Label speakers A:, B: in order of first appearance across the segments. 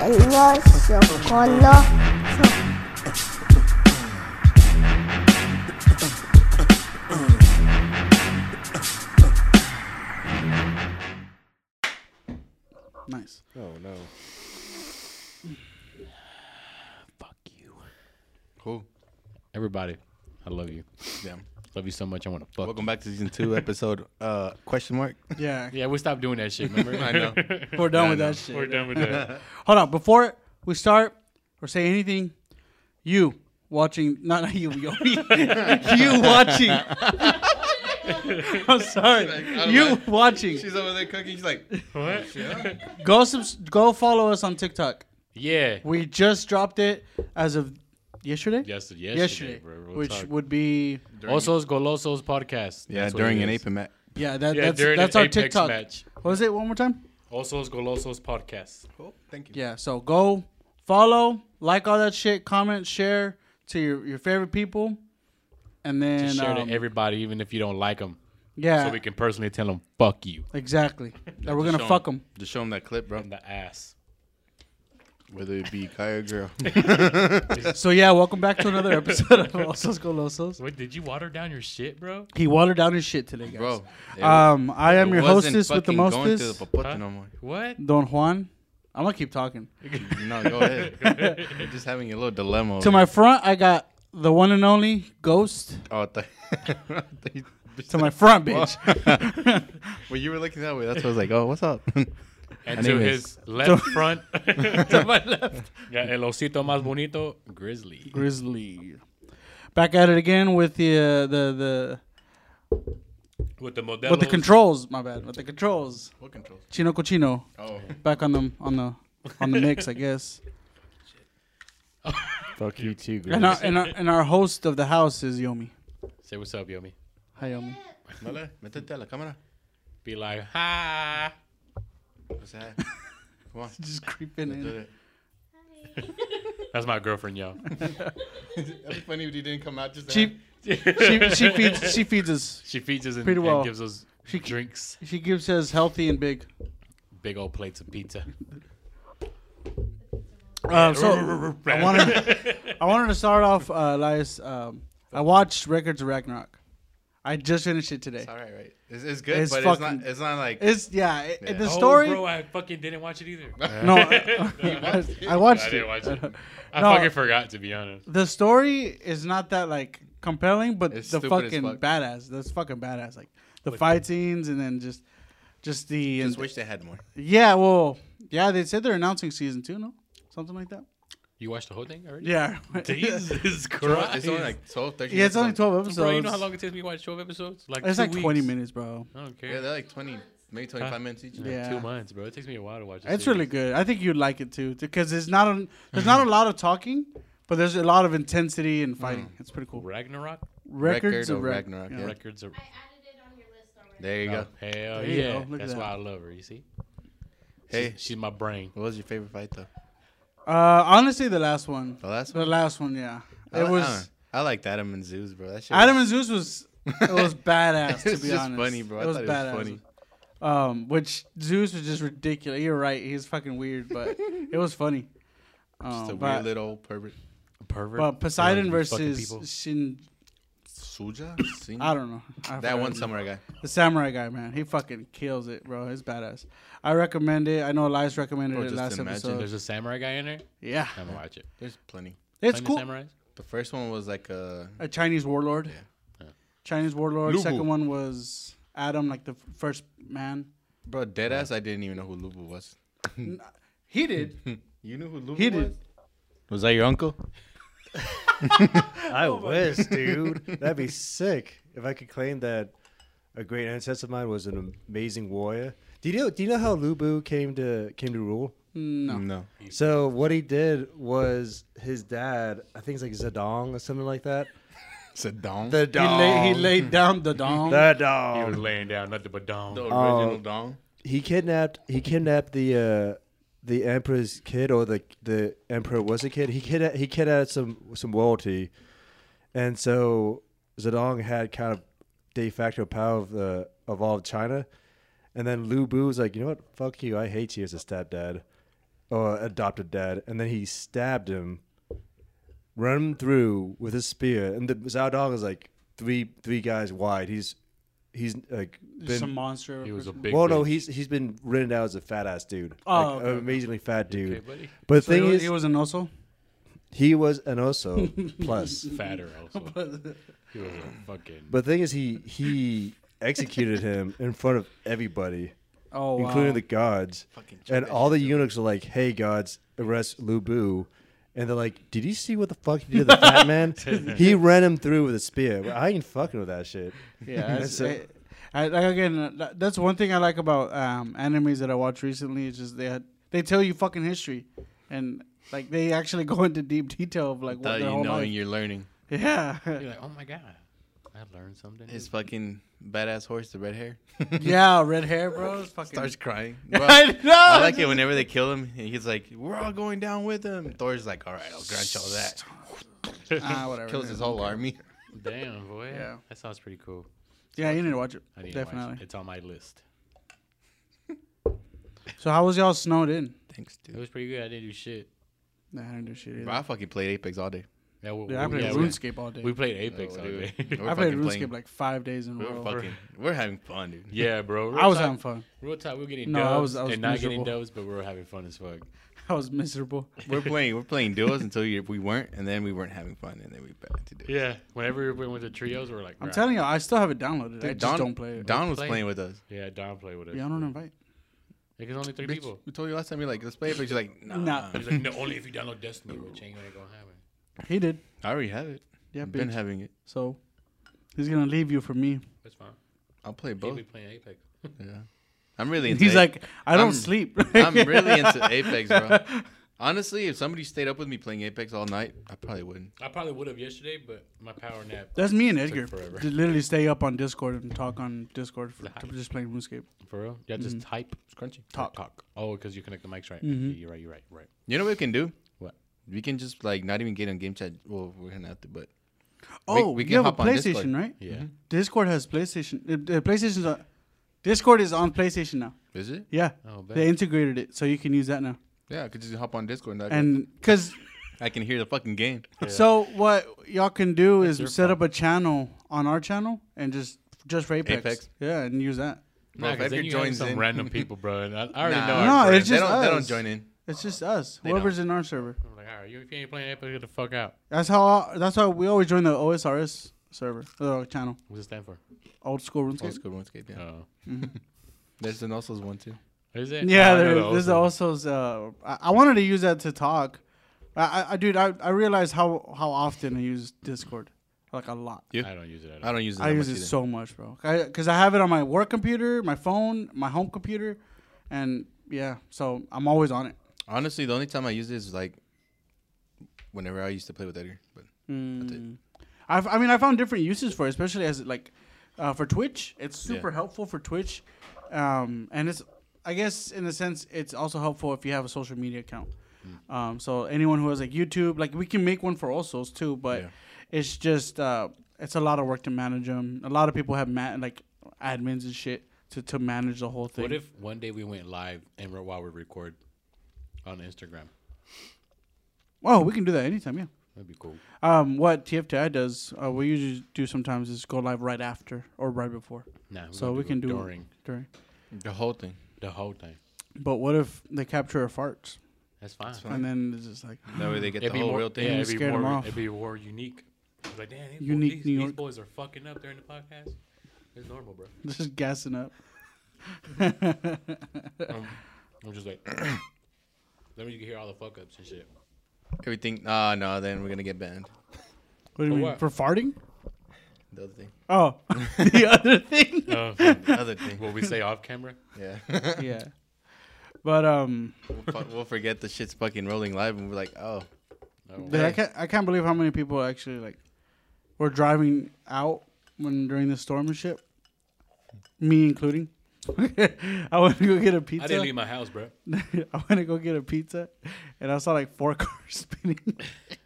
A: 안녕하세요. 건너
B: Nice.
C: Oh no.
B: Fuck you.
C: Cool.
B: Everybody, I love you.
C: Damn.
B: Love you so much. I want to fuck.
C: Welcome back to season two, episode uh question mark.
D: Yeah,
B: you. Yeah, we stopped doing that shit. Remember?
C: I know.
D: we're done with
C: I know.
D: that shit.
E: We're done with that.
D: Hold on, before we start or say anything, you watching, not not you, you, you watching. I'm sorry,
C: out of
D: you
C: my-
D: watching.
C: She's over there cooking. She's like,
E: What?
D: Go subs- go follow us on TikTok.
B: Yeah.
D: We just dropped it as of yesterday.
B: Yesterday, yesterday,
D: yesterday,
B: bro, real
D: which
B: talk.
D: would be
B: Osos Golosos podcast.
C: yeah,
B: That's what
C: during
B: it
C: an
B: is.
C: ape match.
D: yeah. That,
E: Yeah,
D: that's
E: during
D: that's
E: an
D: our
E: Apex
D: TikTok.
E: match.
D: What was it? One more time.
B: Osos Golosos podcast.
C: Cool. Thank you.
D: Yeah, so go follow, like all that shit, comment, share to your, your favorite people, and then
B: Just share
D: um,
B: to everybody, even if you don't like them,
D: yeah,
B: so we can personally tell them "fuck you"
D: exactly. That we're
C: Just
D: gonna
C: show
D: fuck
C: 'em-
D: them.
C: Just show them that clip, bro.
B: in the ass.
C: Whether it be Kaya girl.
D: So yeah, welcome back to another episode of Osos Golosos.
E: Wait, did you water down your shit, bro?
D: He watered down his shit today, guys.
C: bro. it
D: um, I am your
C: wasn't
D: hostess with the
C: fucking Going to
D: mostest,
C: the papote
E: Huh?
C: no more.
E: What?
D: Don Juan. I'm gonna keep talking.
C: No, go ahead. You're just having a little dilemma.
D: To my front, I got the one and only Ghost.
C: oh, I thought-
D: To my front, bitch.
C: well, you were looking that way. That's why I was like, oh, what's up?
B: And
C: My
B: to
C: name
B: his left front, to my left, yeah, el osito más bonito, Grizzly.
D: Grizzly. Back at it again with the uh, the the
B: With the modelo.
D: with the controls. My bad. With the controls.
C: what controls?
D: Chino Cochino
C: Oh,
D: back on the on the on the mix, I guess.
C: fuck you too,
D: And our, and our and our host of the house is Yomi.
B: Say what's up, Yomi.
D: Hi Yomi.
C: Mala, métete a la cámara.
B: Be like, hi.
C: What's that? Come on.
D: Just creeping
C: do
D: in.
C: it.
B: That's my girlfriend, y'all.
C: That'd be funny if you didn't come out just
D: She she she feeds she feeds us.
B: She feeds us and,
D: Pretty
B: and
D: well.
B: gives us
D: She-
B: drinks,
D: She keeps us healthy and big.
B: big old plates of pizza.
D: Um, so I wanted I wanted to start off, uh, Elias. Um, I watched Records of Ragnarok. I just finished it today.
C: It's all right, right? It's, it's good,
D: It's
C: but it's
D: fucking-
C: not. It's not like
D: It's yeah, it, it- the
C: Yeah.
D: story.
E: Oh, bro, I fucking didn't watch it either. I
D: no, I, I watched
E: didn't
D: it.
E: watch it. I
D: No.
E: fucking forgot, to be honest.
D: the story is not that like compelling, but
C: It's
D: the
C: stupid as
D: fucking
C: fuck.
D: badass. That's fucking badass. Like the fight scenes, and then just, just the
C: just
D: and-
C: wish they had more.
D: yeah. Well, yeah. They said they're announcing season two, no, something like that.
B: You watched the whole thing already?
D: Yeah.
E: Jesus
C: Bro,
E: Christ.
C: it's only like 12, 13
D: yeah, it's only
C: episodes.
D: twelve episodes.
B: Bro, you know how long it takes me to watch 12 episodes? Like
D: It's
B: two
D: like twenty
B: weeks.
D: minutes, bro.
B: I don't care.
C: Yeah, they're like 20, maybe 25 minutes each.
D: Yeah.
B: Two months, bro. It takes me a while to watch.
D: It's really good. I think you'd like it too, because there's not a, there's not a lot of talking, but there's a lot of intensity and fighting. It's pretty cool.
B: Ragnarok.
D: Records
C: Mm. Record
D: of
C: of
D: Rag-
C: Ragnarok,
D: yeah.
C: yeah.
B: Records are.
A: I added it on your list already.
C: There you go.
B: Oh, hell
D: you
B: yeah!
D: go. Look at
B: That's
D: that.
B: why I love her. You see,
D: Oh,
C: Hey,
B: she's my brain.
C: what was your favorite fight though?
D: Uh, honestly, the last one.
C: The last
D: The
C: one.
D: last one, yeah.
C: I
D: It
C: li-
D: was.
C: I, don't know. I liked Adam and Zeus, bro. That shit.
D: Adam
C: was,
D: and Zeus was it was badass.
C: It was
D: to be
C: just
D: honest.
C: funny, bro. I
D: it was
C: thought it was
D: badass.
C: funny.
D: Um, which Zeus was just ridiculous. You're right. He's fucking weird, but it was funny. Um,
C: just a
D: but,
C: weird little pervert.
B: Pervert.
D: but Poseidon
B: Telling you fucking
D: versus
B: people.
D: Shin.
C: Suja. Sin-
D: I don't know. I
C: that
D: forgot
C: one
D: his
C: samurai guy.
D: name. The samurai guy, man. He fucking kills it, bro. He's badass. I recommend it. I know Elias recommended
C: Bro,
D: it
C: just
D: last
C: imagine
D: episode.
B: There's a samurai guy in there.
D: Yeah,
B: I'm gonna watch it.
C: There's plenty.
D: it's
B: Plenty
D: cool.
B: Samurais.
C: The first one was like uh, a
D: A Chinese warlord.
B: Yeah.
D: Chinese warlord.
C: Lubu.
D: Second one was Adam, like the f- first man.
C: bro deadass. I didn't even know who Lubu was.
D: He did.
C: You knew who Lubu
D: He
C: was?
D: did.
C: Was that your uncle?
F: I wish, dude. That'd be sick if I could claim that a great ancestor of mine was an amazing warrior. Do you know? Do you know how Lubu came to came to rule?
D: No.
C: No.
F: So what he did was his dad, I think it's like Zedong or something like that.
C: Saddam.
F: The
D: He, lay, he
F: Dong.
D: laid down the dong.
F: The
E: You were
F: Dong.
E: laying down nothing but dong.
C: The
D: Um,
F: Oh.
C: original Dong.
F: He kidnapped. He kidnapped the uh, the emperor's kid, or the the emperor was a kid. He kidnapped. He kidnapped some some royalty, and so Zedong had kind of de facto power of the of all of China. And then Lu Bu was like, you know what? Fuck you. I hate you as a stepdad or adopted dad. And then he stabbed him, run him through with his spear. And the Zhao Dong is like three three guys wide. He's he's like been
D: Some monster. of
B: He was a
D: person.
B: big.
F: well, no,
B: bitch.
F: he's he's been written out as a fat ass dude,
D: Oh,
F: like,
D: okay,
F: an
D: okay.
F: amazingly fat dude.
B: Okay, buddy.
F: But the
D: So
F: thing
D: he, was,
F: is,
D: he was an oso.
F: he was an oso plus.
B: fatter also. he was a fucking.
F: But the thing is, he he executed him in front of everybody,
D: Oh, wow.
F: including the gods, and all the eunuchs are like, "Hey, gods, arrest Lu Bu." And they're like, "Did you see what the fuck he did to the fat man? he ran him through with a spear. I ain't fucking with that shit."
D: Yeah,
F: That's
D: that's eh, I, I, like again, uh, tha- that's one thing I like about um, animes that I watch recently. Is just they had, they tell you fucking history, and like they actually go into deep detail of like what
C: Without
D: their
C: you
D: whole
C: knowing,
D: life.
C: you're learning.
D: Yeah,
B: You're like, oh my god, I learned something.
C: His fucking badass horse, the red hair,
D: yeah, red hair, bro. It's fucking.
C: starts crying.
D: I know.
C: I like it whenever they kill him, and he's like, "We're all going down with him." And Thor's like, "All right, I'll grant y'all that."
D: Ah, whatever.
C: Kills his whole army.
B: Damn boy,
D: Yeah.
B: that sounds pretty cool.
D: Yeah, you need to watch it.
B: I need to watch.
D: Definitely.
B: it. It's on my list.
D: So how was y'all snowed in?
C: Thanks, dude.
B: It was pretty good. I didn't do shit.
D: Nah, I didn't do shit either.
C: Bro, I fucking played Apex all day.
B: Yeah, we,
D: Dude, I played
B: yeah, we-
D: RuneScape all day.
B: we played Apex
C: Oh,
B: all
C: dude.
B: day.
C: We're
D: I played
C: fucking
D: RuneScape
C: playing-
D: like five days in a
C: We're
D: row.
C: fucking. We're having fun, dude.
B: yeah, bro.
D: I was
B: Real
D: having
B: talk-
D: fun.
B: Real time, we're getting
D: No, I
B: dubs
D: was- I was
B: and not getting
D: miserable.
B: dubs, but we were having fun as fuck.
D: I was miserable.
C: We're playing. We're playing duos until you, we weren't, and then we weren't having fun, and then we back to duos.
B: Yeah, whenever we went to trios, we are like,
D: I'm
B: "Bruh."
D: telling you, I still have it downloaded. I just
C: Dude, Don-
D: don't play it.
C: Don was
B: Play.
C: playing with us.
B: yeah, Don played with us.
D: yeah, I don't invite.
B: Like, it's only three
C: Bitch,
B: people.
C: We told you last time. You're like, let's play Apex. You're like, nah.
D: Nah.
B: He's like, no, only if you download Destiny, which ain't gonna go happen.
D: He did.
C: I already have it.
D: Yeah,
C: I've been
D: bitch.
C: having it.
D: So he's gonna leave you for me.
B: That's fine.
C: I'll play
B: He'll
C: both.
B: be playing Apex.
C: Yeah. I'm really. Into
D: He's
C: Ape-
D: like, I don't
C: I'm-
D: sleep.
C: I'm really into Apex, bro. Honestly, if somebody stayed up with me playing Apex all night, I probably wouldn't.
B: I probably would have yesterday, but my power nap
D: That's me and Edgar.
B: forever.
D: To literally stay up on Discord and talk on Discord for to just playing RuneScape.
B: for real. Yeah, just
D: Mm-hmm.
B: type. It's crunchy. Talk, talk. Oh, because you connect the mics right. Yeah, you're right. You're right. Right.
C: You know what we can do?
B: What?
C: We can just like not even get on game chat. Well, we're gonna have to, but
D: Oh,
C: we
D: you
C: can
D: have a
C: hop on Discord.
D: PlayStation, right?
B: Yeah.
D: Discord has PlayStation. Uh, uh, PlayStation's on, Discord is on PlayStation now.
C: is it?
D: Yeah,
B: Oh, bet.
D: they integrated it, so you can use that now.
C: Yeah, I could just hop on Discord and, I-
D: And because
C: I can hear the fucking game.
D: so what y'all can do is set up a channel on our channel and just just for Apex.
C: Apex.
D: Yeah, and use that.
B: Nah,
C: if
B: 'cause
C: Edgar
B: then you join
C: joins
B: some
C: in-
B: random people, bro. And I, I already
C: Nah.
B: know.
D: No,
B: our friends.
D: it's
C: they
D: just
C: don't. They don't
D: us.
C: join in.
D: It's just us.
C: don't.
D: Whoever's in our server.
B: I'm like, all right, you, if you ain't playing Apex, get the fuck out.
D: That's how. That's how we always join the OSRS server, the channel,
B: What's it stand for?
D: old school RuneScape.
C: Old school RuneScape. Yeah.
B: Oh,
C: There's the Nossos one too.
B: is it?
D: Yeah,
B: Oh, I know
D: there,
B: the
D: there's
B: old one.
D: also. Uh, I, I wanted to use that to talk. I, I- I dude, I, I realized how how often I use Discord, like a lot.
C: Yeah.
B: I don't use it at all.
C: I don't use it.
D: I
C: that
D: use
C: much
D: it
C: either.
D: so much, bro. Because I, have it on my work computer, my phone, my home computer, and yeah, so I'm always on it.
C: Honestly, the only time I use it is like whenever I used to play with Edgar. But
D: Hmm.
C: that's it.
D: I've, I mean, I found different uses for it, especially as like uh, for Twitch. It's super helpful for Twitch, um, and it's I guess in a sense it's also helpful if you have a social media account.
B: Hmm.
D: Um, so anyone who has like YouTube, like we can make one for Osos too, but
C: Yeah.
D: it's just uh, it's a lot of work to manage them. A lot of people have ma- like admins and shit to, to manage the whole thing.
B: What if one day we went live and re- while we record on Instagram?
D: oh, we can do that anytime, yeah.
B: That'd be cool.
D: Um, what TFTI does, uh, we usually do sometimes is go live right after or right before,
B: Nah, we're
D: so
B: gonna
D: we
B: do
D: can
B: it
D: do
B: during
D: during.
C: The whole thing.
B: the whole thing.
D: But what if they capture our farts
B: That's fine.
C: fine.
D: and then it's just like
C: That way they get the whole
B: more,
C: real thing.
B: Yeah,
D: You
B: it'd, be
D: scared 'em
B: more,
D: off.
B: it'd be more unique. It's Like, damn, these boys-
D: Unique
B: these,
D: New
B: these
D: York.
B: boys are fucking up during the podcast. It's normal, bro.
D: this is gassing up?
B: I'm, I'm just like, then you can hear all the fuck ups and shit.
C: Everything. Ah, no. Then we're gonna get banned.
D: What do you
B: For
D: mean
B: what?
D: for farting?
C: The other thing.
D: Oh, the other thing.
C: The other thing.
B: what we say off camera?
C: Yeah.
D: yeah, but um,
C: we'll, fu- we'll forget the shit's fucking rolling live, and we're like, oh,
D: dude, I can't I can't believe how many people actually like were driving out when during the storm and shit, me including. I went to go get a pizza.
B: I didn't leave my house, bro.
D: I went to go get a pizza, and I saw like four cars spinning.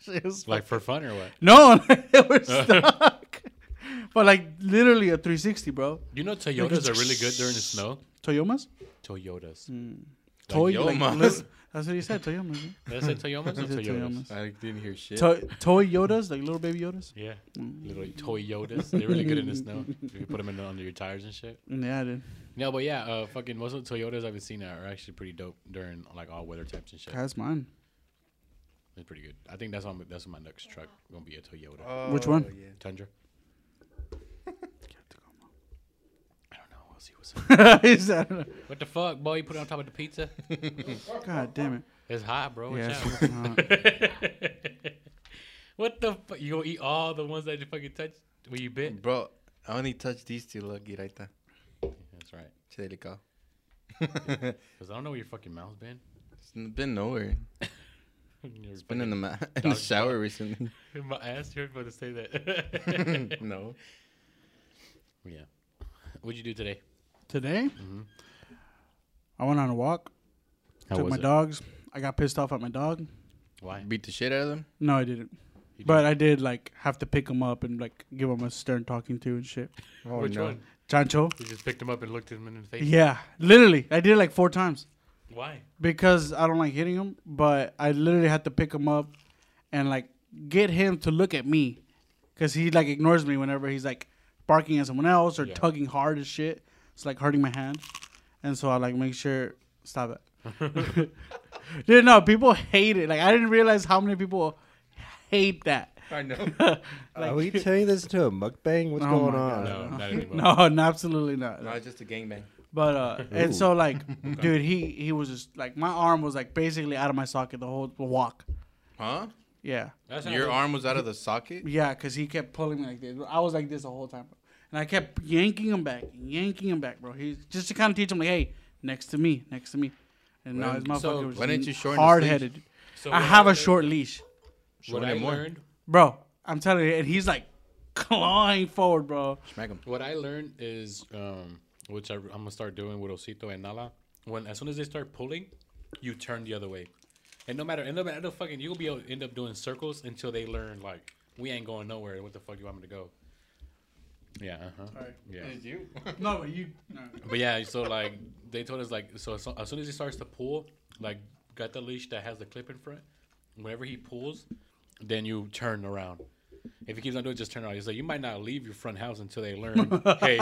D: It was
B: Like for fun or what?
D: No, they were stuck. but like literally a 360, bro.
B: You know, Toyotas are really good during the snow.
D: Toyomas?
B: Toyotas.
D: Hmm. Toy,
C: Toyomas.
D: lit- that's what you said, Toyomas. yeah.
B: Did I say Toyomas or
D: You said
B: Toyotas?
D: Toyomas.
C: I didn't hear shit.
D: Toy, toy Yodas, like little baby Yodas.
B: Yeah,
D: Hmm.
B: little Toyotas. They're really good in the snow. You can put them in, under your tires and shit.
D: Yeah, dude.
B: No, but yeah, uh, fucking most of the Toyotas I've been seeing are actually pretty dope during like all weather types and shit.
D: That's mine.
B: They're pretty good. I think that's on that's on my next truck. Gonna be a Toyota
C: Oh.
D: Which one?
B: Tundra. I don't know. We'll see what's up.
D: Is that-
B: what the fuck, boy? You put it on top of the pizza?
D: God damn it. Uh,
B: It's hot, bro. Watch
D: Yeah,
B: out.
D: it's fucking hot.
B: What the fuck? You gonna eat all the ones that you fucking touched when you bit?
C: Bro, I only touched these two, look, y right there.
B: That's right.
C: Se delicado.
B: Cause I don't know where your fucking mouth's been.
C: It's n- been nowhere.
B: Your
C: Been in the, ma- in the shower recently.
B: fucking- my ass. You're about to say that.
C: no.
B: yeah. What'd you do today?
D: Today, I went on a walk.
B: How
D: took
B: was
D: my
B: it?
D: dogs. I got pissed off at my dog.
B: Why?
C: Beat the shit out of them?
D: No, I didn't. But I did like have to pick him up and like give him a stern talking to and shit.
F: Oh,
B: Which
F: no.
B: one?
D: Chancho.
B: You just picked him up and looked him in the face.
D: Yeah, literally, I did it like four times
B: Why?
D: because I don't like hitting him. But I literally had to pick him up and like get him to look at me because he like ignores me whenever he's like barking at someone else or
B: Yeah.
D: tugging hard as shit. It's like hurting my hand, and so I like make sure stop it. Dude, no, people hate it. Like I didn't realize how many people hate that.
C: I know.
F: Are we turning this into a mukbang? What's
D: Oh
F: going
D: my God.
F: on?
B: No, not anymore.
D: No, no absolutely not.
C: no, it's just a gangbang.
D: But uh,
F: Ooh.
D: and so like, dude, he he was just like my arm was like basically out of my socket the whole walk.
C: Huh?
D: Yeah,
B: That's not
C: Your
B: good.
C: arm was out of the socket?
D: yeah, because he kept pulling me like this. I was like this the whole time, and I kept yanking him back, yanking him back, bro. He just to kind of teach him like, hey, next to me, next to me. And now
C: When-
D: his motherfucker
B: so
D: was
C: why didn't you
D: just
C: shorten his
D: hard headed.
B: So
D: I
B: what
D: have a
B: learned-
D: short leash,
B: What
C: Short
B: I
C: and more.
B: learned.
D: bro. I'm telling you, and he's like clawing forward, bro.
C: Smack him.
B: What I learned is, um, which I, I'm gonna start doing with Osito and Nala. When as soon as they start pulling, you turn the other way, and no matter, and no matter, the fucking, you'll be able to end up doing circles until they learn like we ain't going nowhere. What the fuck you want me to go? Yeah, uh huh. Yeah,
C: you?
D: No, but you. No.
B: but yeah. So like they told us like so, so as soon as he starts to pull, like got the leash that has the clip in front. Whenever he pulls, then you turn around. If he keeps on doing, it, just turn around. He's like, you might not leave your front house until they learn. hey,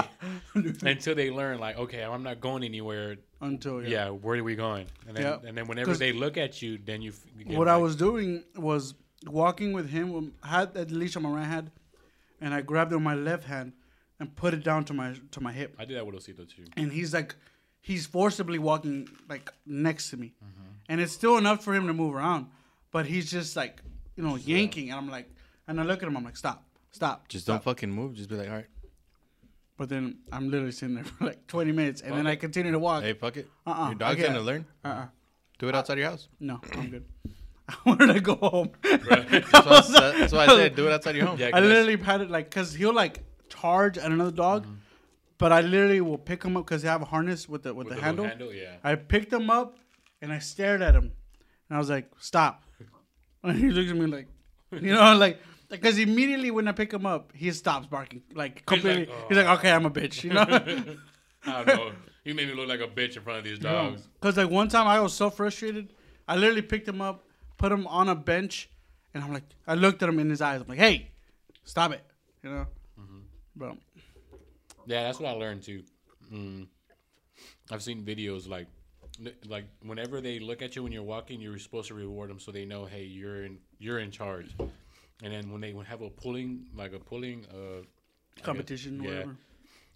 B: until they learn, like, okay, I'm not going anywhere.
D: Until
B: Yeah, where are we going? And then,
D: Yep.
B: and then whenever
D: 'Cause-
B: they look at you, then you. f- you get
D: what I
B: like-
D: was doing was walking with him. um, Had that leash on my right hand, and I grabbed it with my left hand and put it down to my to my hip.
B: I did that with Osito too.
D: And he's like, he's forcibly walking like next to me, and it's still enough for him to move around, but he's just uh, like, you know, yanking. And I'm like, and I look at him. I'm like, stop, stop.
C: Just don't fucking move. Just be like, all right.
D: But then I'm literally sitting there for like 20 minutes, and then I continue to walk.
C: Hey, fuck it.
D: Uh-uh,
C: Your
D: I
C: dog's
D: get
C: gonna
D: it.
C: learn.
D: Uh-uh.
C: Do it outside your house.
D: No, I'm good. I wanted to go home.
C: That's why, I said, that's why I said do it outside your home.
B: Yeah,
D: I
B: 'cause-
D: literally had it like because he'll like charge at another dog, but I literally will pick him up because they have a harness with the with,
B: With
D: the,
B: the
D: handle.
B: little handle, yeah.
D: I picked him up and I stared at him, and I was like, "Stop!" And he looks at me like, you know, like because immediately when I pick him up, he stops barking like completely. He's like,
B: "Oh."
D: "Okay, I'm a bitch," you know.
B: I don't know. You made me look like a bitch in front of these dogs.
D: Because like one time I was so frustrated, I literally picked him up, put him on a bench, and I'm like, I looked at him in his eyes. I'm like, "Hey, stop it," you know, bro.
B: Yeah, that's what I learned too. Mm. I've seen videos like, like whenever they look at you when you're walking, you're supposed to reward them so they know, hey, you're in, you're in charge. And then when they would have a pulling, like a pulling, uh, I guess-
D: Competition, whatever.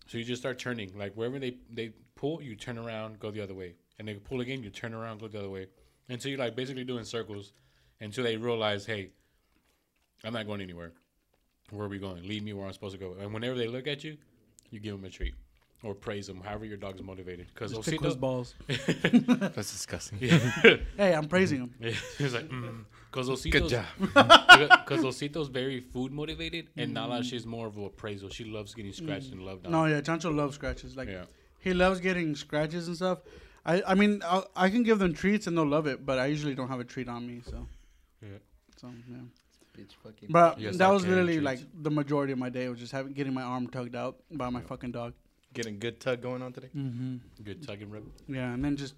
B: So you just start turning, like wherever they they pull, you turn around, go the other way, and they pull again, you turn around, go the other way, until you're like basically doing circles, until they realize, hey, I'm not going anywhere. Where are we going? Leave me where I'm supposed to go. And whenever they look at you, you give them a treat or praise them, however your dog's motivated. Because
D: Just tickle his
B: Osito,
D: balls.
C: That's disgusting.
D: Hey, I'm praising him.
B: he's like, because
C: Good
B: Osito's,
C: job.
B: because Osito's very food motivated, and Nala she's more of a appraisal. She loves getting scratched and loved on.
D: Mm. No, yeah, Chancho loves scratches. Like,
B: Yeah.
D: he loves getting scratches and stuff. I, I mean, I, I can give them treats and they'll love it, but I usually don't have a treat on me, so.
B: Yeah.
D: So yeah.
C: bitch fucking.
D: But
B: You guys
D: that
B: like
D: was
B: carrying
D: literally
B: treats?
D: like the majority of my day was just having getting my arm tugged out by my fucking dog.
C: Getting good tug going on today.
D: Mm-hmm.
B: Good tug and rip.
D: Yeah, and then just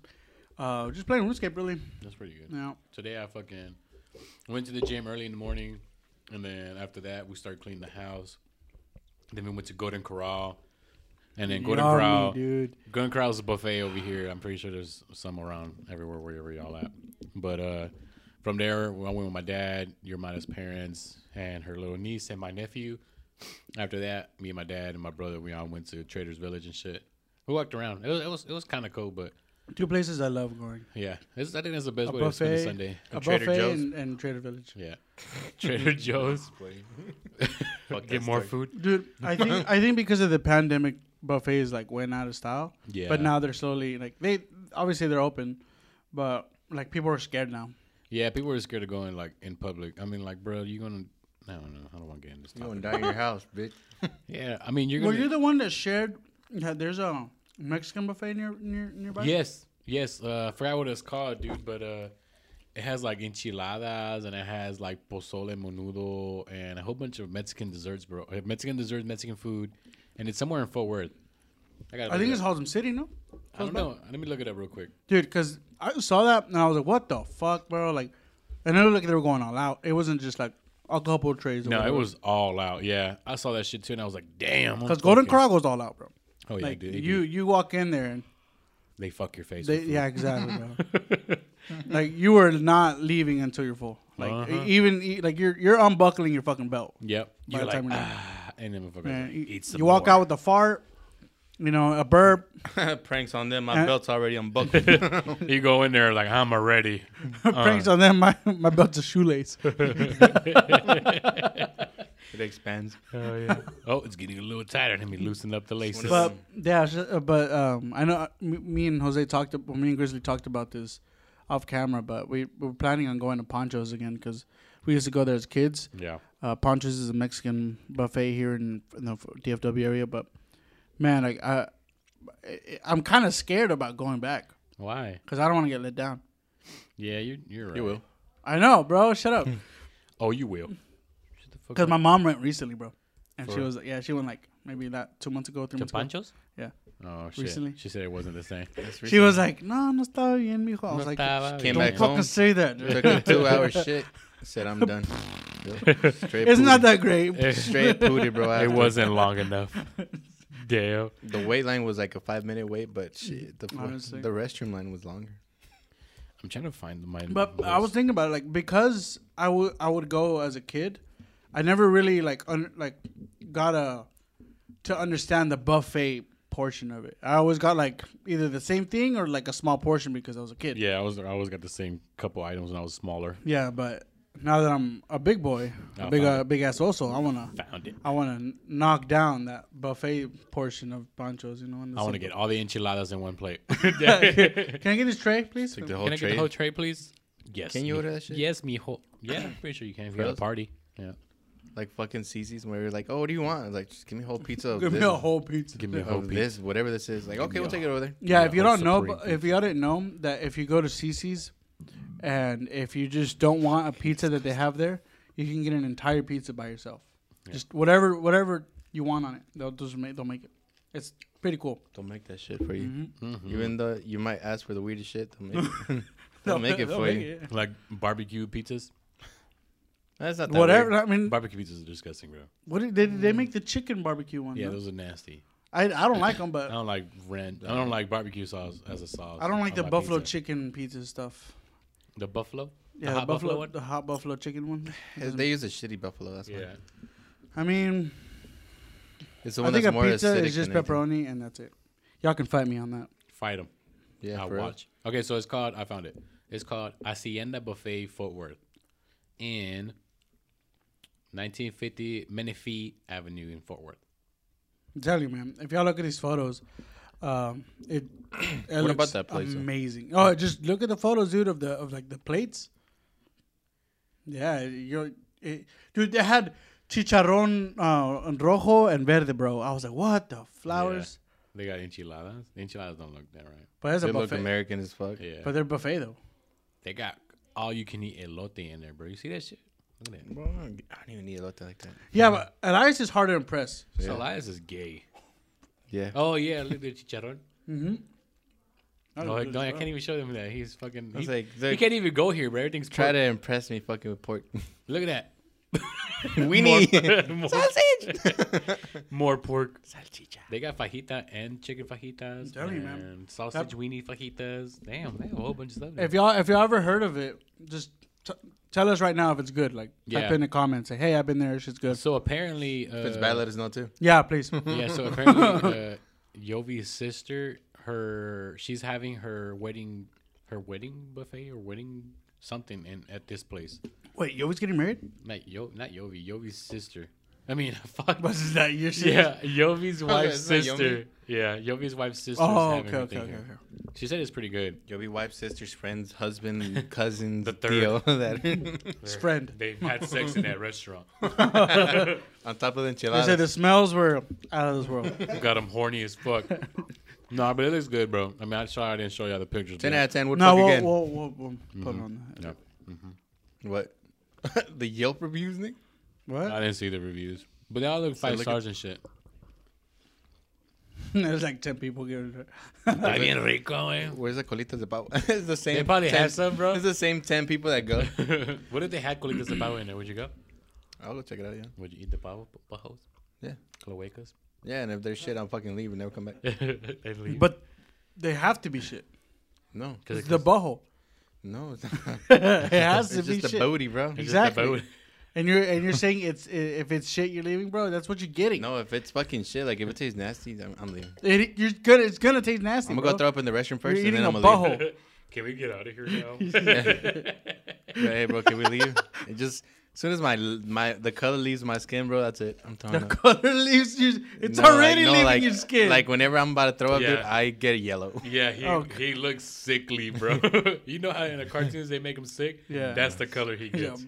D: uh, just playing RuneScape really.
B: That's pretty good.
D: Yeah.
B: Today I fucking went to the gym early in the morning, and then after that we started cleaning the house. Then we went to Golden Corral, and then Golden
D: Yummy,
B: Corral,
D: dude.
B: Golden Corral's a buffet over here. I'm pretty sure there's some around everywhere wherever y'all at. But uh, from there, I went with my dad, your mother's parents, and her little niece and my nephew. After that, me and my dad and my brother, we all went to Trader's Village and shit. We walked around. It was it was, it was kind of cool, but
D: Two places I love going.
B: yeah, it's, I think that's the best
D: A
B: way to spend a
D: buffet.
B: Sunday.
D: A
C: Trader
D: buffet
C: Joe's?
D: and, and Trader Village.
B: Yeah. Trader Joe's. Get
C: that
B: more
C: story.
B: food.
D: Dude, I think I think because of the pandemic, buffets like went out of style.
B: Yeah.
D: But now they're slowly like they obviously they're open, but like people are scared now.
B: Yeah, people are scared of going like in public. I mean, like, bro, you gonna. I don't know. I don't want to get into this.
C: You
B: Topic.
C: going down your house, bitch?
B: Yeah, I mean, you're
D: Were
B: gonna.
D: you the one that shared? Yeah, there's a Mexican buffet near near nearby.
B: yes, yes. Uh, I forgot what it's called, dude, but uh, it has like enchiladas and it has like pozole menudo and a whole bunch of Mexican desserts, bro. Uh, Mexican desserts, Mexican food, and it's somewhere in Fort Worth. I got.
D: I think it's Halsem City, no?
B: I don't know. Let me look it up real quick.
D: Dude, because I saw that and I was like, what the fuck, bro? Like, and it looked like they were going all out. It wasn't just like a couple of trays. or
B: No, it
D: whatever.
B: was all out. Yeah, I saw that shit too, and I was like, damn. I'm
D: Because Golden
B: fucking-
D: Corral goes all out, bro.
B: Oh yeah,
D: Like,
B: dude, they do.
D: you you walk in there and
B: They fuck your face.
D: they,
B: with food.
D: yeah, exactly, bro. like, you are not leaving until you're full. Like,
B: Uh-huh.
D: e- even, e- like, you're you're unbuckling your fucking belt.
B: Yep.
D: By
B: You're
D: the
B: like,
D: time you're done.
B: ah, and then motherfuckers
D: Man,
B: like,
D: you
B: eat some
D: you walk
B: more.
D: out with a fart, you know, a burp,
C: Pranks on them.
D: Uh,
C: My belt's already unbuckled.
B: You go in there like I'm already. Uh-huh.
D: pranks on them, my, my belt's a shoelace.
C: it expands.
B: Oh, it's getting a little tighter. Let me loosen up the laces.
D: But yeah, sh- uh, but um, I know uh, m- me and Jose talked. ab- me and Grizzly talked about this off camera, but we, we were planning on going to Ponchos again because we used to go there as kids.
B: yeah.
D: Uh, Ponchos is a Mexican buffet here in, in the DFW area, but man, like I, I- I'm kind of scared about going back
B: Why?
D: because I don't want to get let down.
B: Yeah, you you're right.
C: You will.
D: I know, bro. Shut up.
B: Oh, you will.
D: Because my mom went recently, bro, and she was yeah, she went like maybe that two months ago, three months ago. Yeah,
B: Oh shit.
D: Recently.
B: She said it wasn't the same.
D: she was like, no, no está bien, mijo. I was like,
C: Came
D: don't
C: back
D: fucking
C: home.
D: say that. dude.
C: Took a two-hour shit. Said I'm done. Straight
D: It's not
C: pooted.
D: that great.
C: straight pooted, bro.
B: Eh, it
C: after.
B: wasn't long enough. Damn.
C: The wait line was like a five minute wait, but shit, the, fu-
D: Honestly.
C: the restroom line was longer.
B: I'm trying to find my.
D: But I was thinking about it, like because I would I would go as a kid, I never really like un- like got a to understand the buffet portion of it. I always got like either the same thing or like a small portion because I was a kid.
B: Yeah, I was. I always got the same couple items when I was smaller.
D: Yeah, but now that I'm a big boy, a
B: I
D: big
B: found
D: uh, big ass also, I wanna
B: Found it.
D: I wanna knock down that buffet portion of panchos. You know, in the
B: I want
D: simple-
B: to get all the enchiladas in one plate.
D: Can I get this tray, please?
C: Like the whole
B: Can I get the
C: trade.
B: whole tray, please? Yes.
C: Can you
B: mi-
C: order that shit?
B: Yes, me whole. Yeah, I'm pretty sure you can if you're at a
C: Frozen?
B: party. Yeah.
C: like fucking CC's where you're like, oh, what do you want? I was like, just give me a whole pizza. Of
D: Give
C: this,
D: me a whole pizza.
B: Give me a
C: of
B: whole piece.
C: this, whatever this is. Like, okay,
B: me
C: we'll
B: a-
C: take it over there.
D: Yeah,
B: Yeah,
D: if you
B: or
D: don't know,
B: Supreme
D: but if you didn't know that if you go to CC's and if you just don't want a pizza that they have there, you can get an entire pizza by yourself. Just whatever whatever you want on it, they'll just make they'll make it. It's pretty cool.
C: They'll make that shit for you.
D: Mm-hmm.
C: Even though you might ask for the weirdest shit, they'll make it,
D: They'll
C: they'll make it
D: they'll
C: for
D: make
C: you.
D: it.
B: Like barbecue pizzas.
C: That's not that
D: Whatever.
C: weird.
D: I mean,
B: Barbecue pizzas are disgusting, bro.
D: what did they, they make the chicken barbecue one?
B: Yeah,
D: Yeah,
B: those are nasty.
D: I I don't like them,
B: I
D: but
B: don't like ranch. I don't like barbecue sauce as a sauce.
D: I don't like
B: on
D: the
B: my
D: buffalo
B: pizza.
D: chicken pizza stuff.
B: The buffalo.
D: Yeah, the,
B: hot
D: buffalo,
B: one?
D: the hot buffalo chicken one.
C: They use a shitty buffalo. That's
B: Yeah.
C: why.
D: I mean,
C: It's the
D: I
C: one
D: think a
C: that's more
D: pizza
C: acidic
D: is just
C: than anything.
D: pepperoni and that's it. Y'all can fight me on that.
B: Fight them.
C: Yeah,
B: I'll
C: for real.
B: watch. Okay, so it's called. I found it. It's called Hacienda Buffet Fort Worth, in 1950 Menifee Avenue in Fort Worth.
D: I'm telling you, man. If y'all look at these photos, um, it, it
C: about
D: looks
C: that place, though?
D: amazing. Oh, just look at the photos, dude, of the of like the plates. Yeah, you're, it, dude. They had chicharrón uh, and rojo and verde, bro. I was like, what the flowers?
B: They got enchiladas. The enchiladas don't look that right.
D: But it's
C: They
D: a
C: look
D: buffet.
C: American as fuck.
B: Yeah.
D: But they're buffet though.
B: They got all you can eat elote in there, bro. You see that shit?
E: Look at
C: I
E: that.
C: don't even need a look like that.
D: Yeah, but Elias is hard to impress.
B: So Elias is gay.
C: Yeah.
B: Oh yeah, look at Chicharron.
D: I
B: Oh,
D: don't know.
B: no, I can't even show them that. He's fucking.
C: I
B: He,
C: was like,
B: he
C: they're-
B: can't even go here, bro. Everything's
C: Try
B: pork.
C: to impress me fucking with pork.
B: Look at
C: Weenie.
B: that. more,
C: Sausage.
B: more pork. They got fajita and chicken fajitas.
D: telling you, man.
B: and Sausage weenie fajitas. Damn, they have a whole bunch of stuff. there.
D: If y'all if y'all ever heard of it, just t- tell us right now if it's good. Like type
B: Yeah.
D: in the comments, say, "Hey, I've been there. Shit's good."
B: so apparently, uh,
C: If it's bad, let us know too.
D: yeah, please.
B: yeah. So apparently, uh, Yovi's sister, her, she's having her wedding, her wedding buffet or wedding something in at this place.
D: Wait, you always getting married?
B: Not Yo, not Yovi. Yovi's sister. I mean, fuck.
D: Was that your shit?
B: Yeah, Yovi's wife's
C: it's not Yomi?
B: sister. Yeah, Yovi's wife's sister.
D: Oh,
B: having
D: okay,
B: her
D: okay,
B: thing
D: okay,
B: here.
D: okay.
B: She said it's pretty good.
C: You'll be wife, sisters, friends, husband, cousins,
B: The
C: the
B: third.
C: that.
D: Friend.
B: They've had sex in that restaurant.
C: On top of the
D: They
C: enchiladas.
D: said the smells were out of this world.
B: Got them horny as fuck. Nah, but it looks good, bro. I mean, I'm sorry I didn't show y'all the pictures.
C: 10
B: but-
C: out of 10 would
D: no,
C: fuck
D: we'll,
C: again. Mm-hmm.
D: we'll, we'll, we'll put it on that.
B: No,
C: What? the Yelp reviews, Nick?
B: I
D: What?
B: didn't see the reviews, but they all look five
C: look at-
B: stars and shit.
D: There's like ten people giving it.
B: Está bien rico, eh?
C: Where's the colitas de pavo? it's the same.
B: They probably
C: 10
B: have some, bro.
C: It's the same 10 people that go.
B: what if they had colitas de pavo in there? Would you go?
C: I'll go check it out, yeah.
B: Would you eat the pavo pavos?
C: Yeah.
B: Cloacas?
C: Yeah, and if there's shit, I'll fucking leave and never come back.
B: They leave.
D: But they have to be shit.
C: No.
B: 'Cause it
D: the
B: comes-
D: butthole.
C: No. It's, not.
D: It has
C: it's
D: to be
C: just
D: shit.
C: a booty, bro.
B: it's just the
D: exactly.
B: bone.
D: And you're and you're saying it's i- if it's shit you're leaving, bro. That's what you're getting.
C: No, if it's fucking shit, like if it tastes nasty, I'm, I'm leaving.
D: It, you're gonna it's gonna taste nasty.
C: I'm gonna
D: bro.
C: go throw up in the restroom 1st
D: You're
C: and
D: eating
C: then
D: a
C: I'm gonna leave.
D: butthole.
B: Can we get out of here now?
C: Yeah, hey, bro, can we leave? It just as soon as my my the color leaves my skin, bro, that's it. I'm
D: the
C: talking.
D: color leaves you. It's
C: No, like-
D: already
C: no,
D: leaving
C: like-
D: your skin.
C: Like whenever I'm about to throw up, dude,
B: Yeah.
C: I get yellow.
B: yeah, he,
D: Oh,
B: he looks sickly, bro. you know how in the cartoons they make him sick?
D: Yeah.
B: That's the color he
D: yeah.
B: gets.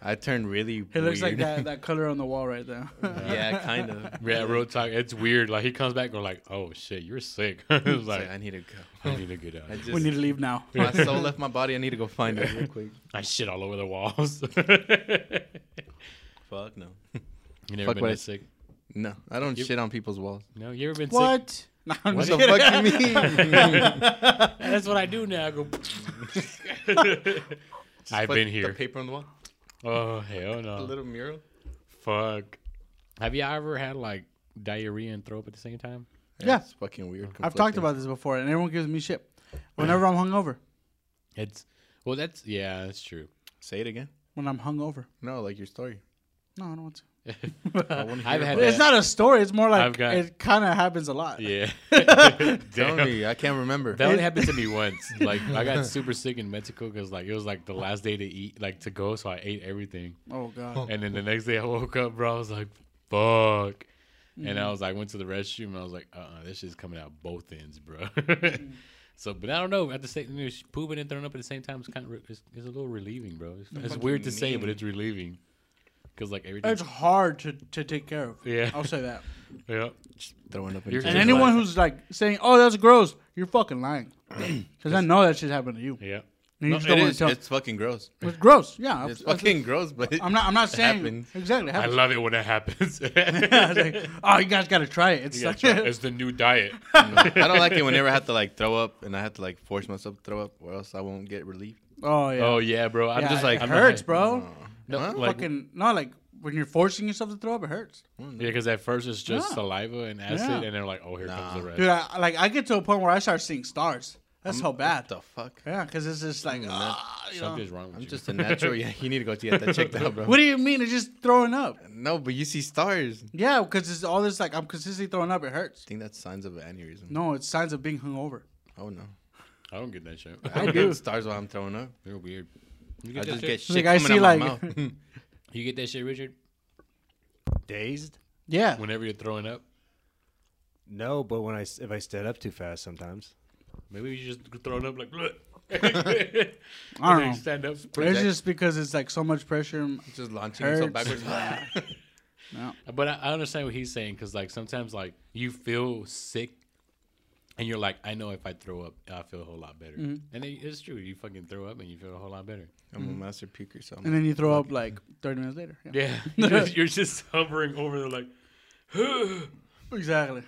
C: I turn really.
D: It looks like
C: weird.
D: that, that color on the wall right there.
C: yeah, kind of. It's
B: Yeah, real talk. It's weird. Like he comes back, and like, "Oh shit, you're sick." it was
C: Like,
B: like,
C: I need to go.
B: I need to get out.
C: I just,
D: we need to leave now.
C: my soul left my body. I need to go find it real quick.
B: I shit all over the walls. you never
C: Fuck no. Fuck
B: been
C: what
B: that
C: I-
B: sick?
C: No, I don't
B: You-
C: shit on people's walls.
B: No, you ever been sick?
D: What? No, I'm
C: What
D: just
C: the
D: kidding.
C: fuck you mean?
B: That's what I do now. I go. I've
C: Put
B: been
C: The
B: here.
C: paper on the wall.
B: Oh hell
C: A
B: no!
C: little mural.
B: Fuck. Have you ever had like diarrhea and throw up at the same time?
D: Yeah.
C: it's fucking weird.
D: I've talked
C: conflicting.
D: about this before, and everyone gives me shit whenever I'm hungover.
B: It's well, that's yeah, that's true.
C: Say it again.
D: When I'm hungover.
C: No, like your story.
D: No, I don't want to.
B: I've had
D: It's
B: that-
D: not a story. It's more like
B: I've got-
D: it kind of happens a lot.
B: Yeah.
C: Tell
B: Damn.
C: me, I can't remember.
B: That only happened to me once. Like I got super sick in Mexico because like it was like the last day to eat, like to go, so I ate everything.
D: Oh god.
B: And then the next day I woke up, bro, I was like, fuck. And
D: Mm.
B: I was like, went to the restroom and I was like, uh, uh this shit's coming out both ends, bro.
D: Mm.
B: so, but I don't know. At the same, you know, sh- pooping and throwing up at the same time is kind of re- it's, it's a little relieving, bro. It's, it's weird to say, but it's relieving because like everything.
D: It's hard to, to take care of.
B: Yeah.
D: I'll say that.
B: yeah,
C: Throwing up.
B: You're
C: into
D: And
B: Just
D: anyone
B: like-
D: who's like saying, "Oh, that's gross," you're fucking lying. Because I know that shit happened to you.
B: yeah.
D: And you
C: No,
D: just don't
C: it
D: want to
C: is.
D: tell.
C: It's fucking gross.
D: It's gross. Yeah.
C: It's
D: I- I-
C: fucking gross, but
D: I'm not. I'm not saying
C: happens.
D: exactly. it
B: I
D: happens.
B: love it when it happens.
D: I was like, oh, you guys got to try it. It's
B: Yeah,
D: like,
B: it's the new diet.
C: I don't like it whenever I have to like throw up and I have to like force myself to throw up, or else I won't get relief.
D: oh yeah.
B: Oh yeah, bro. I'm
D: Yeah,
B: just like
D: it
B: I'm not-
D: hurts, bro.
B: No,
C: Huh?
B: like,
D: fucking no, like when you're forcing yourself to throw up, it hurts.
B: Yeah, because at first it's just
D: Yeah.
B: saliva and acid,
D: Yeah.
B: and they're like, "Oh, here comes the rest."
D: Dude, I, like I get to a point where I start seeing stars. That's how bad.
C: The Mm, fuck?
D: Yeah, because it's just like, ah, you know.
B: Something's wrong with
C: I'm
B: you.
C: just a natural. Yeah, you need to go get that checked out, bro.
D: What do you mean? It's just throwing up.
C: No, but you see stars. I
D: Yeah, because it's all this like I'm consistently throwing up. It hurts.
C: think that's signs of aneurysm.
D: No, it's signs of being hungover.
C: Oh no,
B: I don't get that shit.
C: I do stars while I'm throwing up.
B: They're weird. You
C: I
B: get, that
C: just
B: shit?
C: get shit
D: Like, I
C: coming out
D: see,
C: my
D: like-
C: mouth.
B: you get that shit, Richard.
F: Dazed?
D: Yeah,
B: Whenever you're throwing up,
F: No, but when I s- if I stand up too fast sometimes.
B: maybe you just throwing up like. Look.
D: I
B: You
D: don't know.
B: stand up.
D: It's just because it's like so much pressure.
C: just launching yourself
D: Hurts.
C: backwards.
B: But I, I understand what he's saying because like sometimes like you feel sick, and you're like, I know if I throw up, I feel a whole lot better. And it, it's true. You fucking throw up and you feel a whole lot better.
C: I'm a master puker, so I'm
D: Mm. And then you throw up like 30 minutes later. Yeah.
B: Yeah, you're, you're just hovering over there like.
D: Exactly.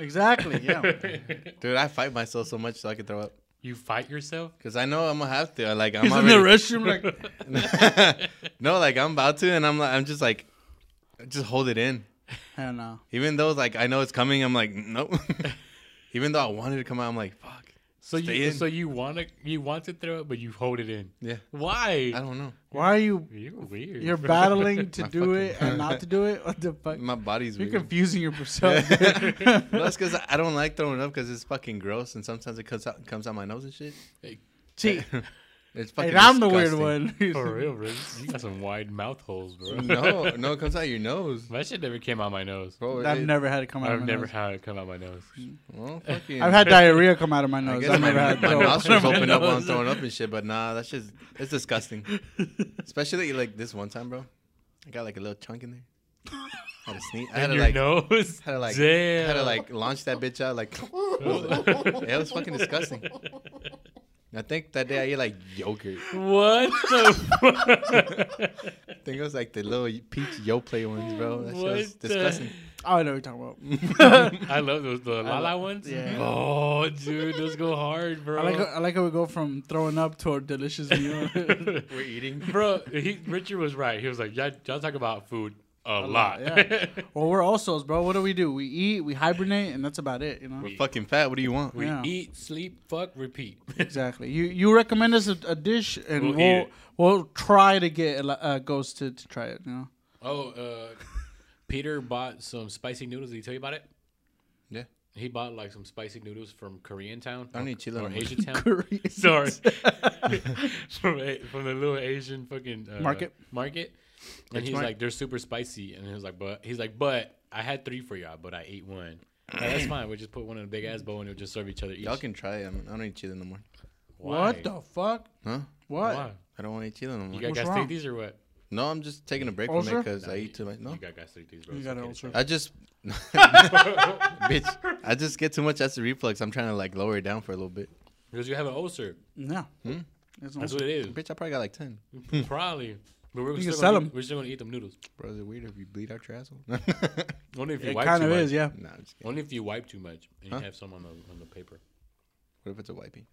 D: exactly. Yeah.
C: dude. I fight myself so much so I can throw up
B: You fight yourself?
C: because I know I'm gonna have to. Like I'm
D: He's in
C: already,
D: the restroom like,
C: no, like I'm about to, and I'm like I'm just like, just hold it in.
D: hell no.
C: Even though like I know it's coming, I'm like nope. Even though I wanted to come out, I'm like fuck.
B: So
C: Stay
B: you
C: in.
B: so you want to you want to throw up, but you hold it in.
C: Yeah.
B: Why?
C: I don't know.
D: Why are you
B: You're weird.
D: you're
B: bro.
D: battling to do it and not to do it? What the fuck?
C: My body's
D: You're
C: weird.
D: confusing yourself.
C: Well, that's because I don't like throwing up because it's fucking gross, and sometimes it comes out comes out my nose and shit.
D: See,
C: It's fucking.
D: and I'm the weird
C: disgusting.
D: one.
B: For real, bro. You got some wide mouth holes,
C: Mm.
B: bro.
C: No, no, it comes out your nose.
B: That shit never came out my nose.
C: Bro,
D: I've
C: it-
D: never had it come out. of
B: I've
D: my
B: never
D: nose.
B: had it come out my nose.
C: Well, fucking,
D: I've had diarrhea come out of my
C: I
D: nose.
C: guess
D: I've
C: my,
D: never had
C: my
D: throw up.
C: nostrils open up while I'm throwing up and shit, but nah, that's just it's disgusting. Especially like this one time, bro. I got like a little chunk in there. Had to sneak. I had
B: And
C: to
B: your
C: like.
B: nose.
C: Had to like.
B: Damn.
C: Had to like launch that bitch out like. Yeah, it was fucking disgusting. I think that day I ate like yogurt.
B: What the
C: I think it was like the little peach yo play ones, bro. That shit was
B: What the-
C: disgusting.
D: Oh, I know what you're talking about.
B: fuck? I love those the la la ones.
D: yeah.
B: Oh, dude, those go hard, bro.
D: I like how, I like how we go from throwing up to a delicious meal.
C: We're eating.
B: bro, he, Richard was right. He was like, y'all, y'all talk about food a, lot.
D: lot, well, we're all souls, bro. What do we do? We eat, we hibernate, and that's about it. You know.
C: We're fucking fat. What do you want?
B: we
D: Yeah.
B: eat, sleep, fuck, repeat.
D: Exactly. You you recommend us a, a dish, and we'll
B: We'll eat
D: we'll,
B: it.
D: try to get a, uh, Ghost to, to try it. You know.
B: oh, uh, Peter bought some spicy noodles. Did he tell you about it?
C: Yeah.
B: He bought like some spicy noodles from Korean Town.
C: I don't need chili
B: or
C: on my-
B: Asian Town.
D: Korean.
B: Sorry. from, a- from the little Asian fucking uh,
D: Market?
B: Market. And he's
C: market?
B: like, they're super spicy. And he was like, but he's like, but I had three for y'all, but I ate one. Like, that's fine. We'll just put one in a big ass bowl and we'll just serve each other each.
C: Y'all can try it. I, mean, I don't eat chili no more.
B: Why?
D: What the fuck?
C: Huh?
D: What?
B: Why?
C: I don't want to eat chili no more.
B: You got
D: What's
B: guys
D: wrong?
B: take these or what?
C: No, I'm just taking a break from
D: Ulcer?
C: it because I
B: you-
C: eat too much. No,
B: You got guys take these, bro.
D: You
B: It's
D: got an
B: okay.
D: ulcer.
C: I just, bitch, I just get too much acid reflux. I'm trying to like lower it down for a little bit.
B: Because you have an ulcer.
D: No.
C: Hmm?
D: It's not-
B: That's what it
C: Bitch, I probably got like ten.
B: is. Probably. But we're
D: can
B: still
D: sell
B: gonna eat-
D: 'em.
B: We're still gonna eat them noodles.
C: Bro, is it weird if you bleed out your asshole? nah, I'm
B: Only if you
D: It
B: wipe
D: kind
B: too
D: of
B: much.
D: is, yeah.
C: just kidding.
B: Only if you wipe too much and
C: Huh?
B: you have some on the on the paper.
C: What if it's a wiping?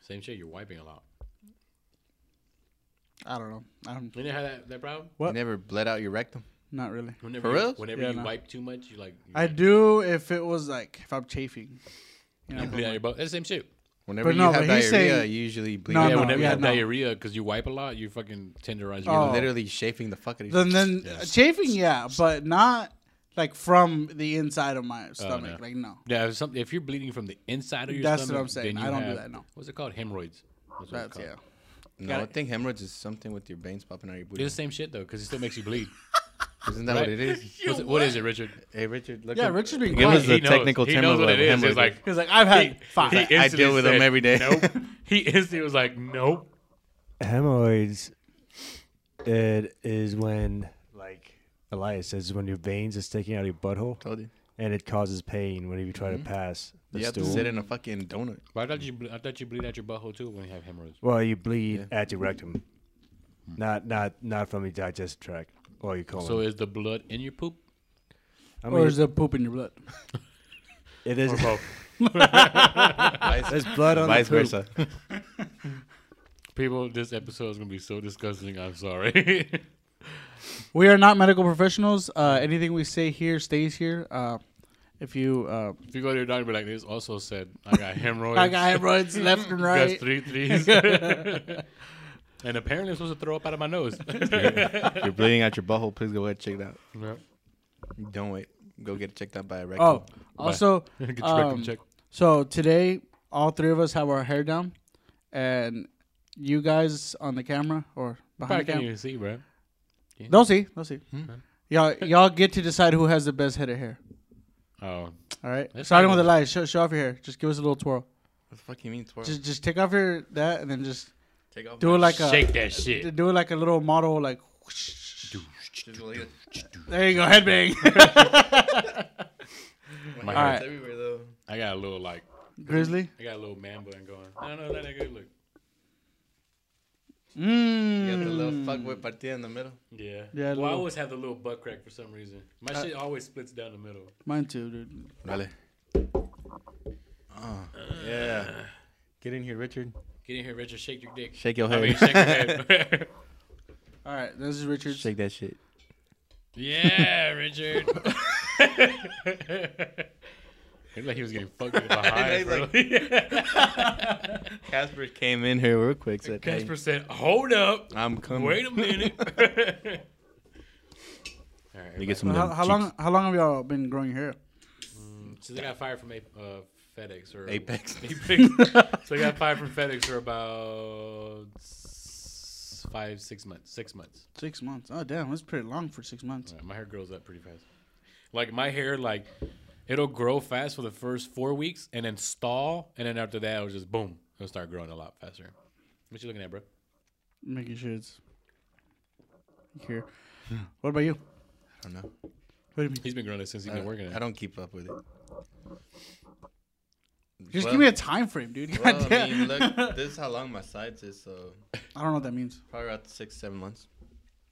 B: Same shit. You're wiping a lot.
D: I don't know. I don't.
B: You didn't have that, that problem.
D: What?
C: You never bled out your rectum.
D: Not really.
B: Whenever
C: For
B: you,
C: real?
B: Whenever
D: Yeah,
B: you
D: no.
B: wipe too much, you like you,
D: I do if it was like if I'm chafing. You know,
B: you
D: if
B: bleed
D: I'm
B: out your butt. That's the same shit.
C: Whenever
D: no,
C: you have
D: but
C: diarrhea,
D: he's saying-
C: you usually bleed.
D: No,
C: out.
B: yeah,
D: no,
B: whenever you
D: yeah,
B: have
D: no.
B: diarrhea because you wipe a lot, you fucking tenderize. your
D: Oh.
B: liver.
C: Literally chafing the fuck out of your.
D: Then, then uh, chafing, yeah, but not like from the inside of my stomach.
B: no.
D: Like no,
B: Oh, Yeah, if, some, if you're bleeding from the inside of your
D: That's what
B: stomach,
D: I'm saying.
B: then you
D: I don't do
B: have-
D: that, no.
B: What's it called? Hemorrhoids. That's what it's
D: that's
B: called.
D: yeah.
C: no,
D: got
C: I
D: it.
C: think hemorrhoids is something with your veins popping out of your booty.
B: It's the same shit though, because it still makes you bleed.
C: Isn't that
B: Right.
C: what it is?
B: What's it- what is it, Richard?
C: hey, Richard, look.
D: Yeah,
C: up-
D: Richard's being
C: Give
D: quiet.
C: us the
B: He knows-
C: technical
B: he
C: term
B: knows
C: of
B: what
C: a
B: it is. He's
C: hemorrhoid.
B: like,
D: He's like I've had five.
B: He
C: I
B: instantly
C: deal with them
B: said,
C: every day.
B: Nope. He instantly was like, nope.
F: Hemorrhoids. It is when, like Elias says, when your veins is sticking out of your butthole,
C: Told you. Mm-hmm.
F: and it causes pain whenever you try to pass the
C: You have
F: stool.
C: to sit in a fucking donut.
B: But I thought you, ble- I thought you bleed out your butthole too when you have hemorrhoids.
F: Well, you bleed at your rectum,
C: Mm.
F: not not not from your digestive tract or your
D: Oh,
F: colon.
B: So is the blood in your poop?
F: I
D: or
F: mean,
D: is there poop in your blood?
F: it is.
C: Vice,
F: There's blood on
C: vice
F: the poop.
C: versa.
B: People, this episode is gonna be so disgusting. I'm sorry.
D: We are not medical professionals. Uh, anything we say here stays here. Uh, if you, uh,
B: if you go to your doctor, be like, this also said, I got hemorrhoids.
D: I got hemorrhoids left and
B: You
D: right.
B: Got three threes. and apparently, I'm supposed to throw up out of my nose.
C: If you're bleeding out your butthole, please go ahead and check it out. Don't wait. Go get it checked out by a rectal.
D: Oh, also,
B: Get your
D: um,
B: rectum checked.
D: so today all three of us have our hair down, and you guys on the camera or
B: Probably
D: behind the
B: can't
D: camera,
B: even see, bro.
D: they'll see, they'll see.
C: Hmm.
D: Y'all, y'all get to decide who has the best head of hair.
B: Oh,
D: All right,
B: That's
D: starting
B: fine.
D: with the light. Show, show off your hair. Just give us a little twirl.
C: What the fuck you mean twirl?
D: Just, just take off your that, and then just
C: take off.
D: do it like a
B: shake that shit.
D: do it like a little model, like. whoosh.
C: Like
D: There you go, headbang.
B: My
D: All
B: hair-
D: right.
C: everywhere though.
B: I got a little like
D: Grizzly.
B: I got a little man bun going. No, no, that ain't good. Look.
D: Mm.
C: You got the little fuck with partida in the middle.
B: Yeah.
D: Yeah,
B: Well, I
D: little- Uh,
B: always have the little butt crack for some reason. My shit always splits down the middle.
D: Mine too, dude.
C: Really? Ah. yeah. Get in here, Richard.
B: Get in here, Richard. Shake your dick.
C: Shake your
B: I
C: head.
B: mean, shake your head.
D: All right, this is Richard.
C: Shake that shit.
B: yeah, Richard. Looked like he was getting fucked in the behind,
C: he's
B: bro.
C: Casper came in here real quick. Said, hey,
B: Casper said, "Hold up,
C: I'm coming.
B: wait a minute." All right,
C: Let me get some
D: Well,
C: of
D: how,
C: them
D: how long? How long have y'all been growing your hair?
B: So they got fired from A- uh, FedEx or
C: Apex.
B: Apex. so they got fired from FedEx for about s- five, six months. Six months.
D: Six months. Oh damn, that's pretty long for six months.
B: Alright, my hair grows up pretty fast. Like my hair, like it'll grow fast for the first four weeks and then stall, and then after that, it'll just boom, it'll start growing a lot faster. What you looking at, bro?
D: Making sure it's here. What about you?
C: I don't know.
D: What do you mean?
B: He's been growing it since he's
C: I,
B: been working
C: Uh, I
B: it.
C: don't keep up with it.
D: Just
C: Well-
D: give me a time frame, dude. God
C: Well, I
D: damn.
C: mean, look, this is how long my sides is, so
D: I don't know what that means.
C: probably about six, seven months.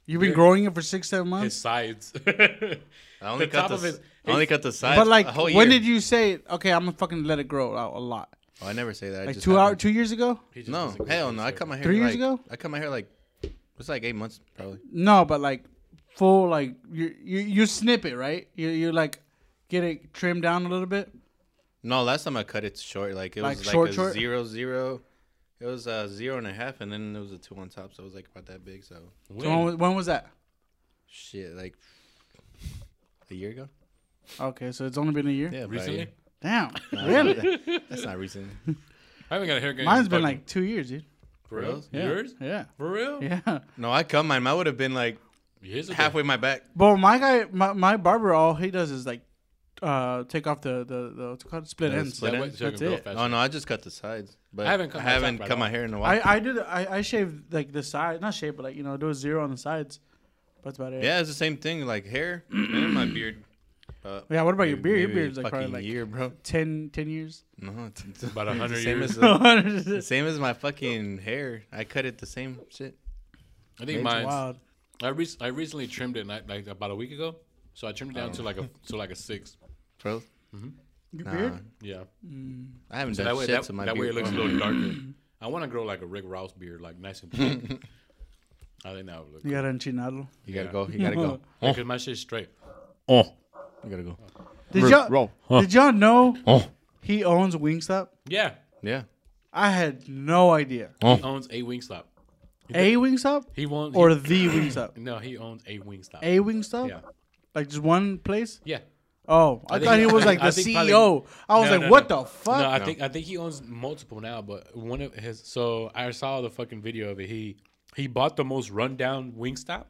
D: You've been growing it for six, seven
B: His
D: months.
B: sides.
C: I only
B: The
C: cut
B: top
C: the,
B: of
C: s-
B: his-
C: I only cut the sides.
D: But like,
C: a whole
D: when
C: year.
D: did you say? Okay, I'm gonna fucking let it grow out a lot.
C: Oh, I never say that. I
D: Like
C: just
D: two hour,
C: haven't.
D: two years ago?
B: He just
C: No,
B: doesn't grow
C: hell
B: it,
C: no.
B: so-
C: I cut my hair
D: Three years
C: like-
D: ago?
C: I cut my hair like it's like eight months probably.
D: No, but like full, like you you you snip it right. You you like get it trimmed down a little bit.
C: No, last time I cut it's short. Like it
D: Like
C: was like
D: short,
C: a
D: short?
C: zero zero. It was a zero and a half, and then it was a two on top. So it was like about that big. So
D: So when,
B: When?
D: was- when was that?
C: shit, like a year ago.
D: Okay, so it's only been a year.
C: Yeah, about a
B: Recently?
C: year.
D: Damn,
C: Nah,
D: really?
C: that- That's not recent.
B: I haven't got a haircut.
D: Mine's
B: since
D: been
B: fucking-
D: like two years, dude.
B: for real.
C: Yeah.
B: Yours?
D: Yeah,
B: For real?
D: yeah.
C: No, I cut mine. Mine would have been like
B: His is
C: halfway my back.
D: But my guy, my, my barber, all he does is like uh take off the the, the what's it called split
C: Yeah,
D: ends.
C: split
B: that
C: end.
B: way- so I can
D: That's
B: grow
D: it.
B: faster.
C: Oh no, I just cut the sides. But I haven't cut,
B: my
C: I haven't
B: top
C: cut
B: right
C: my
B: off.
C: hair in a while.
D: I I did I I shaved like the side, not shaved, but like you know do a zero on the sides. That's about it.
C: yeah, it's the same thing. Like hair and my beard. Uh,
D: Yeah. What about your
C: maybe-
D: beard? Your
C: maybe a
D: beard's like probably
C: fucking
D: like
C: year, bro.
D: 10, 10 years.
C: No, it's, it's
B: About a
C: it's the
B: hundred
C: same
B: years.
C: As the, the same as my fucking hair. I cut it the same shit.
B: I
C: Major
B: think mine's.
D: Wild.
B: I re- I recently trimmed it like, like about a week ago, so I trimmed it
C: Oh.
B: down to like a to like a six.
C: Bro,
D: Your
C: nah,
D: beard?
B: Yeah,
C: I haven't
B: so
C: done
B: that way
C: shit
B: that,
C: to my
B: that
C: beard.
B: way it looks a
C: bro.
B: little darker. I want to grow like a Rick Rouse beard, like nice and thick. I think that would look.
D: You got enchinado.
C: You gotta go. You gotta go.
B: Because my shit's straight.
C: Oh, You gotta go.
D: Did y'all, did y'all know
C: oh.
D: he owns Wingstop?
B: Yeah,
C: Yeah.
D: I had no idea.
C: Oh.
B: he owns a Wingstop.
D: A Wingstop
B: He won't.
D: or the Wingstop?
B: no, he owns a Wingstop.
D: A Wingstop?
B: yeah,
D: Like just one place?
B: yeah.
D: Oh, I,
B: I think-
D: thought he was like the
B: I think probably-
D: CEO. I was
B: No,
D: like,
B: no,
D: what
B: no.
D: the fuck?
B: No, I think I think he owns multiple now, but one of his. So I saw the fucking video of it. He he bought the most rundown Wingstop.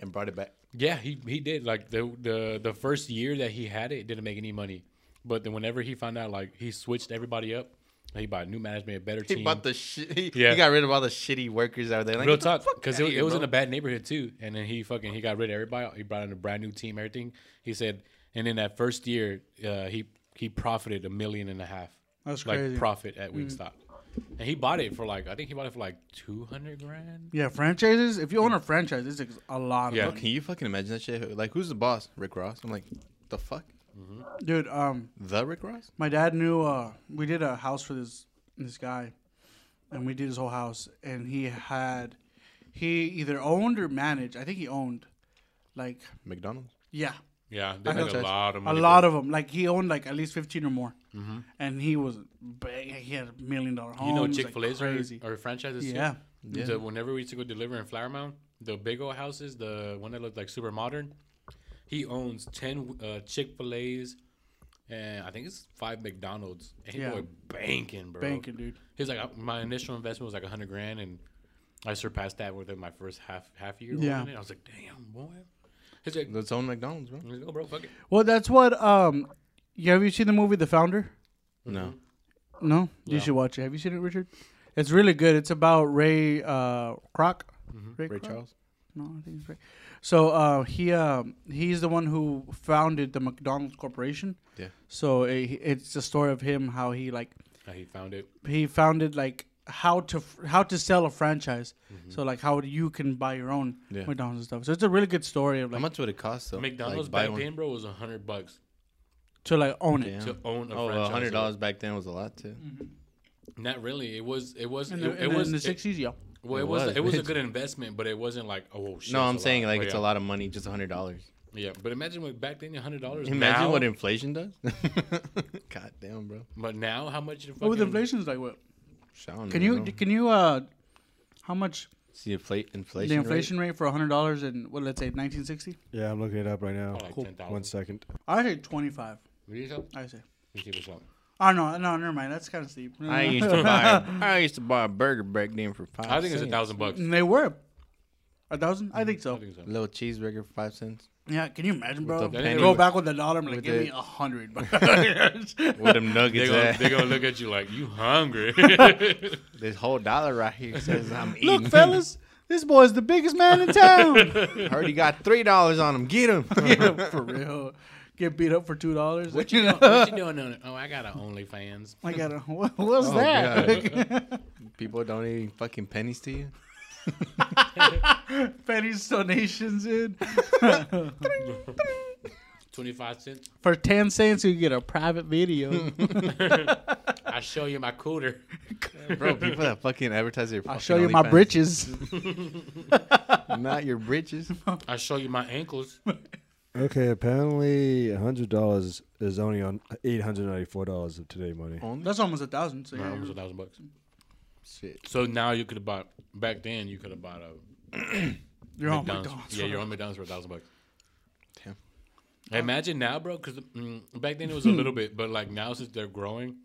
C: And brought it back.
B: Yeah, he, he did. Like the the the first year that he had it, it didn't make any money. But then whenever he found out, like he switched everybody up. He bought new management, a better
C: He
B: team.
C: bought the shit. He,
B: Yeah.
C: he got rid of all the shitty workers out there. Like,
B: Real
C: get the
B: talk,
C: fuck
B: because
C: outta
B: it,
C: here,
B: it was in
C: bro.
B: a bad neighborhood too. And then he fucking he got rid of everybody. He brought in a brand new team, everything. He said, and then that first year, uh, he he profited a million and a half.
D: That's
B: like
D: crazy. Mm.
B: profit at Wingstop. And he bought it for like I think he bought it for like two hundred grand.
D: yeah, franchises. If you own a franchise, it's like a lot of
B: Yeah.
C: Bro, Can you fucking imagine that shit? Like, who's the boss? Rick Ross. I'm like, the fuck?
D: dude. Um,
C: The Rick Ross?
D: my dad knew. Uh, we did a house for this this guy, and we did his whole house, and he had he either owned or managed. I think he owned, like
C: McDonald's.
D: yeah,
B: Yeah, they
D: I
B: made
D: know.
B: a lot of
D: a
B: money.
D: lot of them. Like he owned like at least fifteen or more, and he was big. He had a million dollar home.
B: You know Chick Fil A's
D: crazy.
B: or franchises. too?
D: Yeah.
B: The- whenever we used to go deliver in Flower Mound, the big old houses, the one that looked like super modern, he owns ten uh, Chick Fil A's, and I think it's five McDonald's. And he
D: Yeah.
B: boy banking, bro.
D: Banking, dude.
B: He's like, I- my initial investment was like a hundred grand, and I surpassed that within my first half half year.
D: Yeah.
B: Yeah, I was like, damn boy. He's like,
C: Let's own McDonald's, bro.
B: let's go, bro. Fuck it.
D: Well, that's what. Um, you have you seen the movie The Founder?
C: No.
D: No, you
B: Yeah.
D: should watch it. Have you seen it, Richard? It's really good. It's about Ray uh, Kroc. Ray,
C: Ray
D: Kroc?
C: Charles.
D: No, I think it's right. So uh, he um, he's the one who founded the McDonald's Corporation.
C: Yeah.
D: So it, it's the story of him how he like
B: How he found it.
D: he founded like how to f- how to sell a franchise. So like how you can buy your own
C: Yeah.
D: McDonald's and stuff. So it's a really good story of
C: How
D: like
C: much would it cost though?
B: McDonald's
C: Like, buy
B: back
C: one.
B: then, bro, was hundred bucks
D: to like own
C: Yeah.
D: it.
B: to own a
C: Oh,
B: franchise. Mm-hmm.
C: a hundred dollars back then was a lot too.
B: Not really. It was. It was.
D: In
B: It,
D: the,
B: it
D: in the-
B: was.
D: in the
B: it-
D: sixties, yeah.
B: well, it,
C: It
B: was.
C: was,
B: It was a
C: bitch.
B: good investment, but it wasn't like oh shit.
C: No, I'm
B: it's a
C: saying
B: lot.
C: like
B: But
C: it's a
B: yeah.
C: lot of money, just a hundred dollars.
B: Yeah, but imagine what back then, hundred dollars.
C: Imagine
B: now,
C: what inflation does. God damn, bro.
B: But now, how much?
D: But with
B: fucking-
D: inflation's like what?
C: Sean,
D: Can
C: you
D: you
C: know.
D: can you uh, how much
C: see inflate inflation?
D: the inflation rate, for a hundred dollars in what let's say nineteen sixty?
F: Yeah, I'm looking it up right now.
B: like
F: Cool.
B: 10,000.
F: One second.
D: I say twenty five.
B: Really, so?
D: I say.
B: Let me see what's up.
D: Oh no, no, never mind. That's kind of steep.
C: rate? I used to buy. I used to buy a burger back then for five.
B: I think it's a
C: cents.
B: thousand bucks.
D: And they were a thousand. I think so.
B: I think so.
C: Little cheeseburger for five cents
D: Yeah, can you imagine, bro?
C: the
D: They
C: penny-
D: Go back with a dollar. I'm like,
C: with
D: give
C: the-
D: me a hundred. bro."
C: with them
B: They're
C: nuggets.
B: gonna,
C: at.
B: they gonna look at you like you hungry.
C: this whole dollar right here says I'm eating.
D: Look, fellas, this boy's the biggest man in town.
C: I already got three dollars on him. Get him.
D: Yeah, for real. Get beat up for two dollars. What you know?
B: what you doing on it? Oh, I got a OnlyFans.
D: I got a, what was
C: Oh,
D: that?
C: People donating fucking pennies to you.
D: Pennies donations in
B: Twenty five cents.
D: for ten cents. You get a private video.
B: I show you my cooter.
C: Bro, people that fucking advertise their
D: I'll
C: fucking
D: show you my
C: OnlyFans.
D: britches.
C: Not your britches.
B: I show you my ankles.
F: Okay, apparently hundred dollars is only on eight hundred ninety-four dollars of today money.
C: Only
D: That's almost a thousand. So yeah,
B: Almost a thousand bucks.
C: shit.
B: So now you could have bought. Back then, you could have bought a
D: you're on
B: McDonald's.
D: McDonald's.
B: yeah, you're on McDonald's for a thousand bucks.
C: Damn.
B: Imagine now, bro, because mm, back then it was a little bit, but like now since they're growing,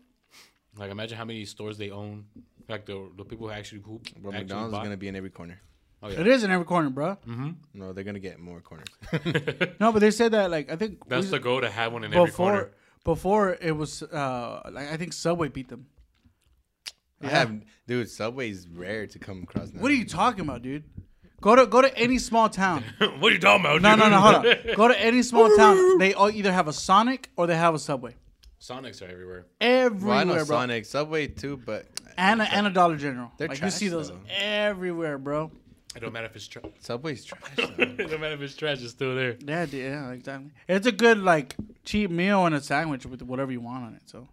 B: like imagine how many stores they own. Like the the people who actually who
C: Bro,
B: actually
C: McDonald's
B: bought-
C: is gonna be in every corner.
B: Oh,
D: It
B: yeah.
D: is in every corner, bro.
B: Mm-hmm.
C: No, they're gonna get more corners.
D: No, but they said that like I think
B: That's
D: we-
B: the goal to have one in every
D: before
B: corner.
D: before it was uh like I think Subway beat them.
C: I have, dude. Subway's rare to come across now.
D: What are you talking about, dude? Go to go to any small town.
B: what are you talking about?
D: No,
B: dude?
D: no, no. Hold on. Go to any small town. They all either have a Sonic or they have a Subway.
B: Sonics are everywhere.
D: Everywhere,
C: Well, I know
D: bro.
C: Sonic, Subway too, but
D: And a, and a Dollar General.
C: They're
D: like
C: trash,
D: you see those
C: though.
D: everywhere, bro.
B: It don't matter if it's trash.
C: Subway's trash. though.
B: it don't matter if it's trash. It's still there.
D: Yeah, dude, yeah, exactly. It's a good like cheap meal and a sandwich with whatever you want on it. So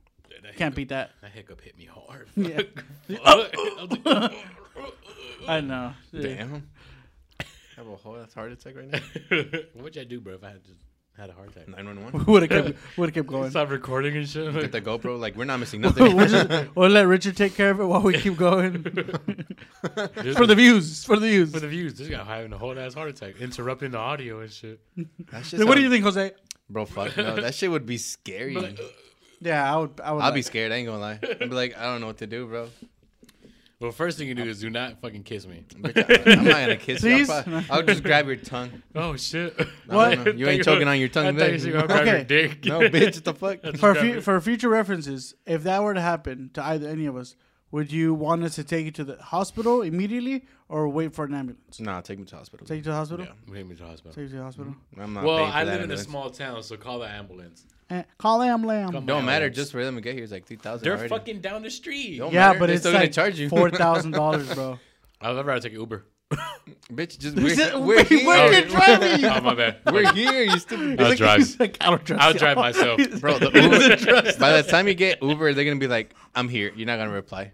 D: can't beat that.
B: That hiccup hit me hard.
D: Yeah,
B: I was like,
D: I know. Yeah.
C: Damn. I have a whole ass heart attack right now.
B: What'd I do, bro? If I had just had a heart attack.
C: Nine one one.
D: Would have kept would have kept going.
B: Stop recording and shit.
C: Get the GoPro. Like we're not missing
D: we'll,
C: nothing.
D: just, we'll let Richard take care of it while we keep going. for the views. For the views.
B: for the views. This guy having a whole ass heart attack, interrupting the audio and shit.
C: That shit
D: Then what do
C: sound-
D: you think, Jose?
C: Bro, fuck no. That shit would be scary.
D: Yeah, I would. I would
C: I'll
D: like-
C: be scared. I ain't gonna lie. I'd be like, I don't know what to do, bro.
B: Well, first thing you do is do not fucking kiss me.
C: Bitch, I, am not gonna kiss
D: Please?
C: you. I'll, probably, I'll just grab your tongue.
B: Oh shit!
C: No, no, no. You ain't choking on your
B: I
C: tongue
B: thought
C: there.
B: you said you were gonna grab
D: Okay.
B: your dick.
C: No, bitch, what the fuck?
D: for
B: grab
D: fu-
B: it.
D: for future references. If that were to happen to either any of us, would you want us to take you to the hospital immediately or wait for an ambulance?
C: Nah, take me to the hospital.
D: Take you to the hospital.
C: Yeah.
B: We me to the hospital.
D: Take you to the hospital.
B: Mm-hmm.
C: I'm not
B: Well,
C: paying for
B: I
C: that
B: live in a
C: ambulance.
B: small town, so call the ambulance.
D: Eh, call am lamb.
B: Come
C: Don't
B: on,
C: matter.
B: ambulance.
C: Just for them to get here is like three thousand.
B: they're
C: already.
B: fucking down the street.
C: Don't
D: yeah,
C: matter,
D: but
C: they're
D: it's
C: still gonna
D: like
C: charge you.
D: four thousand dollars, bro.
B: I'd rather take Uber.
C: Bitch, just
D: He said,
C: we're, we're
D: "Wait,
C: here.
D: where
B: Oh,
D: you're driving.
B: Oh my bad.
C: We're here. You stupid.
B: I'll
C: bitch.
B: drive.
D: He's like, I don't trust
B: I'll
D: you."
B: drive myself.
C: Bro, the Uber, by the time you get Uber, they're gonna be like, "I'm here." You're not gonna reply.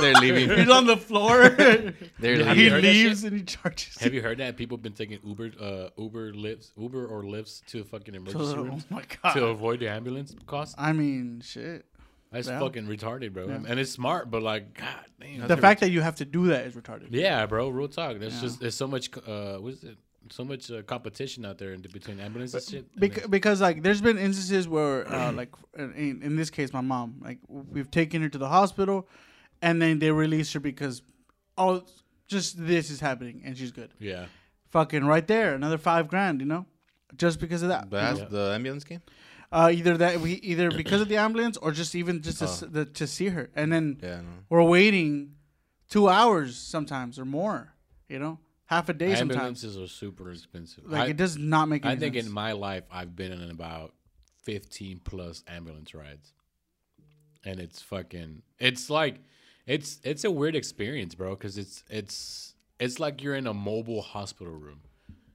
C: they're leaving.
D: He's on the floor.
C: They're
B: Yeah,
C: leaving.
D: he
B: you heard that
D: leaves and he charges.
B: Have you heard that people have been taking Uber, uh, Uber lifts, Uber or lifts to fucking emergency
D: Oh
B: rooms
D: my
B: to
D: god.
B: avoid the ambulance cost?
D: I mean, shit.
B: That's
D: Yeah.
B: fucking retarded, bro.
D: Yeah.
B: And it's smart, but like, god damn.
D: The fact that you have to do that is retarded.
B: Yeah, bro. Real talk. There's just there's so much. Uh, what is it? So much uh, competition out there in between ambulance and shit. and
D: Because, because like there's been instances where uh, like in- in, in this case my mom like we've taken her to the hospital and then they release her because oh just this is happening and she's good
B: it's- yeah.
D: fucking right there another five grand you know just because of that
C: But that's the ambulance game.
D: uh, either that we either because of the ambulance or just even
B: Uh.
D: just to, s the, to see her and then
C: Yeah, I know.
D: we're waiting two hours sometimes or more you know half a day sometimes.
B: Ambulances are super expensive.
D: Like
B: I,
D: it does not make. Any
B: I think
D: sense.
B: in my life I've been in about fifteen plus ambulance rides, and it's fucking. It's like, it's it's a weird experience, bro. Because it's it's it's like you're in a mobile hospital room,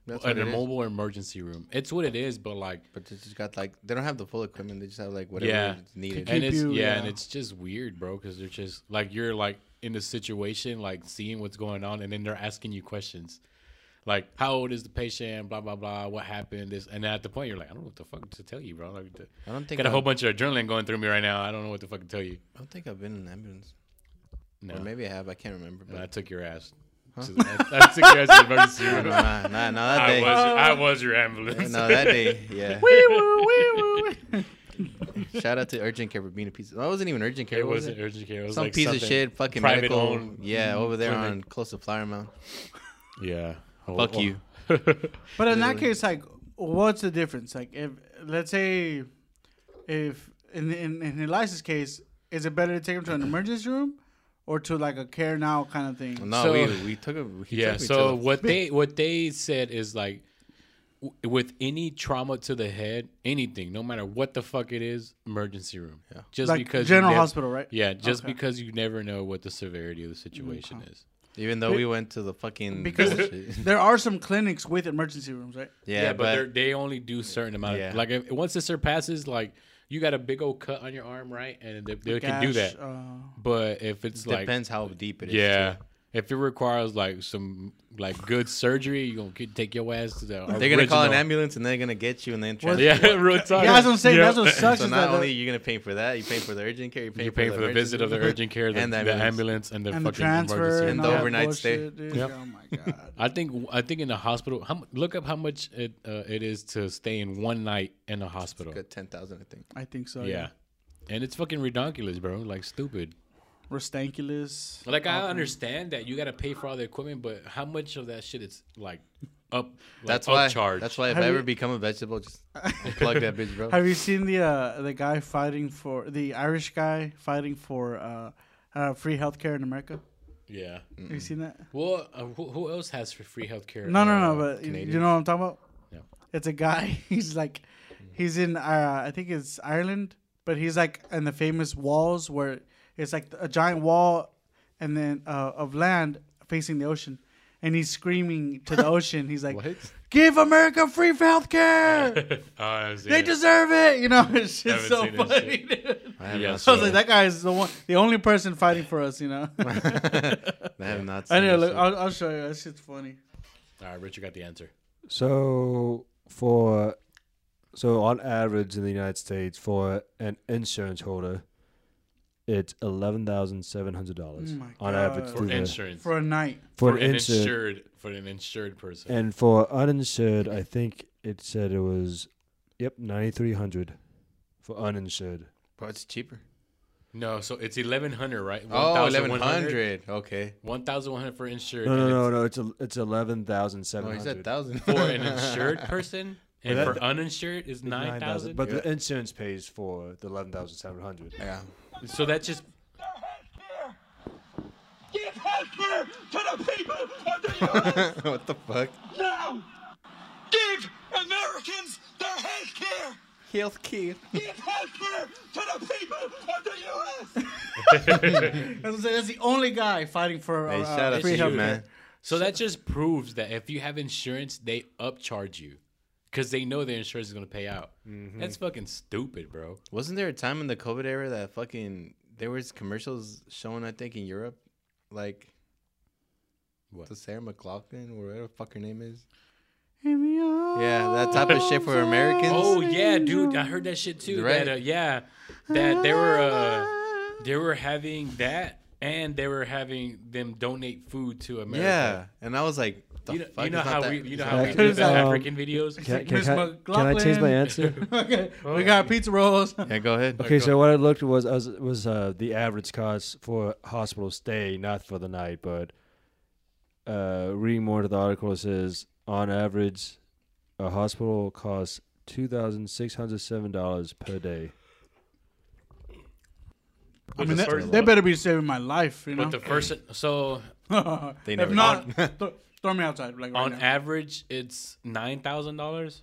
C: That's what
B: an
C: it
B: a
C: is.
B: mobile emergency room. It's what it is, but like,
C: But they just got like they don't have the full equipment. They just have like whatever
B: Yeah.
C: is needed.
D: Keep
B: and it's
D: you,
B: yeah, and
D: yeah.
B: it's just weird, bro. Because they're just like you're like in the situation, like seeing what's going on, and then they're asking you questions. Like how old is the patient? Blah blah blah. What happened? This and at the point you're like, I don't know what the fuck to tell you, bro. Like, the,
C: I don't think
B: got a whole
C: I've-
B: bunch of adrenaline going through me right now. I don't know what the fuck to tell you.
C: I don't think I've been in an ambulance.
B: No,
C: Or maybe I have. I can't remember.
B: And I
C: But
B: took your ass. To the, I, I took your ass to the emergency
C: no,
B: room.
C: nah, nah, nah, that
B: I
C: day.
B: was, I was your ambulance.
C: no, that day. Yeah.
D: Wee woo, wee woo.
C: Shout out to urgent care for being a piece. Of, that wasn't even urgent care.
B: it
C: was
B: wasn't urgent care. It was
C: Some
B: like
C: piece of
B: something
C: shit. Fucking
B: private
C: medical.
B: owned.
C: yeah, over there
B: clinic.
C: on close to Flower Mound.
B: Yeah. Oh,
C: Fuck
B: oh.
C: you.
D: But in that
C: Literally.
D: case, like, what's the difference? Like, if let's say, if in in, in Eliza's case, is it better to take him to an emergency room or to like a care now kind of thing?
C: No,
B: So-
C: we we took a he
B: yeah
C: Took me
B: so
C: to
B: what they what they said is like w- with any trauma to the head anything no matter what the fuck it is emergency room yeah just
D: Like
B: because you
D: general
B: nev-
D: hospital, right?
B: yeah just
D: Okay.
B: because you never know what the severity of the situation is
C: the- even though we went to the fucking
D: Because-
C: bullshit.
D: There are some clinics with emergency rooms, right?
C: yeah,
B: but, they're
C: but,
B: they only do certain amount
C: Yeah.
B: of like if, once it surpasses like you got a big old cut on your arm right and they, they can do
D: Gash,
B: that
D: Uh,
B: but if it's like
C: depends how deep it is.
B: yeah
C: too.
B: if it requires like some like good surgery you gonna get- take your ass to the
C: They're gonna call an
B: original-
C: ambulance and they're gonna get you and then
D: Well,
C: transfer.
B: yeah real talk
D: yeah, that's what I'm saying.
B: Yeah.
D: That's what sucks.
C: So
D: is
C: not
D: that
C: only
D: the,
C: you are gonna pay for that, you pay for the urgent care, you pay
B: You pay for the
C: emergency
B: visit of the
C: room.
B: urgent care, the,
C: And the
B: the
C: ambulance.
B: ambulance, and the
D: and the
B: fucking
D: transfer
B: emergency.
D: and,
C: the
D: all that
C: overnight stay.
D: bullshit, dude.
B: Yep.
D: Oh my god.
B: I think I think in the hospital, how, mu- look up how much it uh, it is to stay in one night in a hospital.
C: Good ten thousand, I think.
D: I think so.
B: Yeah.
D: Oh, Yeah.
B: and it's fucking redonkulous, bro. Like stupid.
D: Restanculous.
B: Like I understand that you got to pay for all the equipment, but how much of that shit is like up? Like,
C: That's why.
B: upcharge?
C: That's why if
D: Have
C: I
D: you-
C: ever become a vegetable, just plug that bitch, bro.
D: Have you seen the uh, the guy fighting for the Irish guy fighting for uh, uh, free healthcare in America?
B: Yeah.
D: Have you seen that?
B: Well, uh, who, who else has for free healthcare?
D: No, no,
B: Uh,
D: no. But you- you
C: Canadians.
D: know what I'm talking about?
B: No.
D: It's a guy. He's like, he's in uh, I think it's Ireland, but he's like in the famous walls where it's like a giant wall, and then uh, of land facing the ocean, and he's screaming to the ocean. He's like,
B: What?
D: "Give America free healthcare!
B: Oh, I haven't seen
D: they
B: it.
D: deserve it!" You know, it's just
B: Haven't
D: so
B: seen that
D: funny.
B: shit.
D: dude.
C: I have
B: Yeah,
C: not
D: I
B: so-
D: was like, that guy is the one, the only person fighting for us. You know.
C: seen- I have not. Seen
D: I know.
C: that
D: Look,
C: shit.
D: I'll, I'll show you. That shit's funny.
B: All right, Richard got the answer.
F: So for so on average in the United States for an insurance holder, it's eleven thousand seven hundred dollars
D: Oh my
F: on average
D: God.
B: For
F: through the-
B: insurance.
D: For a night.
F: for
B: for
F: an
B: an
F: insurance.
B: insured for an insured person.
F: And for uninsured, I think it said it was, yep, ninety three hundred for uninsured.
C: Bro, it's cheaper.
B: no, so it's eleven hundred, right?
C: Oh,
B: 1,100?
C: 1100 Okay.
B: 1,100 for insured.
F: No,
B: and
F: no, no,
B: it's
F: no. It's a, it's eleven thousand
C: No,
F: seven
C: Oh, he said
F: hundred.
C: thousand.
B: For an insured person and
F: that-
B: for uninsured is nine thousand.
F: But the insurance pays for the eleven thousand seven hundred.
C: yeah.
B: So that's just
G: Give healthcare to the people of the United
C: what the fuck?
G: now! Give Americans their healthcare!
C: Health care.
G: Give healthcare to the people of the US!
D: That's, what I'm saying, that's the only guy fighting for
C: Hey,
D: uh,
C: shout out
D: free
C: to you,
D: healthcare.
C: man.
B: so that just proves that if you have insurance, they upcharge you because they know their insurance is gonna pay out.
C: Mm-hmm.
B: That's fucking stupid, bro.
C: Wasn't there a time in the COVID era that fucking there was commercials showing? I think in Europe, like.
B: What?
C: The Sarah McLaughlin, or whatever the fuck her name is.
D: In the arms
C: Yeah, that type of shit for Americans.
B: Oh yeah, dude, I heard that shit too.
C: Right.
B: That, uh, yeah, that they were uh, they were having that, and they were having them donate food to America.
C: Yeah, and I was like, the
B: you know,
C: fuck?
B: you know
C: It's not
B: how
C: that-
B: we you know
C: it's
B: how
C: not
B: we
C: that-
B: do the
F: Um,
B: African videos.
F: Can,
D: like
F: can,
D: Miss
F: can, I- can I change my
D: McLaughlin.
F: answer?
D: okay,
B: Oh,
D: we got pizza rolls.
C: Yeah, go ahead.
F: Okay, so what I looked was was, was uh, the average cost for hospital stay, not for the night, but uh, reading more to the article it says on average, a hospital costs two thousand six hundred seven dollars per day.
D: I mean, they, they better be saving my life, you know.
B: But the first so
D: if
C: never
D: not, th- Storm me outside, like right
B: On
D: now.
B: average, it's nine thousand dollars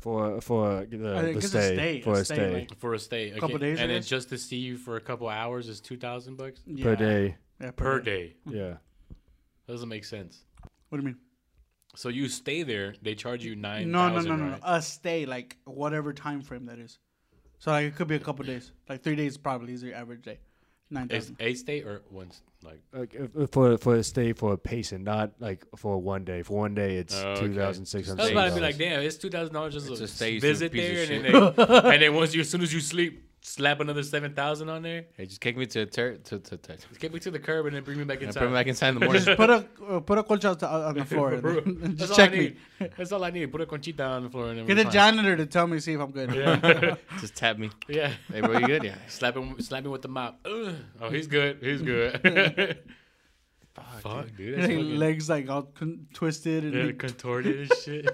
F: for for the,
D: I
F: the
D: guess a
F: stay,
D: stay, a
F: for a,
D: stay,
F: stay,
D: like-
B: for a stay. A
D: Couple days, I
B: and then
D: guess.
B: just to see you for a couple hours is two thousand bucks
D: Yeah.
F: per day.
D: Yeah, per,
B: per
D: day.
B: day.
F: Yeah,
B: Doesn't make sense.
D: What do you mean?
B: So you stay there, they charge you nine.
D: No, no, no, no, no. uh, A stay, like whatever time frame that is. So like it could be a couple days, like three days probably is your average day. Nine
B: Is
D: thousand.
B: a stay or one s- like
F: like, if- if for for a stay for a patient, not like for one day. For one day, it's
B: Oh, okay.
F: two thousand six
B: I
F: hundred.
B: was about to be like, damn, it's two thousand dollars just
C: It's
B: to
C: a stay, you
B: visit
C: piece
B: there,
C: of
B: and then, they, and then once you, as soon as you sleep, slap another seven thousand on there,
C: Hey, just kick me to a ter- to to ter-
B: get me to the curb, and then bring me back
C: and
B: inside.
C: put me back inside in the morning.
D: Put a uh, put a colcha out on on the floor.
B: For real.
D: and
B: That's
D: Just
B: all
D: check
B: I
D: me.
B: need. That's all I need. Put a conchita on the floor, and then
D: Get
B: we're
D: a
B: fine.
D: janitor to tell me see if I'm good.
B: Yeah.
C: just tap me.
B: yeah.
C: Hey, bro, you good? Yeah.
B: Slap him, slap him with the mop. Ugh. Oh, he's good. He's good. Fuck, dude. That's
D: Like,
B: fucking-
D: legs like all con- twisted and
B: yeah,
D: like,
B: contorted and shit.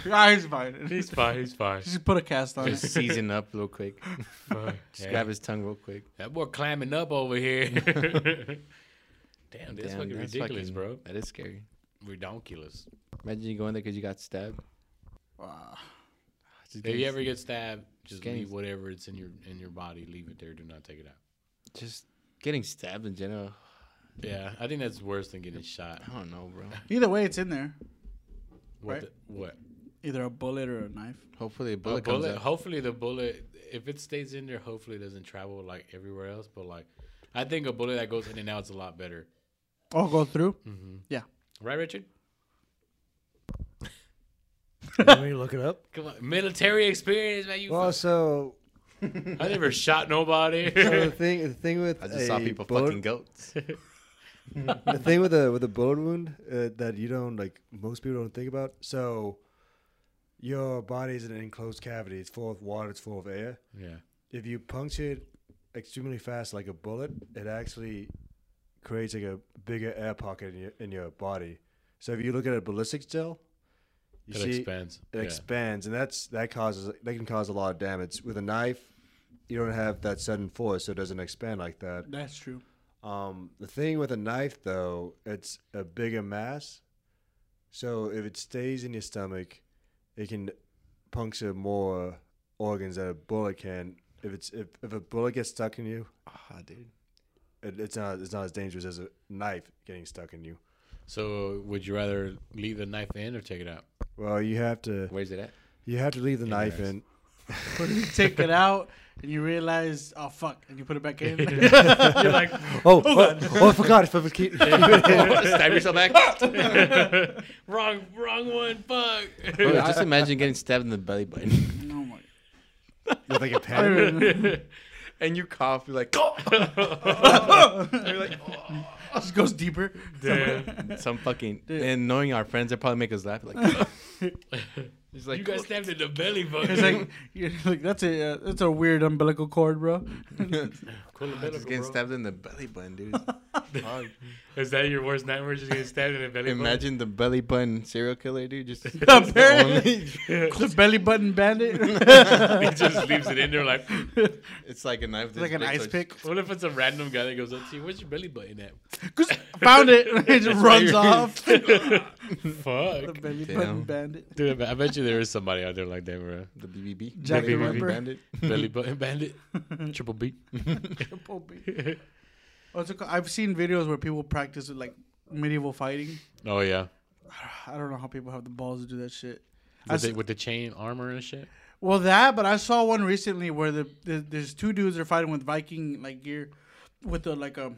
D: your eyes fine.
B: he's fine. He's fine.
D: Just put a cast on
C: Just
D: it.
C: season up real quick.
B: Fuck.
C: Just
B: Yeah.
C: grab his tongue real quick.
B: That boy climbing up over here. Damn, that's
C: Damn,
B: fucking
C: that's
B: ridiculous,
C: fucking-
B: bro.
C: That is scary.
B: Ridiculous.
C: Imagine you going there because you got stabbed.
D: Wow.
C: Just
B: If you
C: getting-
B: ever get stabbed, just
C: Skinny.
B: leave whatever it's in your in your body. Leave it there. Do not take it out.
C: just getting stabbed in general.
B: Yeah, I think that's worse than getting shot.
C: I don't know, bro.
D: Either way, it's in there.
B: What?
D: Right.
B: The, what?
D: Either a bullet or a knife.
C: Hopefully, a
B: A
C: bullet, comes
B: bullet.
C: out.
B: Hopefully, the bullet, if it stays in there, hopefully it doesn't travel like everywhere else. But like, I think a bullet that goes in and out is a lot better.
D: All go through.
C: Mm-hmm.
D: Yeah.
B: Right, Richard?
F: Let me look it up.
B: Come on, military experience, man. You,
F: Well,
B: fuck-
F: so
B: I never shot nobody.
F: so the thing the thing with
C: I just saw
F: a
C: people
F: bullet-
C: fucking goats.
F: the thing with a with a bone wound uh, that you don't like most people don't think about. So your body is in an enclosed cavity. It's full of water. It's full of air.
B: yeah.
F: If you puncture it extremely fast, like a bullet, it actually creates like a bigger air pocket in your in your body. So if you look at a ballistics gel, you
B: It
F: see
B: expands.
F: it
B: yeah.
F: expands, and that's that causes that can cause a lot of damage. With a knife, you don't have that sudden force, so it doesn't expand like that.
D: That's true.
F: Um, the thing with a knife, though, it's a bigger mass. So if it stays in your stomach, it can puncture more organs than a bullet can. If it's if, if a bullet gets stuck in you,
C: Ah, dude.
F: it, it's not it's not as dangerous as a knife getting stuck in you.
B: So, would you rather leave the knife in or take it out?
F: Well, you have to
C: Where's it at?
F: you have to leave the knife
B: Interesting.
F: in.
D: But you take it out and you realize, oh fuck, and you put it back in.
B: You're like,
F: Oh, oh, oh, I forgot. If I keep,
C: Stab yourself back.
B: wrong, wrong one. Fuck.
C: Bro, just imagine getting stabbed in the belly button.
D: oh my.
F: with like a pen.
C: and you cough. You're like,
D: Just goes deeper.
C: some fucking. And knowing our friends, they probably make us laugh. Like, it's like,
B: you got stabbed in the belly button.
D: It's like, you're like that's a uh, that's a weird umbilical cord, bro.
B: Cool
C: "Ah, just
B: umbilical,
C: getting
B: bro.
C: stabbed in the belly button, dude. Fuck.
B: Is that your worst nightmare? Just getting stabbed in the belly button?
C: Imagine the belly button serial killer, dude. Just
D: Apparently, the belly button bandit,
B: he just leaves it in there like,
C: it's like a knife. this
D: like an
C: big, so
D: ice
C: it's-
D: pick.
B: what if it's a random guy that goes up to you? Where's your belly button at?
D: Found it. It just runs
C: you're-
D: off. the
B: Fuck.
D: belly
C: Damn.
D: button bandit.
B: Dude, I bet you there is somebody out there like that, bro.
C: The BBB.
D: Jack
B: the
C: Belly
D: Ripper.
C: Bandit.
B: Belly button bandit. Triple B.
D: Triple B. Oh, it's okay. I've seen videos where people practice like medieval fighting.
B: Oh, yeah.
D: I don't know how people have the balls to do that shit. I
B: With,
D: s-
B: the, with the chain armor and shit.
D: Well, that, but I saw one recently where the, the there's two dudes are fighting with Viking like gear, with a like a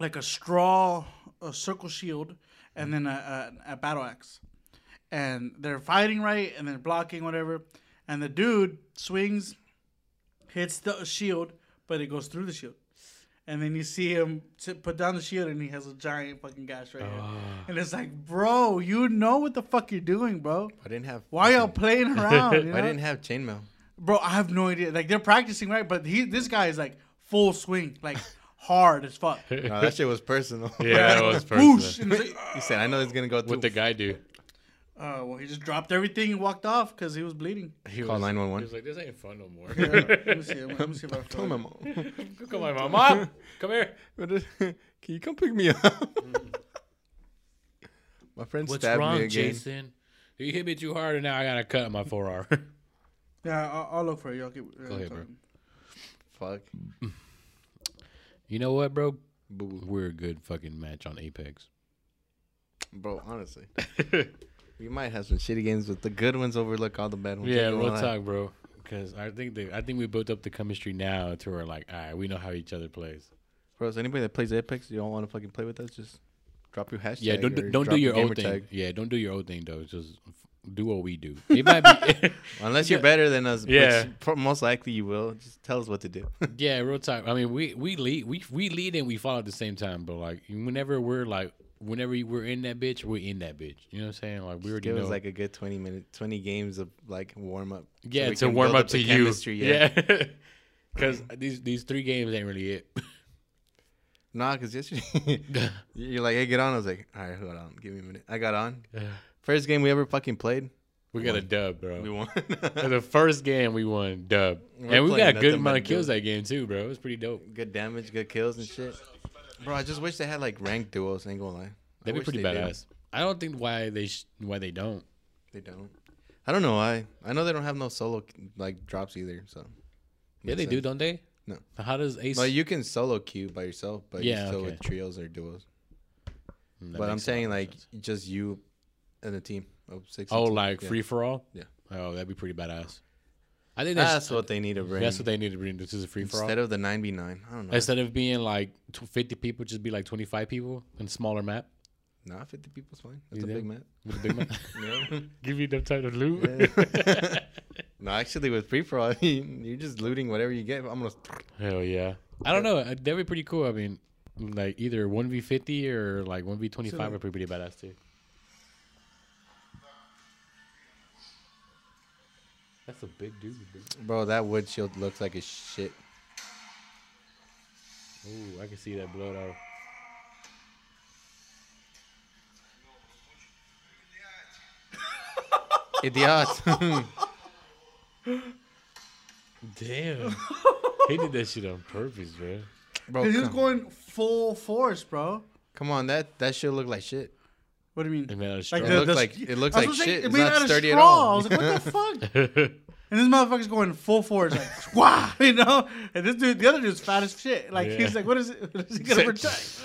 D: like a straw, a circle shield, and then a, a, a battle axe, and they're fighting right, and they're blocking whatever, and the dude swings, hits the shield, but it goes through the shield. And then you see him t- put down the shield, and he has a giant fucking gash right here. And it's like, bro, you know what the fuck you're doing, bro.
C: I didn't have.
D: Why y'all playing around? you
C: I
D: know?
C: didn't have chainmail.
D: Bro, I have no idea. Like they're practicing, right? But he, this guy is like full swing, like hard as fuck.
C: No, that shit was personal.
B: Yeah, that was
D: Whoosh!
B: personal.
D: And it's like,
C: he said, "I know it's gonna go through."
B: What the guy do?
D: uh, well, he just dropped everything and walked off because he was bleeding.
B: He
C: Call
B: was-
C: nine one
B: He
C: one.
B: was like, this ain't fun no more.
D: Let me see. Let me see if I can
C: Tell
D: find
C: "Oh, my
D: it.
C: mom.
B: Come on, mom.
C: uh,
B: Mom, come here.
C: Can you come pick me up? My friend
B: What's
C: stabbed me
B: wrong,
C: again.
B: Jason? You hit me too hard, and now I got a cut in my forearm.
D: Yeah, I'll, I'll look for you. I'll get, uh,
B: Go ahead,
D: talk-
B: bro.
C: Fuck.
B: you know what, bro?
C: Boo
B: We're a good fucking match on Apex.
C: Bro, honestly. we might have some shitty games, but the good ones overlook all the bad ones.
B: Yeah,
C: Ain't
B: real
C: gonna lie.
B: talk, bro. Because I think they, I think we built up the chemistry now to where like, all right, we know how each other plays.
C: Bro, is anybody that plays Apex, you don't want to fucking play with us, just drop your hashtag.
B: Yeah, don't
C: or
B: do, don't do
C: drop
B: your
C: gamer
B: old thing.
C: tag.
B: Yeah, don't do your old thing though. Just f- do what we do. It might be.
C: Unless you're better than us,
B: Yeah.
C: yeah. which pro- most likely you will. Just tell us what to do.
B: yeah, real talk. I mean, we we lead we we lead and we follow at the same time. But like, whenever we're like, whenever we're in that bitch, we're in that bitch. You know what I'm saying? Like, we already
C: Give
B: know.
C: us like a good 20 minute, 20 games of like warm up. so
B: yeah,
C: we
B: to
C: can
B: warm
C: build
B: up to
C: the
B: you.
C: chemistry,
B: Yeah, because these these three games ain't really it.
C: Nah, because yesterday you're like, hey, get on. I was like, all right, hold on, give me a minute. I got on. First game we ever fucking played,
B: We got a dub, bro.
C: we won.
B: the first game we won dub,
C: We're
B: and we
C: playing
B: got a good
C: nothing
B: amount
C: but
B: of kills
C: dub.
B: that game too, bro. It was pretty dope.
C: good damage, good kills and shit. Bro, I just wish they had like ranked duos. Ain't gonna lie, I
B: That'd be
C: wish
B: pretty
C: they did.
B: badass. I don't think why they sh- why they don't.
C: They don't. I don't know why. I know they don't have no solo like drops either. So
B: Yeah, they do, don't they?
C: No.
B: How does Ace?
C: Well, you can solo queue by yourself, but yeah,
B: Yeah,
C: still
B: okay.
C: with trios or duos.
B: Mm, that
C: but I'm
B: makes a lot
C: saying
B: more
C: like
B: sense.
C: just you and a team of six.
B: oh,
C: six,
B: like
C: yeah.
B: free for all.
C: Yeah.
B: Oh, that'd be pretty badass. I think that's
C: That's what they need to bring.
B: that's what they need to bring. This is a free for all.
C: Instead of the nine v nine, I don't know.
B: Instead of being like tw- 50 people, just be like 25 people and smaller map.
C: Nah, fifty people's fine. That's
B: You
C: a
B: think?
C: big map.
B: With a big map.
C: Yeah.
B: Give you them type of loot.
C: no, actually, with free for all, you're just looting whatever you get. I'm gonna.
B: Hell yeah. I don't know. uh, That'd be pretty cool. I mean, like either 1v50 or like 1v25 would be pretty badass too. That's a big dude. Big.
C: Bro, that wood shield looks like a shit.
B: Ooh, I can see that blood out.
C: Idiot.
B: Damn. he did that shit on purpose, bro.
C: Bro, Oh,
D: 'Cause he was
C: come,
D: going full force, bro.
C: come on, that that shit look like shit.
D: What do you mean?
B: And then a straw.
D: Like
C: It
D: the-
C: looks
D: the-
C: like it looks
D: I was gonna
C: like
D: say,
C: shit.
D: it
C: It's
D: made
C: not
D: out of
C: sturdy at
D: straw.
C: all.
D: I was like, what the fuck? and this motherfucker's going full force, like, wow, you know? And this dude, the other dude's fat as shit. Like, he's
B: Yeah.
D: like, what is it? What is he gonna protect?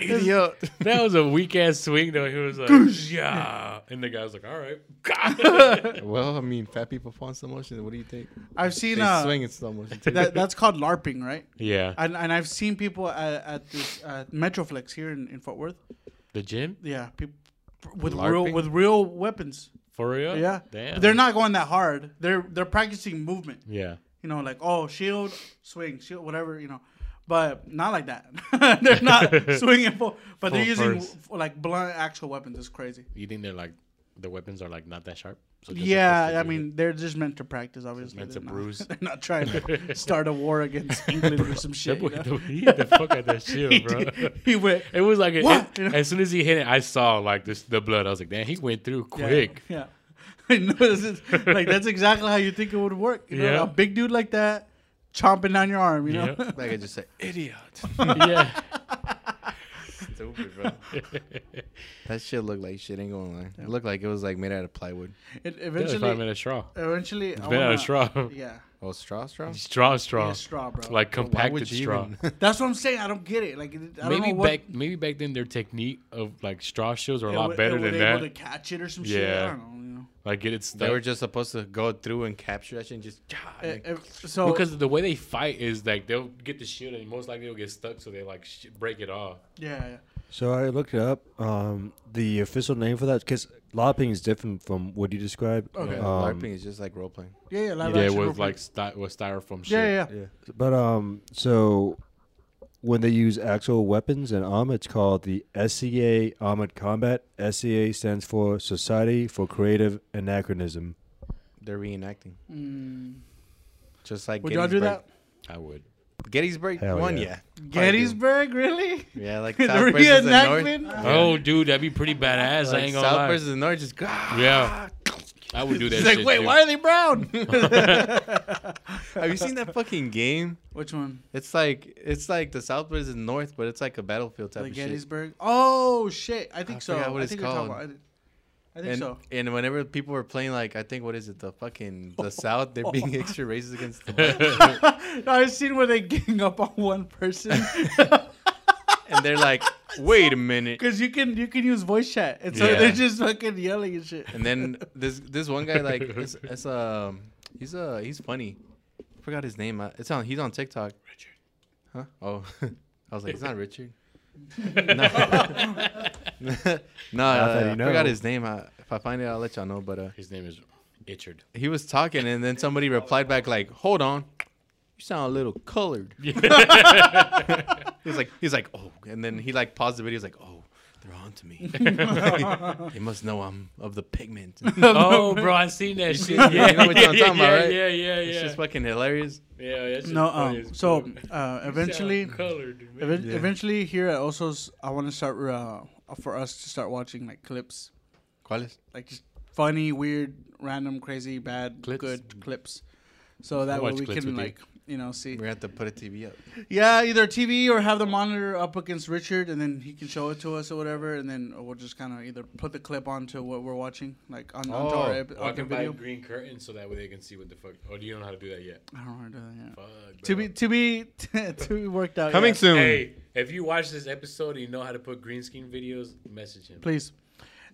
C: Idiot.
B: that was a weak ass swing though. He was like, yeah, and the guy was like, all right, God.
C: well, I mean, fat people fall in slow motion. What do you think?
D: I've seen
C: They
D: uh,
C: swing in slow motion. Too.
D: that, that's called LARPing, right?
B: yeah,
D: And, and I've seen people at, at this uh, Metroflex here in, in Fort Worth.
B: the gym
D: Yeah, people with real
B: LARPing?
D: with real weapons.
B: for real.
D: Yeah,
B: damn,
D: But they're not going that hard. They're they're practicing movement.
B: Yeah,
D: you know, like oh shield, swing, shield, whatever, you know. But not like that. they're not swinging full, but they're
B: Full
D: using
B: force.
D: f- like blunt actual weapons. It's crazy.
B: you think they're like the weapons are like not that sharp? So just supposed
D: yeah,
B: to
D: I
B: do
D: mean, they're just meant to practice. Obviously,
B: meant to
D: they're, not,
B: bruise.
D: they're not trying to start a war against England or some
B: that
D: shit.
B: boy,
D: you know?
B: he hit the fuck out that shield, bro.
D: he went.
B: It was like a,
D: What?
B: it- as soon as he hit it, I saw like this the blood. I was like, damn, he went through
D: Yeah,
B: quick.
D: Yeah. I know, this is- like that's exactly how you think it would work. You know,
B: Yeah.
D: a big dude like that chomping down your arm. You know.
B: Yeah.
C: like I just said, idiot.
B: yeah.
C: Stupid, bro. that shit looked like shit. Ain't gonna lie. It looked like it was like made out of plywood.
D: It
B: That's
D: eventually.
B: probably made a straw.
D: eventually, I
B: It's made out of
D: wanna-
B: straw.
D: Yeah.
C: Oh, straw, straw.
B: Straw, straw,
D: Yeah, straw, bro.
B: like
C: Why would
B: compacted
C: you
B: straw.
C: even-
D: That's what I'm saying. I don't get it. Like, it- I
B: maybe
D: don't know what,
B: back maybe back then their technique of like straw shields were a
D: it
B: lot
D: wa- it
B: better
D: was
B: than
D: able to
B: that.
D: catch it or some shit. I
B: Yeah.
D: don't know. You know.
B: Like get it
C: they
B: stuck.
C: were just supposed to go through and capture that shit and just. like,
D: Eh, eh, so
B: because the way they fight is like they'll get the shield and most likely it'll get stuck, so they like sh- break it off.
D: yeah, yeah.
F: So I looked it up. Um, the official name for that, because lopping is different from what you described.
D: Okay.
C: yeah,
F: Um,
C: LARPing is just like role playing.
D: yeah, yeah, live
B: yeah, it
D: action role
B: was
D: play.
B: like sty- was styrofoam. Shit.
D: yeah, yeah, yeah.
C: Yeah.
F: But um, so when they use actual weapons and armor, it's called the SEA Armored Combat. SEA stands for Society for Creative Anachronism.
C: They're reenacting. Just like
D: Mm. Would y'all do that?
B: I would.
C: Gettysburg
F: Hell
C: one,
F: yeah.
C: yeah. Probably do.
D: Gettysburg, really?
C: Yeah, like
D: the
C: South versus the North.
D: reenactment.
B: Oh, dude, that'd be pretty badass. I
C: Like
B: ain't gonna
C: South
B: lie.
C: versus the North, just
B: yeah, I would do that.
C: He's like,
B: shit,
C: wait,
B: too.
C: why are they brown? Have you seen that fucking game?
D: Which one?
C: It's like it's like the South versus North, but it's like a battlefield type
D: The
C: of shit.
D: Gettysburg. Oh shit! I think
C: I
D: so.
C: forgot what
D: I
C: it's
D: think we're talking
C: called.
D: about- I, I think
C: And,
D: so.
C: and whenever people were playing, like I think what is it, the fucking the South, they're being
D: Oh.
C: extra racist against the Black.
D: No, I've seen where they gang up on one person
C: and they're like, wait a minute.
D: because you can you can use voice chat, and so
C: Yeah.
D: they're just fucking yelling and shit.
C: And then this this one guy like it's, it's um he's uh he's funny. I forgot his name. Uh, It's on he's on TikTok. Richard. Huh? Oh. I was like, it's not Richard. no, no
F: that
C: uh,
F: you
C: I forgot
F: know.
C: his name. I, if I find it, I'll let y'all know. But uh,
B: His name is Richard.
C: he was talking, and then somebody replied back like, "Hold on, you sound a little colored." he's like, he's like, oh, and then he like paused the video. He's like, oh, they're on to me. they must know I'm of the pigment.
B: oh, bro, I seen that shit. Yeah,
C: you know what
B: yeah,
C: I'm
B: yeah,
C: talking about, right?
B: yeah, yeah, yeah.
C: It's just fucking hilarious.
B: yeah, that's just
D: No,
B: funny
D: um,
B: as
D: so
B: fuck.
D: uh, eventually,
B: colored. man.
D: ev- eventually here at Oso's, I want to start uh, for us to start watching like clips,
C: ¿Cuáles?
D: like just funny, weird, random, crazy, bad,
B: Clips?
D: good clips, so that way
B: watch
D: we
B: clips
D: can
B: with you.
D: like you know see.
C: We're gonna have to put a TV up.
D: Yeah, either TV or have the monitor up against Richard, and then he can show it to us or whatever, and then we'll just kind of either put the clip onto what we're watching, like on, onto our, ep-
B: Or I
D: onto
B: can buy
D: video.
B: green curtains so that way they can see what the fuck. Oh, do you don't know how to do that yet?
D: I don't want to do that. yet.
B: Fuck,
D: To
B: bro.
D: be to be to be worked out.
C: Coming
D: yeah.
C: soon.
B: Hey, if you watch this episode and you know how to put green screen videos, message him.
D: please.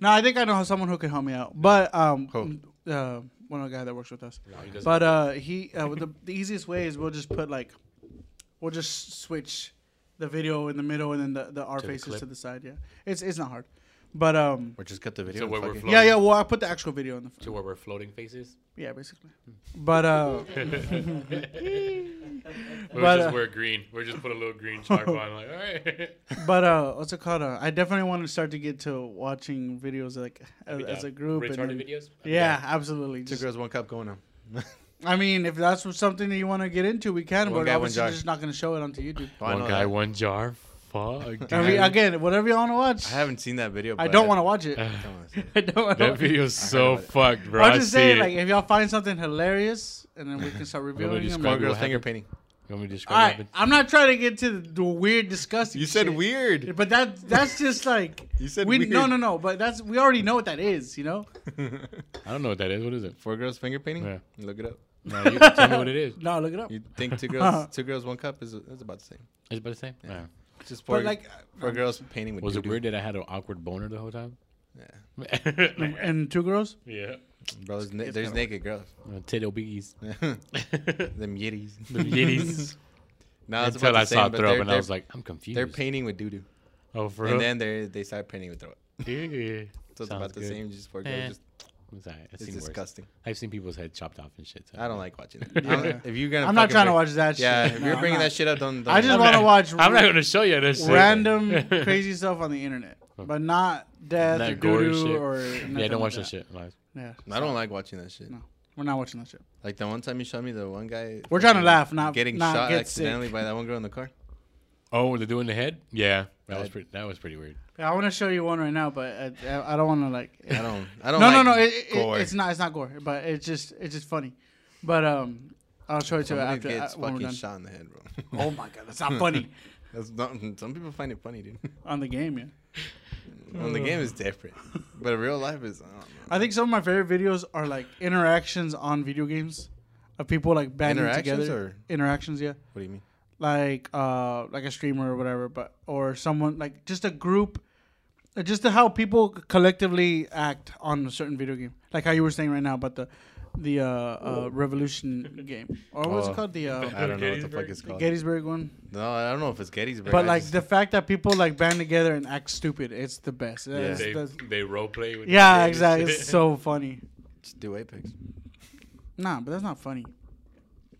D: No, I think I know someone who could help me out, but um,
C: Who?
D: uh, one of the guy that works with us.
B: No, he doesn't.
D: But uh, he uh, with the, the easiest way is we'll just put like, we'll just switch the video in the middle and then the, the our
B: the
D: faces
B: clip.
D: to the side. Yeah, it's it's not hard, but um,
C: Or just cut the video.
B: So
C: and
B: where
C: fuck
B: we're
C: it.
B: floating
D: yeah, yeah. Well, I put the actual video in the front.
B: to where we're floating faces.
D: Yeah, basically. But uh,
B: We're
D: But,
B: just
D: uh, Oh.
B: wear green. We're just put a little green scarf on. Like, all right.
D: but uh, what's it called? Uh, I definitely want to start to get to watching videos like as,
B: Be
D: as a
B: down.
D: group. and
B: Retarded
D: then-
B: videos. I'd be
D: Yeah,
B: down.
D: absolutely.
C: Two
D: Just-
C: girls, one cup going on.
D: I mean, if that's something that you want to get into, we can.
C: One
D: but
C: guy, one
D: obviously,
C: jar.
D: you're just not going to show it onto YouTube.
C: Oh, I know
B: One guy,
C: that.
B: one jar. Fuck.
D: I mean, again, whatever you want to watch.
C: I haven't seen that video.
D: I
C: but
D: don't want to watch it.
C: Come on, see.
D: I don't want
B: That
D: to.
B: video's so fucked, bro.
D: I'm just
B: I see
D: saying,
B: it.
D: like, if y'all find something hilarious, and then we can start reviewing them.
B: describe
D: All
C: One
B: What
C: girl's finger
B: happened?
C: painting.
B: You want me to describe what
D: right,
B: happened?
D: I'm not trying to get to the weird, disgusting.
C: You said
D: shit.
C: weird.
D: But that that's just like
C: You said
D: we
C: weird.
D: no no no. But that's we already know what that is. You know.
B: I don't know what that is. What is it?
C: Four girls finger painting.
B: Yeah.
C: Look it up.
B: No, you can tell me what it is.
D: No, look it up.
C: You think two girls, two girls, one cup is, is about the same.
B: It's about the same. Yeah.
C: It's Just four,
D: But like,
C: four girls painting with.
B: Was it
C: doo-doo.
B: weird that I had an awkward boner the whole time?
D: and two girls.
B: yeah.
C: Bro, there's, na- there's naked girls.
B: Uh, Titty biggies.
C: Them yitties.
B: Yiddies.
C: No, it's
B: Until
C: about
B: I
C: the same,
B: saw
C: but
B: throw up
C: they're-
B: and I was
C: they're-
B: like, I'm confused.
C: they're painting with doo doo,
B: Oh, for
C: and
B: real?
C: then they they start painting with throw. up.
B: Yeah.
C: So it's
B: Sounds
C: about the
B: good.
C: same. Just four
B: Eh,
C: girls. Just,
B: It's, all right. I've
C: it's
B: seen worse.
C: disgusting.
B: I've seen people's head chopped off and shit. so-
C: I don't like watching it. I'm-
D: Yeah.
C: If you're gonna,
D: I'm not
C: fucking
D: trying to
C: bring-
D: watch that.
C: Yeah,
D: shit.
C: if
D: No,
C: you're
D: I'm
C: bringing
D: not.
C: that shit up, don't.
D: I
C: don't-
D: just
B: I'm
D: want to
B: not-
D: watch.
B: I'm not going to show you this shit.
D: random crazy stuff on the internet, but not death or
B: That gory
D: doo
B: shit.
D: or
B: Yeah,
D: nothing
B: don't
D: like
B: watch that
D: that.
B: shit. Like,
D: Yeah,
C: I don't like watching that shit.
D: No. we're not watching that shit.
C: Like the one time you showed me the one guy.
D: We're trying to
C: fucking
D: laugh, not
C: getting
D: not
C: shot
D: get sick.
C: accidentally by that one girl in the car.
B: Oh, were they doing the head? Yeah, that was
C: I-
B: pretty. That was pretty weird.
D: Yeah, I want to show you one right now, but I, I, I don't want to like.
C: I don't. I
D: no,
C: don't.
D: no,
C: like
D: no, it, it-
C: gore.
D: it's not. It's not gore, but it's just it's just funny. But um, I'll show it to you
C: Somebody
D: after
C: gets
D: uh, when we're
C: fucking
D: done.
C: shot in the head, bro.
D: Oh my god, that's not funny
C: That's not, some people find it funny, dude.
D: on the game. Yeah,
C: Well, the game is different, but real life is. I don't know.
D: I think some of my favorite videos are like interactions on video games of people like banding
C: Interactions
D: together.
C: or
D: Interactions, yeah.
C: what do you mean?
D: like uh like a streamer or whatever but or someone like just a group uh, just to how people collectively act on a certain video game like how you were saying right now about the the uh, uh revolution game or what's
C: Oh.
D: it called the
C: I
D: uh
C: don't know what the fuck it's called.
D: gettysburg one
C: No, I don't know if it's Gettysburg.
D: but
C: I
D: like
C: just-
D: the fact that people like band together and act stupid it's the best yeah,
C: They-
B: they role play with.
D: yeah exactly it's so funny
C: just do Apex.
D: nah but that's not funny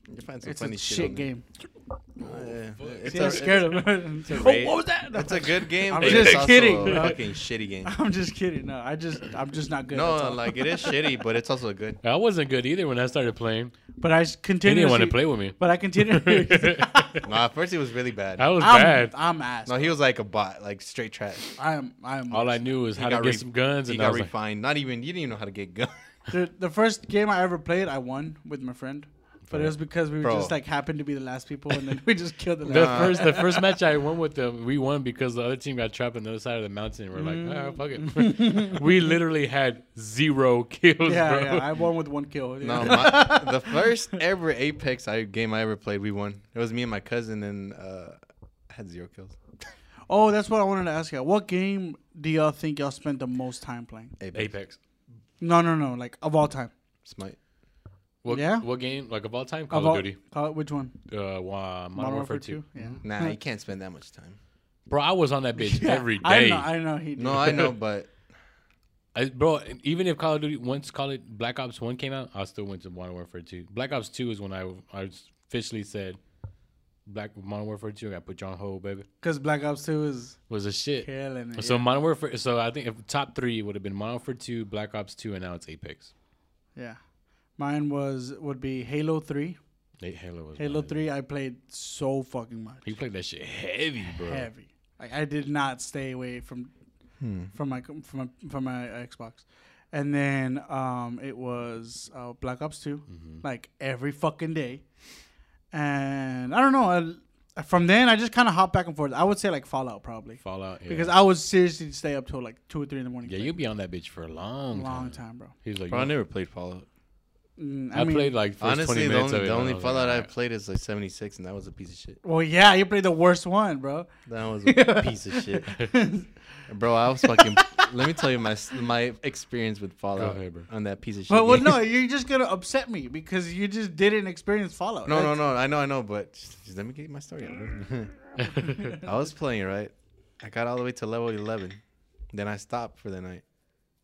C: You find some
D: it's
C: funny
D: a shit
C: on there.
D: game
C: Yeah, it's,
D: See, i'm
C: a,
D: scared of it
C: a
D: oh
C: raid.
D: what was that No,
C: it's a good game.
D: I'm
C: but
D: just
C: it's also
D: kidding,
C: a
D: bro.
C: Fucking shitty game.
D: i'm just kidding no i just i'm just not good that's
C: No,
D: all.
C: like it is shitty, but it's also good.
B: I wasn't good either when I started playing.
D: but i
B: They
D: continue
B: didn't want to play with me.
D: But I continue.
C: No, at first it was really bad.
B: I was
D: I'm,
B: bad.
D: I'm ass.
C: No, he was like a bot, like straight trash.
D: I am. I am.
B: All I knew was
C: He
B: how to
C: got
B: get
C: re-
B: some guns,
C: He
B: and I
C: got
B: was like,
C: refined. Not even you didn't even know how to get guns.
D: the, the first game I ever played, I won with my friend. But it was because we were
C: Bro.
D: just like happened to be the last people, and then we just killed the
B: The
D: last.
B: first the first match I won with them, we won because the other team got trapped on the other side of the mountain. We're like, ah, fuck it. we literally had zero kills,
D: Mm. yeah,
B: bro.
D: yeah, I won with one kill. Yeah.
C: No, my, the first ever Apex I, game I ever played, we won. It was me and my cousin, and uh, I had zero kills.
D: Oh, that's what I wanted to ask you. What game do y'all think y'all spent the most time playing?
C: Apex,
B: Apex.
D: No, no, no. Like of all time.
C: Smite.
B: What,
D: Yeah?
B: What game? Like of all time, Call
D: of
B: of
D: all,
B: Duty.
D: Call it, which one?
B: Uh, wa- Modern, Warfare Two.
D: Yeah.
C: Nah, you can't spend that much time.
B: Bro, I was on that bitch every
D: I
B: day.
D: know. I know he. Did.
C: No, I know, but
B: I, bro, even if Call of Duty once Call it Black Ops One came out, I still went to Modern Warfare Two. Black Ops Two is when I I officially said Black Modern Warfare Two. I got put you on hold, baby.
D: Because Black Ops Two is
B: Was a shit.
D: killing it.
B: So Modern Warfare. So I think if top three would have been Modern Warfare Two, Black Ops Two, and now it's Apex.
D: yeah. Mine was would be Halo Three.
B: Hey, Halo was
D: Halo
B: mine.
D: Three, I played so fucking much.
B: He played that shit heavy, bro.
D: heavy. Like I did not stay away from from my com- from my, from my uh, Xbox. And then um, it was uh, Black Ops 2,
B: Mm-hmm.
D: like every fucking day. And I don't know. I, from then, I just kind of hopped back and forth. I would say like Fallout probably
B: Fallout. Yeah.
D: because I would seriously stay up till like two or three in the morning.
B: yeah,
D: playing.
B: you'd be on that bitch for a long,
D: long
B: time.
D: time, bro.
B: He was like,
C: bro, I
B: you-
C: never played Fallout.
D: Mm, I,
B: I,
D: mean,
B: played like first
C: Honestly,
B: 20
C: the
B: minutes
C: only,
B: of it.
C: the
B: and I
C: only
B: was like,
C: Fallout
B: "All
C: I
B: right."
C: played is like 76, and that was a piece of shit.
D: Well, yeah, you played the worst one, bro.
C: That was a piece of shit, bro. I was fucking. let me tell you my s- my experience with Fallout
B: ahead, bro.
C: on that piece of shit.
D: But well,
C: game.
D: no, you're just gonna upset me because you just didn't experience Fallout.
C: No, no,
D: That's-
C: no. I know, I know, but just, just let me get my story out. bro. I was playing, right? I got all the way to level 11. Then I stopped for the night.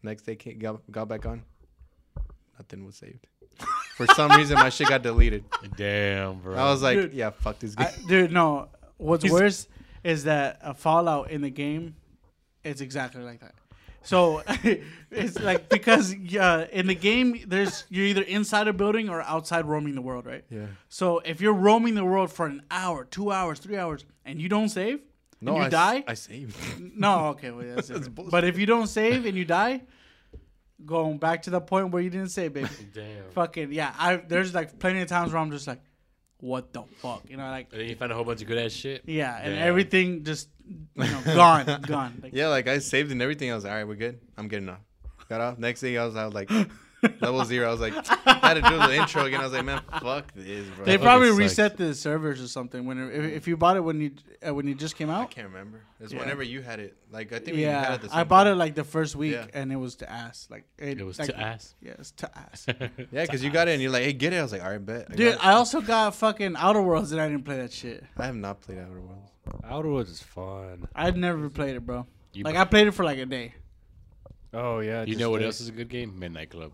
C: Next day, came, got, got back on. Nothing was saved. For some reason, my shit got deleted.
B: Damn, bro.
C: I was like,
D: Dude.
C: yeah, fuck this game.
D: I, dude, no. What's worse is that a Fallout in the game, it's exactly like that. So it's like because uh, in the game, there's you're either inside a building or outside roaming the world, right?
C: Yeah.
D: So if you're roaming the world for an hour, two hours, three hours, and you don't save, and you
C: I s-
D: die.
C: I saved.
D: no, okay, well, that's different. but if you don't save and you die, going back to the point where you didn't save, baby.
B: damn.
D: Fucking yeah, I there's like plenty of times where I'm just like, what the fuck, you know, like
B: And then you find a whole bunch of good ass shit.
D: yeah, and
B: Damn.
D: everything just you know, gone, gone. Like,
C: yeah, like I saved and everything. I was like, all right, we're good. I'm getting off. Got off. Next day, I was, I was like, level zero. I was like, I had to do the intro again. I was like, man, fuck this, bro.
D: They
C: I
D: probably
B: sucks.
D: reset the servers or something. When if, if you bought it when you uh, when you just came out,
C: can't remember. It's
D: Yeah.
C: whenever you had it. Like, I think we had
D: yeah,
C: it the same
D: I bought
C: time.
D: it like the first week,
C: Yeah.
D: and it was to ass. Like
B: It was
D: like,
B: to ass.
D: Yeah, it's to ass.
C: Yeah, because you got it and you're like, hey, get it. I was like, all right, bet. I,
D: Dude,
C: got it.
D: I also got fucking Outer Worlds, and I didn't play that shit.
C: I have not played Outer Worlds.
E: Outer Worlds is fun.
D: I'd never played it, bro.
B: You-
D: like I played it for like a day,
F: Oh yeah.
B: You know what else is a good game? Midnight Club.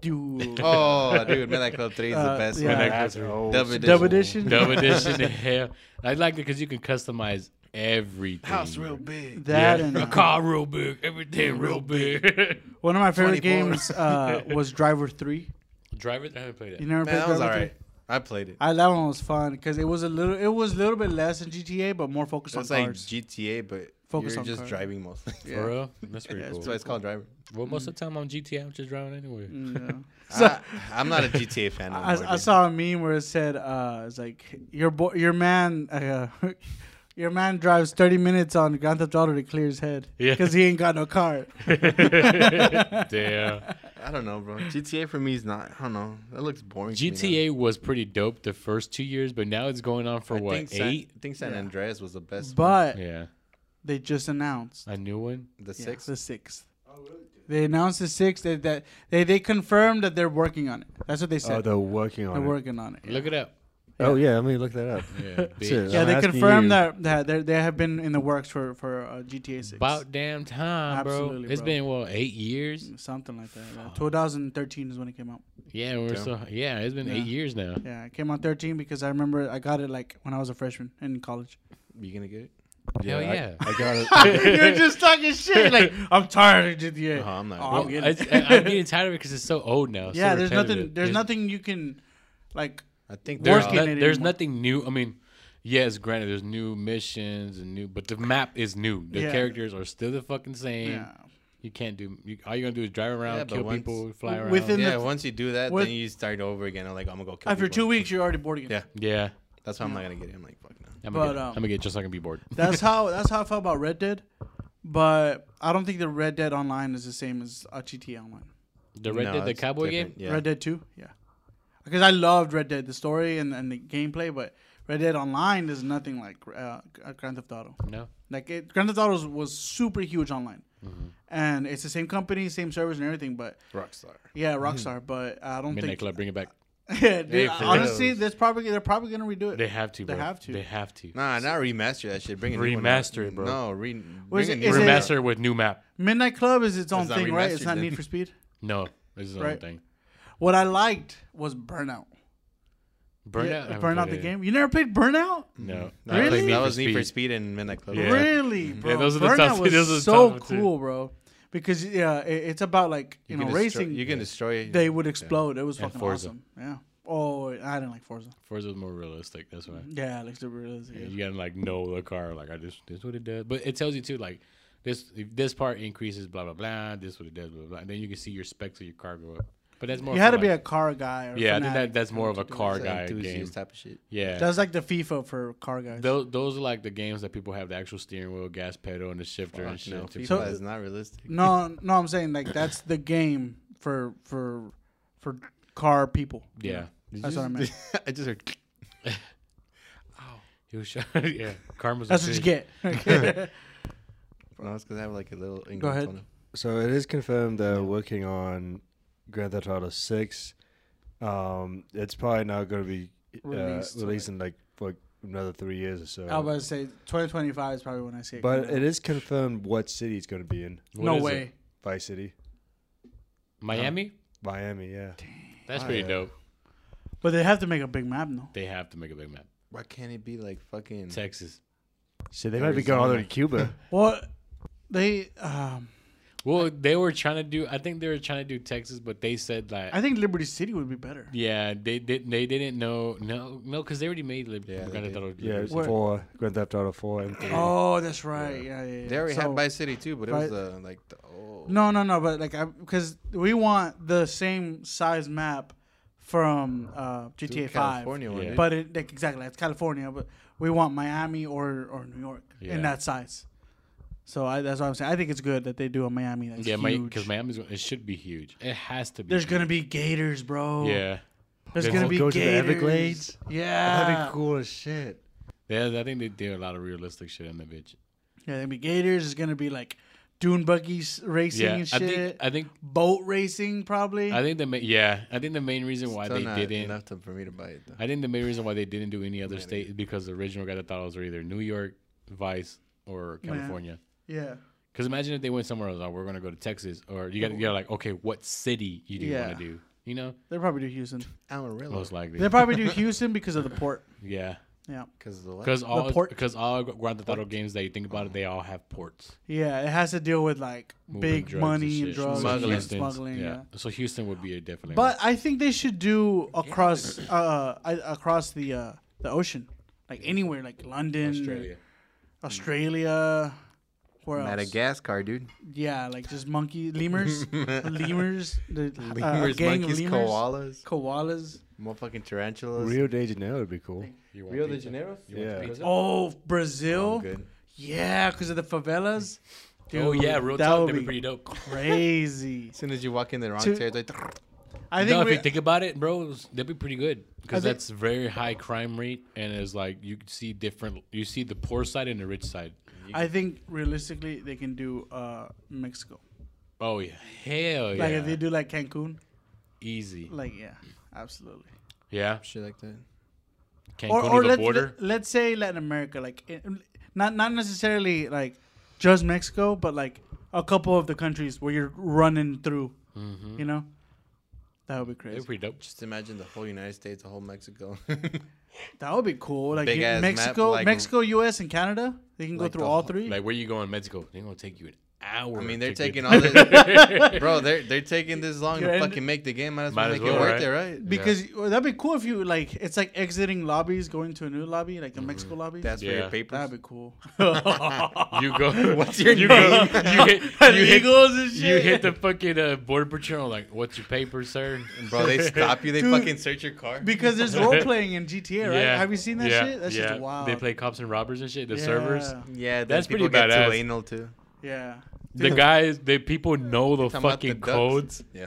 D: dude.
C: Oh, dude, Midnight Club 3 is
D: Uh,
C: the best
D: yeah.
C: one.
D: Midnight
F: That's old.
C: Dub edition.
D: Dub edition.
B: Dub edition. hell. I like it because you can customize everything.
C: House real big.
D: That
B: Yeah.
D: and
B: a
D: uh,
B: car real big. Everything real big.
D: one of my favorite
C: 24.
D: games uh, was Driver Three.
B: Driver. I haven't played
D: You
B: it.
D: never
C: Man,
D: played
C: that was all
D: Driver 3?
C: right. I played it.
D: I that one was fun because it was a little it was a little bit less than GTA but more focused on
C: It's like
D: cars.
C: GTA, but
D: Focus
C: you're
D: on
C: just
D: cars.
C: driving mostly.
D: Yeah.
B: For real? That's pretty
C: That's
B: cool.
C: why it's called driving.
B: Well, most of the time on GTA, I'm just driving anyway.
D: Mm.
C: I, I'm not a GTA fan. No more,
D: I, I
C: dude.
D: saw a meme where it said uh, it's like your bo- your man uh, your man drives 30 minutes on Grand Theft Auto to clear his head
B: Yeah.
D: because he ain't got no car.
B: Damn.
C: I don't know, bro. GTA for me is not. I don't know. That looks boring. to me now.
B: GTA was pretty dope the first two years, but now it's going on for
C: I
B: what
C: think San,
B: eight?
C: I think San Andreas was the best. one.
D: But
B: yeah,
D: they just announced
B: a new one.
C: the
D: yeah,
C: sixth.
D: the sixth. They announced the sixth that, that they they confirmed that they're working on it. That's what they
F: Oh,
D: said.
F: they're working
D: they're
F: on it.
D: working on it.
B: Look it up.
F: Oh yeah, let me look that up.
B: Yeah,
F: Shit,
B: bitch.
D: Yeah,
F: I'm
D: they
F: asking
D: confirmed
F: you.
D: that that they they have been in the works for for uh, GTA six.
B: about damn time, bro.
D: Absolutely,
B: It's
D: bro.
B: been what eight years?
D: Something like that. yeah. 2013 is when it came out.
B: Yeah, we're so yeah. It's been eight years now.
D: Yeah, it came out 13 because I remember I got it like when I was a freshman in college.
C: You gonna get it?
B: Hell
F: I-
B: yeah.
F: I, got it.
D: You're just talking shit. Like I'm tired of GTA.
C: No, I'm not.
D: Oh, I'm
B: Well,
D: getting
B: it's- I- I'm getting tired of it because it's so old now. it's so
D: yeah, there's nothing.
B: repetitive.
D: There's nothing you can, like.
C: I think
B: There's,
D: working
B: no-
D: it
B: there's
D: anymore.
B: nothing new. I mean, yes, granted, there's new missions and new, but the map is new. The
D: Yeah.
B: characters are still the fucking same.
D: Yeah.
B: You can't do. You, all you're gonna do is drive around,
C: Yeah, but
B: kill
C: once-
B: people, fly around.
D: Within-
C: yeah,
D: the-
C: once you do that,
D: with-
C: then you start over again. I'm like, I'm gonna go kill
D: After
C: people.
D: two weeks, you're already bored again.
C: Yeah.
B: yeah,
C: That's why I'm not gonna get it. I'm like, fuck no.
B: I'm
D: But,
B: gonna, get,
D: um,
B: I'm gonna get just so I can be bored.
D: That's how that's how I felt about Red Dead, but I don't think the Red Dead Online is the same as uh, GTA Online.
B: The Red
C: No,
B: Dead, the
C: it's
B: cowboy
C: different.
B: game.
C: Yeah.
D: Red Dead Two, yeah, because I loved Red Dead, the story and, and the gameplay, but Red Dead Online is nothing like uh, Grand Theft Auto.
B: No,
D: Like it, Grand Theft Auto was, was super huge online, and it's the same company, same servers and everything. But
C: Rockstar.
D: yeah, Rockstar. But I don't
B: Midnight
D: think.
B: Club, bring it back.
D: yeah, dude,
C: for
D: honestly, that's probably they're probably gonna redo it.
B: They have to.
D: They
B: Bro.
D: have to.
B: They have to.
C: Nah, not remaster that shit. Bring a new one out.
B: Remaster it, bro.
C: No, re-
D: Was
C: bring a
D: it-
C: new
D: is
C: one
D: it-
C: out.
B: Remaster with new map.
D: Midnight Club is its own
C: It's not
D: thing, right? It's
C: remastered
D: not
C: then.
D: Need for Speed.
B: No, this is the
D: Right.
B: own thing.
D: What I liked was Burnout.
B: Burnout. I
D: yeah,
B: haven't
D: Burnout
B: played
D: the
B: it.
D: game. You never played Burnout?
B: No,
C: That
B: I
C: was-
B: played
D: Really?
B: Need
C: That
B: for
C: was Need for
B: Speed.
C: Speed and Midnight Club.
B: Yeah.
D: Really, bro?
B: those are the
D: Burnout
B: tough-
D: was
B: those are the
D: so
B: tough ones, too.
D: cool, bro. Because yeah, it, it's about like you, know
C: can destroy-
D: racing.
C: you can destroy.
D: they would explode. It was fucking
B: Forza.
D: awesome. Yeah. Oh, I didn't like Forza.
B: Forza was more realistic. That's why.
D: Yeah, it looks super realistic.
B: You gotta like know the car. Like I just this is what it does, but it tells you too like this if this part increases blah blah blah. This what it does blah blah. blah. And then you can see your specs of your car go up. But that's more.
D: You
B: for,
D: had to be a
B: like-
D: car guy. Or
B: yeah. I think
D: fanatic
B: that that's more of a
D: to do
B: car
C: It's like
B: guy game.
C: enthusiast type of shit.
B: Yeah.
D: That's like the FIFA for car guys.
B: those, those are like the games that people have the actual steering wheel, gas pedal, and the shifter and
C: Fuck
B: shit.
C: no,
B: to
C: FIFA
D: So-
C: is not realistic.
D: no, no, I'm saying like that's the game for for for car people.
B: play. yeah.
D: That's what I meant.
C: I just heard.
B: He was shot. yeah. Karma's a
D: That's what you
B: bitch.
D: get.
C: No, it's because I have like a little. English
D: ahead.
C: On it.
F: So it is confirmed they're working on Grand Theft Auto Six. Um, it's probably not going to be uh,
D: Released,
F: released,
D: right.
F: in like for another three years or so.
D: I was about to say 2025 is probably when I see it.
F: but
D: coming out.
F: it is confirmed what city it's going to be in.
B: What
D: no
B: is it?
D: way.
F: Vice City,
B: Miami?
F: Miami. Yeah.
C: Oh,
B: That's pretty dope.
D: But they have to make a big map though.
B: They have to make a big map.
C: Why can't it be like fucking?
D: Mm.
B: Texas.
F: So they might be going all the way to Cuba.
D: Well, they. Um,
B: Well, they were trying to do. I think they were trying to do Texas, but they said that.
D: I think Liberty City would be better.
B: yeah, they did. They didn't know. No, no, because they already made Lib-
C: Yeah, they
B: Grand Theft
C: did.
B: Auto
F: yeah,
B: Liberty.
D: Where-
F: four Grand Theft Auto Four and three.
D: Oh, that's right. Yeah, yeah. yeah.
C: They already
D: So-
C: had Vice City too, but it
D: Vi-
C: was uh, like the oh.
D: No, no, no. But like, because we want the same size map from uh, GTA Five,
C: California one.
B: Yeah.
C: dude.
D: but it, like, exactly, it's California. But we want Miami or or New York
B: Yeah.
D: in that size. So I, that's what I'm saying. I think it's good that they do a Miami that's
B: Yeah,
D: huge.
B: because Miami's. It should be huge. It has to be.
D: There's
B: huge.
D: gonna be gators, bro.
B: Yeah.
D: There's
B: They
D: gonna
B: won't
D: be
F: go to the
D: gators.
F: Everglades?
D: Yeah.
F: That'd be cool as shit.
B: Yeah, I think they did a lot of realistic shit in the bitch.
D: Yeah, there'll be gators. It's gonna be like dune buggies racing
B: Yeah,
D: and
B: I
D: shit.
B: think. I think.
D: Boat racing, probably.
B: I think the. Ma- yeah, I think the main reason why
C: Still
B: they
C: not
B: didn't.
C: enough to, for me to buy it. Though.
B: I think the main reason why they didn't do any other state is because the original guy that thought it was either New York, Vice, or
D: Man.
B: California.
D: yeah,
B: Because imagine if they went somewhere else, like we're gonna go to Texas, or you got you're like, okay, what city you do you
D: Yeah.
B: want to do? You know,
D: they'll probably do Houston.
C: Amarillo
B: most likely,
D: They'll probably do Houston because of the port.
B: yeah.
D: Yeah,
C: because of the what?
B: Because all
D: port.
B: because all Grand Theft Auto games that you think about it, they all have ports,
D: yeah. It has to deal with like
B: Moving
D: big
B: drugs
D: money and
B: shit.
D: drugs,
C: Smuggling.
D: smuggling,
B: Houston's-
D: smuggling. Yeah.
B: So Houston would be a definitely.
D: But I think they should do across uh I- across the uh the ocean, like anywhere, like London,
B: Australia,
D: Australia, Where else?
C: Madagascar, dude.
D: Yeah, like just monkey lemurs, lemurs, the uh,
C: Lemurs,
D: gang
C: monkeys,
D: of lemurs,
C: koalas,
D: koalas.
C: motherfucking tarantulas.
F: Rio de Janeiro would be cool.
B: You want
C: Rio de
B: pizza?
C: Janeiro.
F: Yeah.
D: Oh,
C: I'm
D: Brazil.
C: good.
D: yeah, because of the favelas. Dude,
B: Oh yeah, real
D: that
B: talk,
D: would
B: that'd be
D: be
B: pretty dope.
D: crazy.
C: As soon as you walk in the wrong
D: To-
C: territory,
D: I
B: no,
D: think
B: if
D: we
B: you think about it, bro, it's- that'd be pretty good because
D: I think-
B: that's very high crime rate, and it's like you could see different. You see the poor side and the rich side.
D: I think realistically they can do uh Mexico.
B: Oh yeah, hell yeah,
D: Like if they do like Cancun,
B: easy.
D: like yeah, absolutely.
B: Yeah,
C: shit like that.
B: Cancun
D: Or or
B: to the
D: let's
B: border.
D: let, us say Latin America, like in- not not necessarily like just Mexico, but like a couple of the countries where you're running through.
B: Mm-hmm.
D: You know, that would be crazy.
B: That'd be pretty dope.
C: Just imagine the whole United States, the whole Mexico.
D: That would be cool. Like
C: Big
D: you-
C: ass map,
D: Mexico,
C: like-
D: Mexico, U.S. and Canada. They can go
C: like
D: through
C: the
D: all
C: whole-
D: three.
B: Like where you going, Mexico? They're gonna take you an hour.
C: I mean, they're
B: to get-
C: taking all this, bro. They're they're taking this long
D: Yeah,
C: to
D: and-
C: fucking make the game. Might as well
B: Might as
C: make it
B: well,
C: worth
B: right?
C: it, right?
D: Because well, that'd be cool if you like it's like exiting lobbies, going to a new lobby, like the
B: Mm-hmm.
D: Mexico lobby.
C: That's for
B: Yeah.
C: your papers.
D: that'd be cool.
B: You go. What's your you name? Go, you hit. You hit,
D: and
B: you hit the fucking uh, border patrol. Like, what's your paper, sir? And
C: Bro, they stop you. They
D: Dude.
C: fucking search your car.
D: because there's role playing in GTA, right? Have you seen that
B: yeah,
D: shit? That's
B: yeah.
D: just wild.
B: They play cops and robbers and shit. The servers.
D: Yeah.
C: Yeah, then
B: That's
C: people
B: pretty
C: get
B: badass.
C: Too anal too.
D: Yeah.
B: The guys, the people know the
C: Talking about the
B: fucking
C: ducks.
B: codes.
C: Yeah.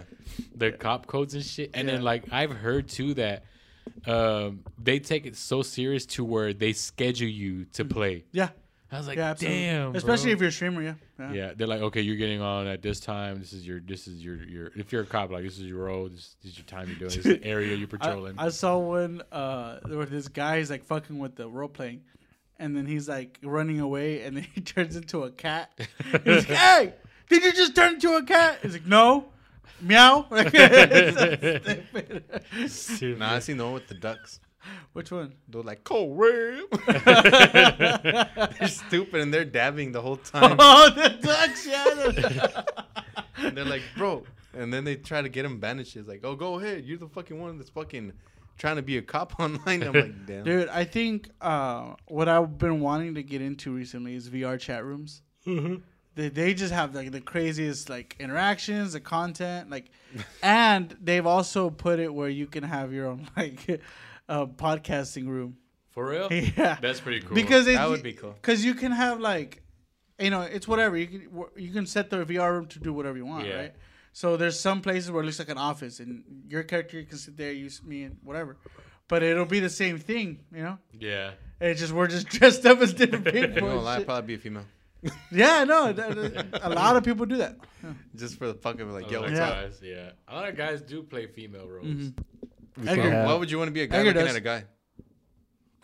B: the cop codes and shit. And then like I've heard too that um, they take it so serious to where they schedule you to play.
D: Yeah.
B: I was like,
D: Mm. Yeah, absolutely.
B: damn, bro."
D: Especially if you're a streamer, yeah. Yeah.
B: yeah, they're like, okay, you're getting on at this time. This is your, this is your, your. If you're a cop, like this is your role. This, this is your time. You're doing this is the area you're
D: I,
B: patrolling.
D: I saw when uh, there was this guy he's like fucking with the role playing, and then he's like running away, and then he turns into a cat. he's like, "Hey, did you just turn into a cat?" He's like, "No." Meow.
C: Nah, I seen the one with the ducks.
D: Which one?
C: They're like, cold rim. they're stupid and they're dabbing the whole time.
D: Oh, the ducks. Yeah. the-
C: And they're like, bro. And then they try to get him banished. It's like, oh, go ahead. You're the fucking one that's fucking trying to be a cop online. I'm like, damn.
D: Dude, I think uh, what I've been wanting to get into recently is VR chat rooms.
C: Mm-hmm.
D: They, they just have like the craziest like interactions, the content, like, and they've also put it where you can have your own like uh, podcasting room.
B: For real?
D: Yeah,
B: That's pretty cool.
D: because it,
C: That would be cool.
D: Because you can have like, you know, it's whatever you can wh- you can set the VR room to do whatever you want,
B: Yeah.
D: right? So there's some places where it looks like an office, and your character can sit there, use me, and whatever. But it'll be the same thing, you know.
B: yeah,
D: It's just we're just dressed up as different
C: I'm gonna
D: people.
C: lie,
D: and
C: I'd
D: shit.
C: probably be a female.
D: Yeah, no, that- that- a lot of people do that.
C: Just for the fuck of it, like,
B: yeah.
C: yo, what's up?
B: guys, yeah. A lot of guys do play female roles.
D: Mm-hmm. Edgar,
F: Yeah.
C: Why would you want to be a guy
D: Edgar
C: looking
D: does.
C: at a guy?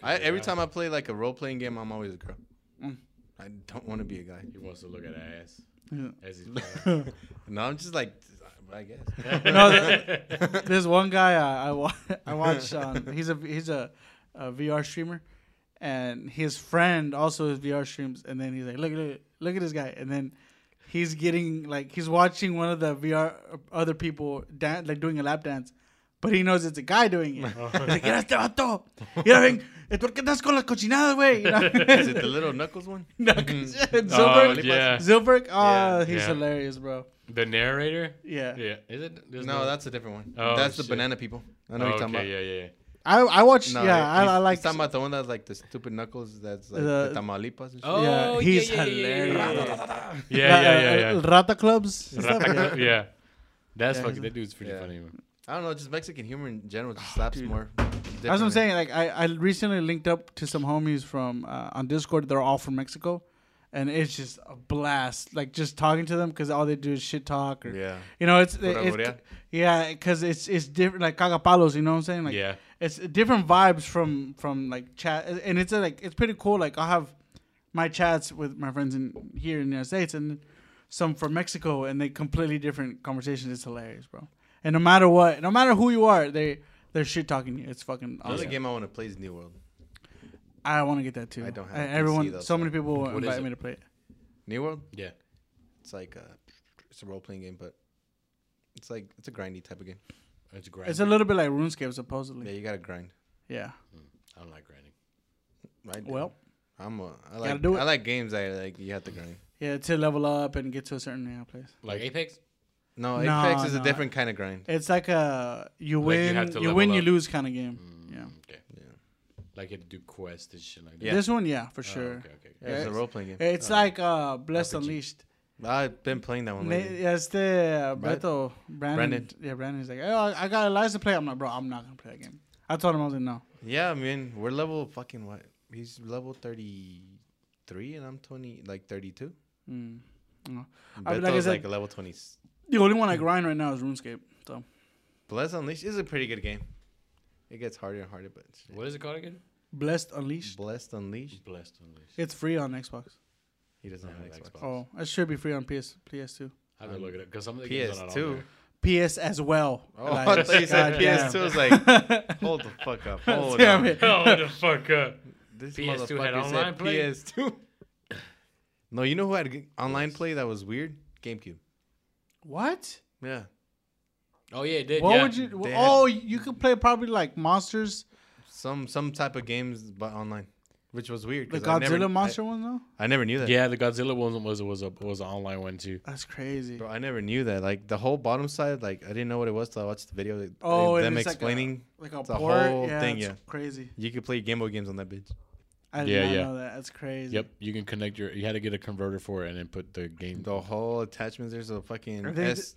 C: I, every time I play like a role playing game, I'm always a girl.
B: Mm.
C: I don't want to be a guy.
B: He wants to look at ass
D: Yeah.
B: as he's playing.
C: No, I'm just like, I guess.
D: no, th- there's one guy uh, I I, wa- I watch. Um, he's a he's a, a VR streamer, and his friend also is VR streams. And then he's like, look look look at this guy. And then he's getting like he's watching one of the VR other people dance like doing a lap dance. But he knows it's a guy doing it. He's like, "Mira este vato. Mira, ven. eh, ¿Por qué estás con las cochinadas, güey? You know?
C: Is it the little knuckles one?
D: Zilberg,
B: Oh, yeah.
D: Zilberg, oh,
C: Yeah.
D: he's
B: Yeah.
D: hilarious, bro.
B: the narrator.
D: Yeah.
B: Yeah, is it? there's
C: No, that's a different one.
B: Oh,
C: that's the
B: shit.
C: banana people. I know what
B: Oh,
C: you're talking
B: okay,
C: about.
B: yeah, yeah, yeah.
D: I I watched.
C: No,
D: yeah, I,
C: he's-
D: I
C: he's
D: like.
C: talking about the one that's like the stupid knuckles. That's like
D: The-
C: the, Tamaulipas. And shit.
B: Oh,
D: yeah, he's hilarious.
B: Yeah, yeah, yeah,
D: Uh,
B: yeah.
D: uh, Rata clubs. and stuff?
B: yeah. That's
D: Yeah.
B: fucking that dude's pretty
C: Yeah.
B: funny.
C: I don't know. Just Mexican humor in general just slaps more.
D: Oh, That's what I'm
C: differently.
D: saying. Like I, I recently linked up to some homies from uh, on Discord. They're all from Mexico, and it's just a blast. Like just talking to them because all they do is shit talk. Or,
C: Yeah.
D: You know, it's,
C: Pura
D: it's
C: Borea.
D: yeah, because it's it's different. Like cagapalos, you know what I'm saying? Like
B: Yeah.
D: it's different vibes from from like chat, and it's uh, like it's pretty cool. Like I'll have my chats with my friends in here in the United States and some from Mexico, and they completely different conversations. It's hilarious, bro. And no matter what, no matter who you are, they they're shit talking you. It's fucking
C: Another
D: awesome.
C: game I want to play is New World.
D: I want to get that too.
C: I don't have
D: Uh,
C: a PC
D: everyone.
C: though,
D: so
C: so-
D: many people
B: is
D: invite
B: it?
D: me to play it.
C: New World.
B: Yeah.
C: It's like a, it's a role playing game, but it's like it's a grindy type of game.
B: It's grinding.
D: It's a little bit like RuneScape,
C: Yeah,
D: supposedly.
C: you gotta grind.
D: Yeah.
B: I don't like grinding.
C: I do.
D: Well,
C: I'm a, I
D: gotta
C: like
D: do it.
C: I like games that like you have to grind.
D: yeah, to level up and get to a certain yeah, place.
B: Like Apex?
C: No,
D: No,
C: Apex is
D: no.
C: a different kind of grind.
D: It's like a you
B: Like you
D: win,
B: have to
D: you,
B: level
D: win, you
B: up. Mm.
D: lose kind of game. yeah.
B: Okay. Yeah. Like you had to do quests and shit like that.
C: Yeah.
D: This one, yeah, for
B: Oh,
D: sure.
B: okay, okay.
C: Yeah, it's a
D: it's-
C: role playing game.
D: It's like uh, Blessed Unleashed.
C: I've been playing that one.
D: Na-
C: Lately.
D: yeah, it's the uh, Beto Brandon.
C: Oh, Brandon.
D: Yeah, Brandon's like, oh, I got Elias to play. I'm like, bro, I'm not gonna play that game. I told him I was like, no.
C: Yeah, I mean, we're level fucking what? He's level 33 and I'm 20, like 32. Hmm.
D: Mm. I
C: I
D: mean,
C: Beto's
D: like I
C: like,
D: said-
C: a level 20. s-
D: The only one I grind right now is RuneScape. So
C: Bless Unleashed is a pretty good game. It gets harder and harder, but shit.
B: What is it called again?
D: Blessed Unleashed.
C: Blessed Unleashed.
B: Blessed Unleashed.
D: It's free on Xbox.
C: He doesn't have
B: I have
C: Xbox.
B: Xbox.
D: Oh, it should be free on PS PS2.
B: I have to look it up because some of the games are not on
C: PS2.
B: there.
D: PS as well.
C: Oh, I thought you said PS2. I was like, hold the fuck up. Hold
D: Damn
C: on.
D: it. uh.
B: Oh, the fuck up.
C: This
B: PS2
C: motherfucker said
B: had online play?
C: PS2. No, you know who had g- online play that was weird? GameCube.
D: What?
C: Yeah.
B: Oh yeah, it did.
D: What
B: yeah.
D: would you?
C: They had-
D: oh, you could play probably like monsters,
C: Some some type of games but online, which was weird.
D: the
C: 'cause I
D: Godzilla
C: never-
D: monster one though.
C: I, I never knew that.
B: Yeah, the Godzilla one was was a was an online one too.
D: That's crazy.
C: Bro, I never knew that. Like the whole bottom side, like I didn't know what it was till I watched the video. like,
D: Oh, and
C: them
D: it's like a-
C: explaining
D: Like a
C: the
D: port.
C: whole
D: yeah,
C: thing.
D: it's
C: Yeah,
D: crazy.
C: you could play Game Boy games on that bitch.
D: I did
B: Yeah,
D: not
B: yeah.
D: know that. That's crazy.
B: Yep, you can connect your. You had to get a converter for it and then put the game.
C: The whole attachments. There's a fucking
D: Are they-
C: S.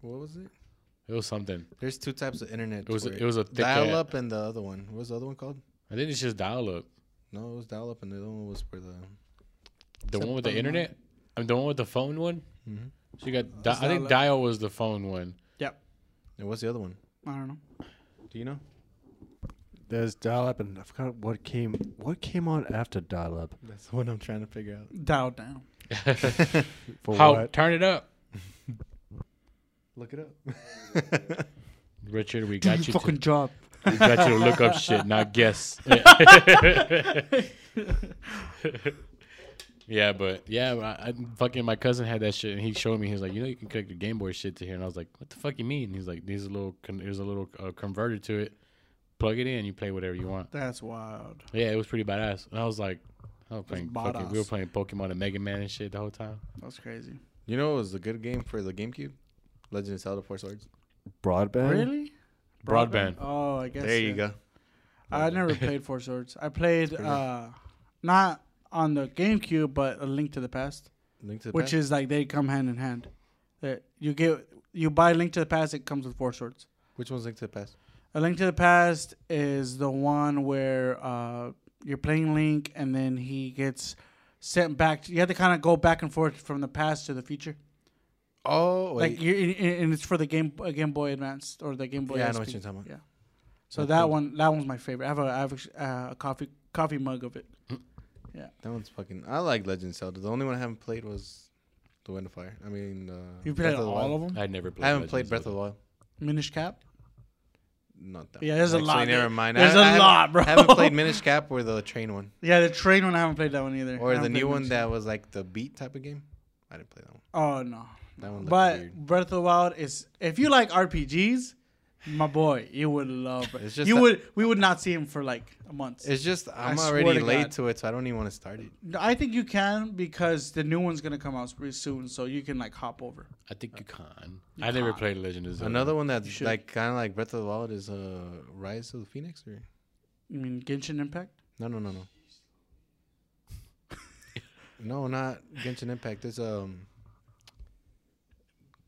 C: What was it?
B: It was something.
C: There's two types of internet.
B: It was
C: for
B: it was a thick
C: dial up and the other one. What was the other one called?
B: I think it's just dial up.
C: No, it was dial up and the other one was for the.
B: The one
C: Phone
B: with the
C: one.
B: internet. I'm the one with the phone one.
C: Mhm.
B: So you got. Di- I think
D: dial-up.
B: dial was the phone one.
C: And what's the other one?
D: I don't know.
C: Do you know?
F: There's dial up, and I forgot what came. What came on after dial up?
C: That's the one I'm trying to figure out.
D: Dial down.
F: For
B: How
F: what?
B: turn it up,
C: Look it up.
B: Richard? We got you. To,
D: fucking job.
B: we got you to look up shit, not guess. yeah, but yeah, I, I fucking my cousin had that shit, and he showed me. He was like, you know, you can connect your Game Boy shit to here, and I was like, what the fuck you mean? He's like, there's a little, con- there's a little uh, converter to it. Plug it in, you play whatever you want.
D: That's wild.
B: Yeah, it was pretty badass. And I was like, I was playing fucking, we were
D: badass.
B: playing Pokemon and Mega Man and shit the whole time.
D: That's crazy.
C: You know, it was a good game for the GameCube. Legend of Zelda: Four Swords.
F: Broadband.
D: Really?
B: Broadband.
D: Oh, I guess.
C: There you
D: yeah.
C: go.
D: I never played Four Swords. I played uh, not on the GameCube, but A Link to the Past,
C: Link to the
D: which
C: past.
D: is like they come hand in hand. That you get you buy Link to the Past, it comes with Four Swords.
C: which one's Link to the Past?
D: A Link to the Past is the one where uh, you're playing Link, and then he gets sent back. you have to kind of go back and forth from the past to the future.
C: Oh,
D: Like you and it's for the game uh, Game Boy Advance or the Game Boy.
C: Yeah, I know what
D: SP.
C: you're talking about.
D: Yeah. So that one that one's my favorite. I have a I have a, uh, a coffee coffee mug of it.
C: That one's fucking. I like Legend of Zelda. The only one I haven't played was The Wind of Fire. I mean, uh,
D: You
C: Breath
D: played
C: of the
D: all
C: Wild.
D: of them?
B: I never played.
C: I haven't
B: Legend
C: played
B: of
C: Breath of
B: Zelda.
C: the Wild.
D: Minish Cap.
C: Not that.
D: Yeah,
C: one.
D: there's a
C: Actually,
D: lot,
C: Never
D: dude.
C: mind.
D: There's
C: a
D: a lot, bro.
C: I haven't played Minish Cap or the train one
D: Yeah, the train one I haven't played that one either. I
C: or the
D: haven't
C: new
D: played
C: one
D: Minish
C: that was like the beat type of game. I didn't play that one.
D: Cap. Oh no.
C: That one looked
D: But
C: weird.
D: Breath of the Wild is if you like RPGs, my boy, you would love it.
C: It's just
D: you
C: that-
D: would we would not see him for like a month.
C: It's just I'm
D: swear
C: already
D: to
C: late
D: God.
C: to it, so I don't even want to start it.
D: I think you can because the new one's gonna come out pretty soon, so you can like hop over.
B: I think you can. I never played Legend of Zelda.
C: Another one that's
D: should.
C: like kind of like Breath of the Wild is uh Rise of the Phoenix or
D: You mean Genshin Impact?
C: no no no no. no, not Genshin Impact. There's um.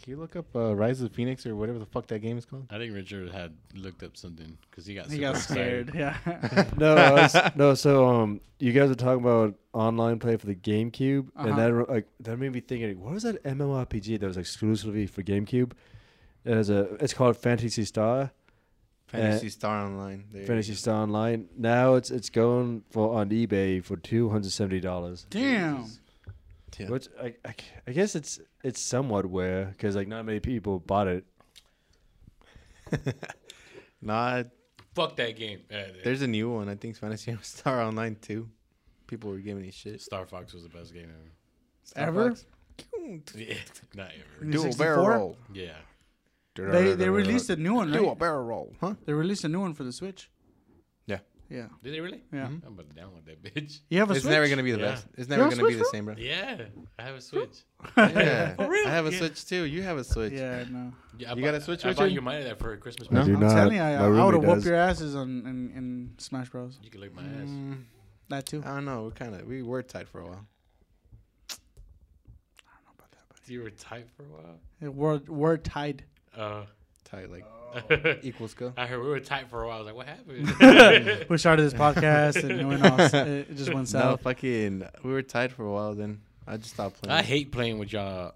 C: Can you look up uh, Rise of the Phoenix or whatever the fuck that game is called?
B: I think Richard had looked up something because he got
D: He
B: super
D: got
B: excited.
D: scared. Yeah.
F: No, I was- no. So, um, you guys are talking about online play for the GameCube,
D: Uh-huh.
F: and that re- like that made me thinking, what was that MMORPG that was exclusively for GameCube? It is a. It's called Fantasy Star.
C: Fantasy Star Online. There you
F: Fantasy
C: go.
F: Star Online. Now it's it's going for on eBay for two hundred seventy dollars.
D: Damn.
C: Yeah.
F: Which I, I, I guess it's it's somewhat rare because like not many people bought it.
C: Nah,
B: Fuck that game. Yeah, yeah.
C: there's a new one. I think it's Fantasy Star Online too. People were giving it shit.
B: Star Fox was the best game ever.
D: Ever?
B: Yeah, not ever.
C: Dual
D: 64?
C: barrel roll.
B: Yeah.
D: They they released a new one,
C: Dual
D: right?
C: barrel roll, huh?
D: They released a new one for the Switch.
C: Yeah.
D: Yeah.
B: Did they really?
D: Yeah.
B: Mm-hmm. I'm about to download that bitch.
D: You have a
C: It's
D: Switch.
C: never gonna be the
B: Yeah.
C: best. It's
D: You
C: never
D: have a
C: gonna be
D: Switch,
C: the
D: bro?
C: same, bro.
B: Yeah, I have a Switch.
C: Yeah. I have a
D: Yeah.
C: Switch too. You have a Switch.
D: Yeah, no.
B: Yeah, I
C: You
B: bought-
C: got a Switch,
B: I bought
C: Richard?
B: you mine of that for Christmas.
F: I do
D: I'm
F: not.
D: telling you, I,
F: My
D: I would have
F: roommate
D: whooped
F: does.
D: your asses on in, in Smash Bros.
B: You can lick my ass.
D: Mm. That too.
C: I don't know. We kind of we were tight for a while.
B: You were tight for a while.
D: We're we're tied.
B: Uh,
C: Tight like equals go.
B: I heard we were tight for a while. I was like, what happened?
D: We started this podcast and it went off. It it just went
C: No,
D: south.
C: fucking. We were tight for a while. Then I just stopped playing.
B: I hate playing with y'all,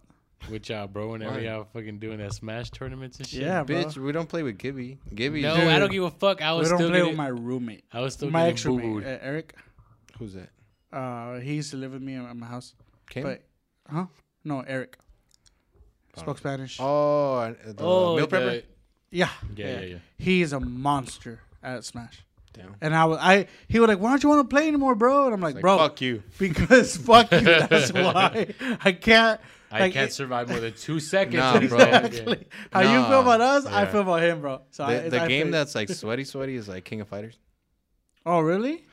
B: with y'all, bro. Whenever
C: Why?
B: y'all fucking doing that Smash tournaments and shit.
D: Yeah, bro.
C: Bitch, we don't play with Gibby. Gibby.
B: No, I don't give a fuck. I
D: we
B: was
D: don't
B: still
D: play
B: getting,
D: with my roommate.
B: I was still
D: My ex
B: getting
D: roommate,
B: boo-booed.
D: uh, Eric.
C: Who's that?
D: Uh, he used to live with me at my house.
C: Kim?
D: But huh? No, Eric. Spoke Spanish.
C: Oh, uh, the
B: Oh,
C: meal
B: the-
C: prepper.
D: Yeah.
B: Yeah, yeah, yeah.
D: He is a monster at Smash.
C: Damn.
D: And I was, I he was like, "Why don't you want to play anymore, bro?" And I'm like,
C: Like,
D: "Bro,
C: fuck you.
D: because fuck you. That's why I can't.
B: I
D: like,
B: can't
D: it-
B: survive more than two seconds.
C: Nah,
B: in this
C: bro.
B: game.
D: Exactly. How you feel about us, I
B: Yeah.
D: feel about him, bro. So I,
C: The, the
D: I
C: game
D: feel-
C: that's like sweaty, sweaty is like King of Fighters.
D: oh really,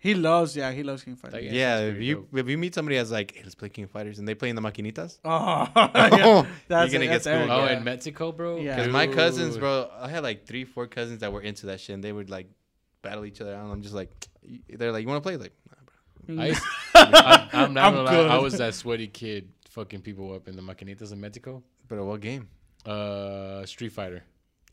D: he loves yeah, he loves King
B: That
D: Fighter.
B: game
C: Yeah,
B: sounds
C: if
B: pretty
C: you
B: dope.
C: if you meet somebody that's like, hey, let's play King of Fighters, and they play in the maquinitas.
D: Oh,
C: You're
D: that's
C: gonna
D: it,
C: get
D: that's Eric,
C: schooled.
B: Oh,
D: yeah.
B: in Mexico, bro.
D: Yeah.
C: 'Cause my cousins,
B: Dude.
C: bro, I had like three, four cousins that were into that shit, and they would like battle each other out. And I'm just like, they're like, you want to play? Like, nah, bro.
B: I, I, I'm not
D: I'm
B: gonna lie. I
D: good.
B: was that sweaty kid fucking people up in the maquinitas in Mexico.
C: But what game?
B: Uh, Street Fighter.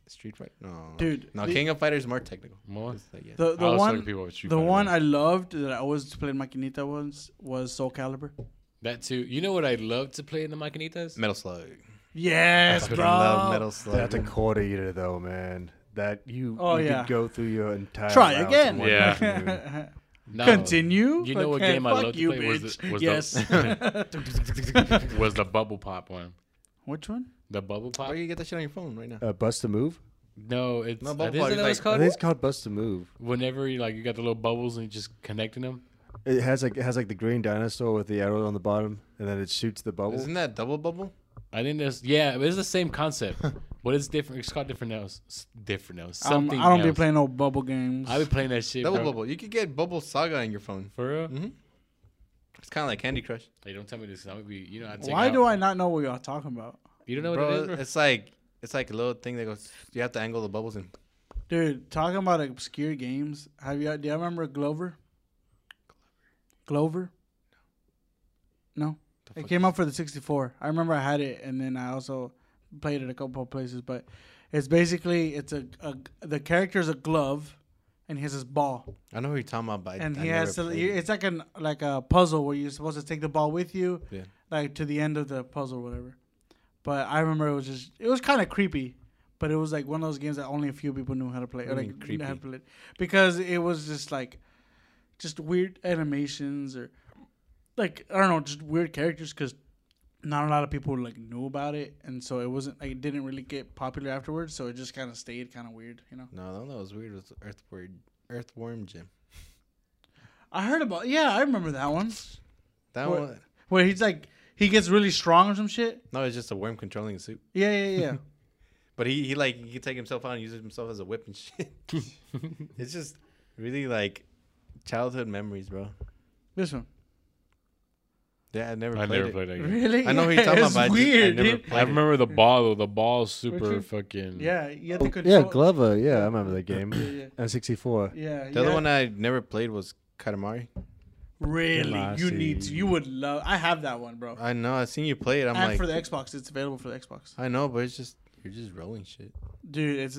C: Street Fighter? No, no, no.
D: Dude,
C: No,
D: the-
C: King of Fighters is more technical.
B: More.
C: It's like, yeah.
D: The, the
B: I was
D: one,
B: talking people with Street
D: the
B: Fighter,
D: one
B: bro.
D: I loved that I always played Maquinita once was Soul Calibur.
B: That too. You know what I love to play in the maquinitas?
C: Metal Slug.
D: Yes,
C: Fucking
D: bro.
C: love Metal Slug.
F: That's a quarter eater, though, man. That you,
D: Oh,
F: you
D: yeah.
F: could go through your entire
D: Try
F: route in
D: again.
F: one
B: Yeah.
F: afternoon.
B: No.
D: Continue.
B: Um, You know what
D: Okay,
B: game I
D: fuck
B: love to
D: you,
B: play was
D: bitch.
B: the- was the-
D: yes.
B: Was the bubble pop one?
D: Which one?
B: The bubble pop?
C: Why do you get that shit on your phone right now?
F: uh, bust to move.
B: No, it's
C: No,
B: no,
C: bubble
B: bubble
C: pop
B: isn't
C: is
B: that what
C: like-
B: it's
F: I
B: called?
F: think it's called bust to move.
B: Whenever you like, you got the little bubbles and you just connecting them.
F: It has like it has like the green dinosaur with the arrow on the bottom, and then it shoots the bubble.
C: Isn't that double bubble?
B: I think there's yeah, it's the same concept, but it's different. It's called different else. S- Different else.
D: Um,
B: Something.
D: I don't be
B: else.
D: playing no bubble games.
B: I be playing that shit.
C: Double
B: bro.
C: bubble. You could get Bubble Saga on your phone.
B: For real?
D: Mm-hmm.
C: It's kind of like Candy Crush.
B: Hey, don't tell me this. I'm gonna be. You know. I take
D: Why
B: out-
D: do I not know what y'all talking about,
B: You don't know what it is.
C: Oh, Bro,
B: Bro?
C: it's like it's like a little thing that goes. You have to angle the bubbles in.
D: dude? Talking about obscure games. Have you? Do you remember Glover? Glover. No. It came out for the 64. I remember I had it, and then I also played it a couple of places. But it's basically it's a, a the character's a glove, and he has this ball.
C: I know who you're talking about, but I-
D: and
C: I
D: he
C: never
D: has to,
C: played
D: you-
C: it.
D: it's like an like a puzzle where you're supposed to take the ball with you
C: Yeah.
D: like to the end of the puzzle or whatever but i remember it was just it was kind of creepy but it was like one of those games that only a few people knew how to play or
C: do you
D: like
C: mean
D: knew how to
C: Mm, creepy?
D: play it. because it was just like just weird animations or like i don't know just weird characters because not a lot of people like knew about it and so it wasn't like it didn't really get popular afterwards so it just kind of stayed kind of weird you know
C: No, the one that was weird was Earthworm, Earthworm Jim.
D: i heard about yeah i remember that one
C: That
D: What?
C: one.
D: Where he's like, he gets really strong or some shit.
C: No, it's just a worm controlling a suit.
D: Yeah, yeah, yeah.
C: But he, he like he could take himself out and use himself as a whip and shit. it's just really like childhood memories, bro.
D: this one.
C: Yeah, I never
B: I
C: played
B: never
C: it.
B: played that game.
D: Really?
C: I know who you're talking
D: It's
C: about. I just- I
D: weird.
C: never
D: dude.
C: played
B: I
C: it.
B: remember the ball though. The ball's super
D: Richard?
B: fucking.
D: Yeah, you have to
F: Oh, yeah,
D: control.
F: Glover. Yeah, I remember that game.
D: yeah.
F: And 64.
D: Yeah.
C: The other one I never played was Katamari.
D: Really? You
F: Classy.
D: need to. You would love. I have that one, bro.
C: I know. I seen you play it. I'm
D: and
C: like,
D: for the Xbox, it's available for the Xbox.
C: I know, but it's just you're just rolling shit.
D: Dude, it's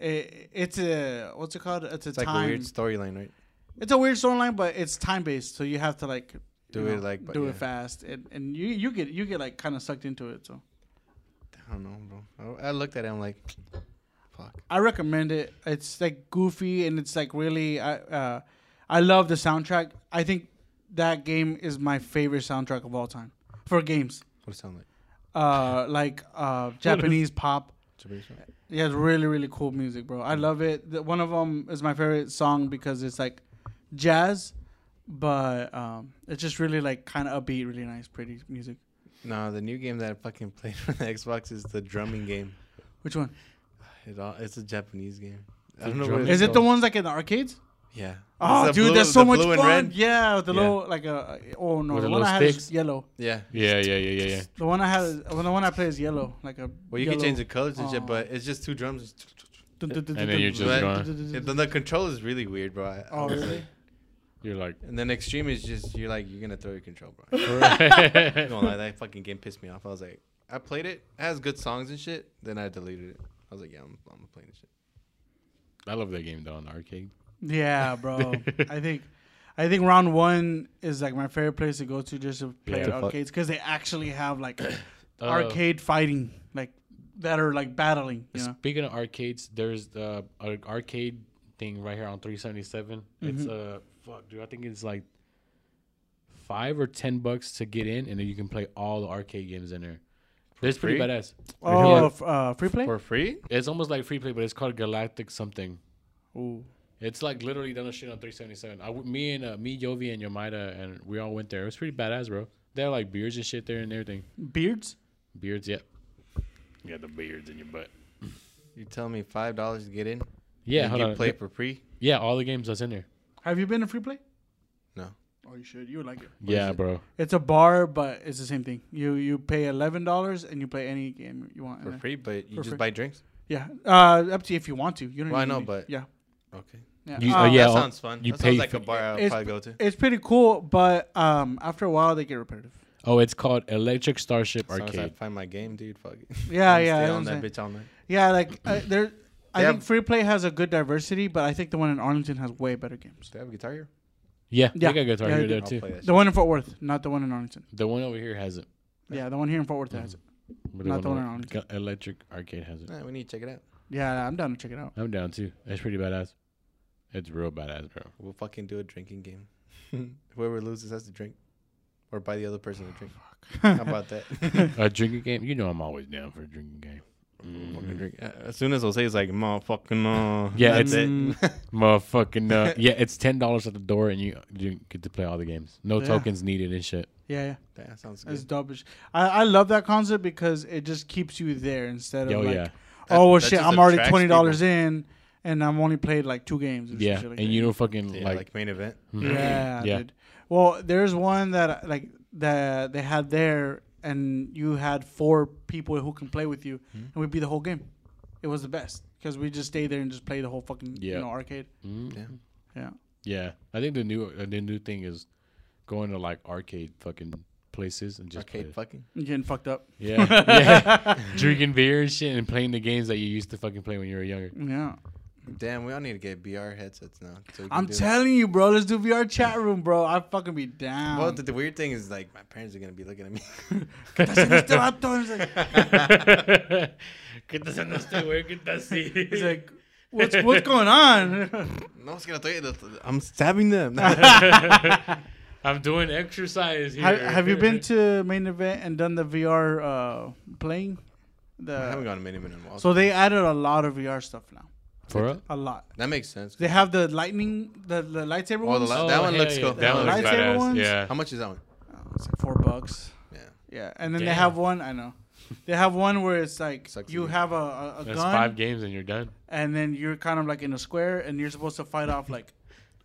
D: it, it's a what's it called? It's a
C: It's like
D: time.
C: a weird storyline, right?
D: it's a weird storyline, but it's time based, so you have to like
C: Do
D: you
C: it, like, but
D: do
C: yeah.
D: it fast, and and you you get you get like kind of sucked into it. So
C: I don't know, bro. I, I looked at it. I'm like, fuck.
D: I recommend it. It's like goofy and it's like really. I uh, I love the soundtrack. I think that game is my favorite soundtrack of all time for games.
C: What it sound like?
D: Uh, like uh, Japanese pop.
C: Japanese song?
D: It has really really cool music, bro. I love it. The, one of them is my favorite song because it's like jazz, but um, it's just really like kind of upbeat, really nice, pretty music.
C: No, the new game that I fucking played on the Xbox is the drumming game.
D: Which one
C: It all, it's a Japanese game. I don't know.
B: drumming
C: what it's
D: is it? The
C: called.
D: ones like in the arcades?
C: Yeah.
D: Oh,
C: It's the
D: dude,
C: blue-
D: that's so
C: the
D: much
C: blue
D: fun.
C: and red.
D: Yeah, with the
C: Yeah.
D: little like a oh no,
B: With
D: the
B: the
D: one I
B: little
D: had is
B: sticks?
D: yellow.
C: Yeah.
B: Yeah, yeah, yeah, yeah, yeah.
D: The one I had, is- well, the one I play is yellow, like a.
C: Well, you can change the colors and
D: Oh.
C: shit, but it's just two drums.
B: And then you're just
C: But
B: going.
C: it- then the control is really weird, bro. I- I
D: Oh
C: was
D: really?
C: like-
B: You're like.
C: and then extreme is just you're like you're gonna throw your control, bro. I'm not gonna lie, that fucking game pissed me off. I was like, I played it. It has good songs and shit. Then I deleted it. I was like, yeah, I'm, I'm playing this shit.
B: I love that game though on the arcade.
D: Yeah, bro. I think, I think round one is like my favorite place to go to just to play
B: Yeah. Oh.
D: at
B: To
F: fuck.
D: arcades because they actually have like arcade fighting, like that are like battling. You know?
B: Speaking of arcades, there's the uh, arcade thing right here on 377. It's uh fuck, dude. I think it's like five or ten bucks to get in, and then you can play all the arcade games in there. It's pretty
C: free?
B: badass.
D: Oh, f- uh, free play.
C: For free?
B: It's almost like free play, but it's called Galactic something.
D: Ooh.
B: It's like literally down the street on 377. I, w- me and uh, me, Jovi, and Yomida, and we all went there. It was pretty badass, bro. They had like beards and shit there and everything.
D: Beards?
B: Beards, yep. You got the beards in your butt.
C: You tell me five dollars to get in?
B: Yeah,
C: and
B: hold
C: you
B: on.
C: play for free?
B: yeah, all the games that's in there.
D: Have you been to Free Play?
C: No.
D: Oh, you should. You would like it.
B: yeah, bro.
D: It's a bar, but it's the same thing. You you pay eleven dollars and you play any game you want. in
C: For
D: there.
C: free, but you
D: For
C: just
D: free.
C: buy drinks.
D: Yeah, uh, up to you if you want to. You don't.
C: Well, I
D: even
C: know,
D: need-
C: but-
D: yeah,
C: Okay.
D: yeah.
B: You-
D: Uh,
B: oh, yeah.
C: that
B: oh,
C: sounds fun.
B: you
C: that
B: pay
C: sounds like
B: for-
C: a bar I'll
D: it's-
C: probably go to.
D: It's pretty cool, but um, after a while they get repetitive.
B: Oh, it's called Electric Starship
C: As long as I
B: Arcade.
C: find my game, dude. Fuck it.
D: Yeah, yeah,
C: I'm Stay
D: that's
C: on
D: what I'm
C: that bitch all night.
D: Yeah, like uh, there. I
C: They
D: think
C: have-
D: free play has a good diversity, but I think the one in Arlington has way better games.
C: Do they have a guitar here?
B: Yeah,
D: Yeah.
B: yeah, they got guitar
D: Yeah,
B: here
D: they
B: there
C: I'll
B: too.
C: play that.
D: The one in Fort Worth, not the one in Arlington.
B: The one over here has it.
D: Yeah, the one here in Fort Worth has it.
B: But
D: Not the one
B: over-
D: around.
B: Ga- Electric Arcade has it.
C: shit. Nah, we need to check it out.
D: Yeah, I'm down to check it out.
B: I'm down too. It's pretty badass. It's real badass, bro.
C: We'll fucking do a drinking game. Whoever loses has to drink, or buy the other person a drink. How about that?
B: A drinking game? You know I'm always down for a drinking game.
C: Fucking drink. Uh, As soon as Jose is like, motherfucking, uh,
B: Yeah,
C: that's
B: it's motherfucking. Uh, yeah, it's ten dollars at the door, and you, you get to play all the games. No
D: Yeah.
B: tokens needed and shit.
D: Yeah, yeah.
C: it. That sounds
D: It's
C: good.
D: dope. as sh- I, I love that concept because it just keeps you there instead of
B: Oh
D: like,
B: yeah,
D: oh well,
C: that
D: shit,
C: just
D: I'm already
C: attracts
D: twenty dollars in, and I'm only played like two games. Or some
B: yeah,
D: shit like
B: and
D: that.
B: you don't fucking
C: Yeah, like,
B: like.
C: main event.
D: yeah,
B: Yeah.
D: dude. Well, there's one that like that they had there, and you had four people who can play with you, and we beat the whole game. It was the best because we just stayed there and just played the whole fucking you
B: Yeah.
D: know arcade.
B: Mm,
C: Yeah.
D: Yeah,
B: yeah, I think the new uh, the new thing is going to like arcade fucking places and just
C: Arcade
B: play.
C: fucking.
D: You're getting fucked up.
B: yeah, yeah. drinking beer and shit and playing the games that you used to fucking play when you were younger.
D: Yeah,
C: Damn, we all need to get BR headsets now. So we can
D: I'm
C: do that.
D: telling you, bro. Let's do VR chat room, bro. I fucking be down.
C: Well, the, the weird thing is like my parents are gonna be looking at me.
D: Este vato, It's like, it's like, what's what's going on?
C: no one's gonna tell you that I'm stabbing them.
B: I'm doing exercise here.
D: have, have you been to main event and done the VR uh, playing? The
C: I haven't gone to many minutes. in a while.
D: So they added a lot of VR stuff now.
B: for real?
D: A lot.
C: that makes sense.
D: They have the lightning, the, the lightsaber
C: Oh, the
D: ones.
C: li- that one
B: hell
C: looks
B: yeah.
C: cool.
B: That one looks
D: Lightsaber
B: badass.
D: ones?
B: Yeah.
C: How much is that one?
D: It's like four bucks.
C: Yeah.
D: Yeah, and then they
B: Damn.
D: have one. I know. They have one where it's like
C: Sucks
D: you
C: in.
D: have a, a, a
B: That's five
D: gun,
B: games and you're done.
D: and then you're kind of like in a square, and you're supposed to fight off like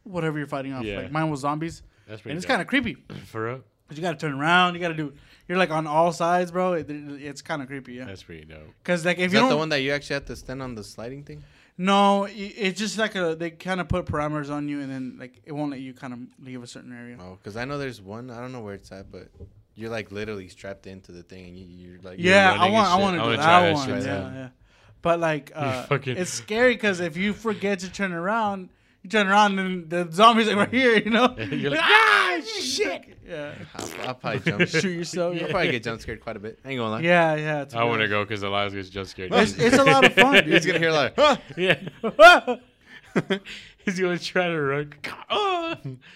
D: whatever you're fighting off.
B: Yeah.
D: Like mine was zombies,
B: That's pretty.
D: and it's kind of creepy.
B: of for real.
D: 'Cause you got to turn around. You got to do. You're like on all sides, bro. It, it's kind of creepy, yeah.
B: That's pretty dope.
D: Because like if
C: Is
D: you
C: that
D: don't,
C: the one that you actually have to stand on the sliding thing?
D: no, i- it's just like a they kind of put parameters on you, and then like it won't let you kind of leave a certain area.
C: Oh, because I know there's one. I don't know where it's at, but you're like literally strapped into the thing, and you, you're like you're
D: Yeah,
C: running
D: I
C: and
D: want. I
C: shit.
D: want to
B: I
D: do
B: wanna
D: that,
B: try that
D: one.
B: shit
D: yeah,
B: too.
D: yeah. But like, uh,
B: fucking-
D: it's scary because if you forget to turn around, you turn around and the zombies are right here. You know.
B: You're like,
D: ah, shit. Yeah.
C: I'll, I'll probably jump.
D: Shoot yourself.
C: I'll
D: Yeah.
C: probably get jump scared quite a bit. I ain't gonna lie.
D: Yeah, yeah. It's
B: I want to
D: weird.
B: go because Elias gets jump scared.
D: It's, it's a lot of fun,
C: He's
D: dude.
C: gonna hear like,
D: Ah!
C: huh?
B: yeah. He's gonna try to run. Oh,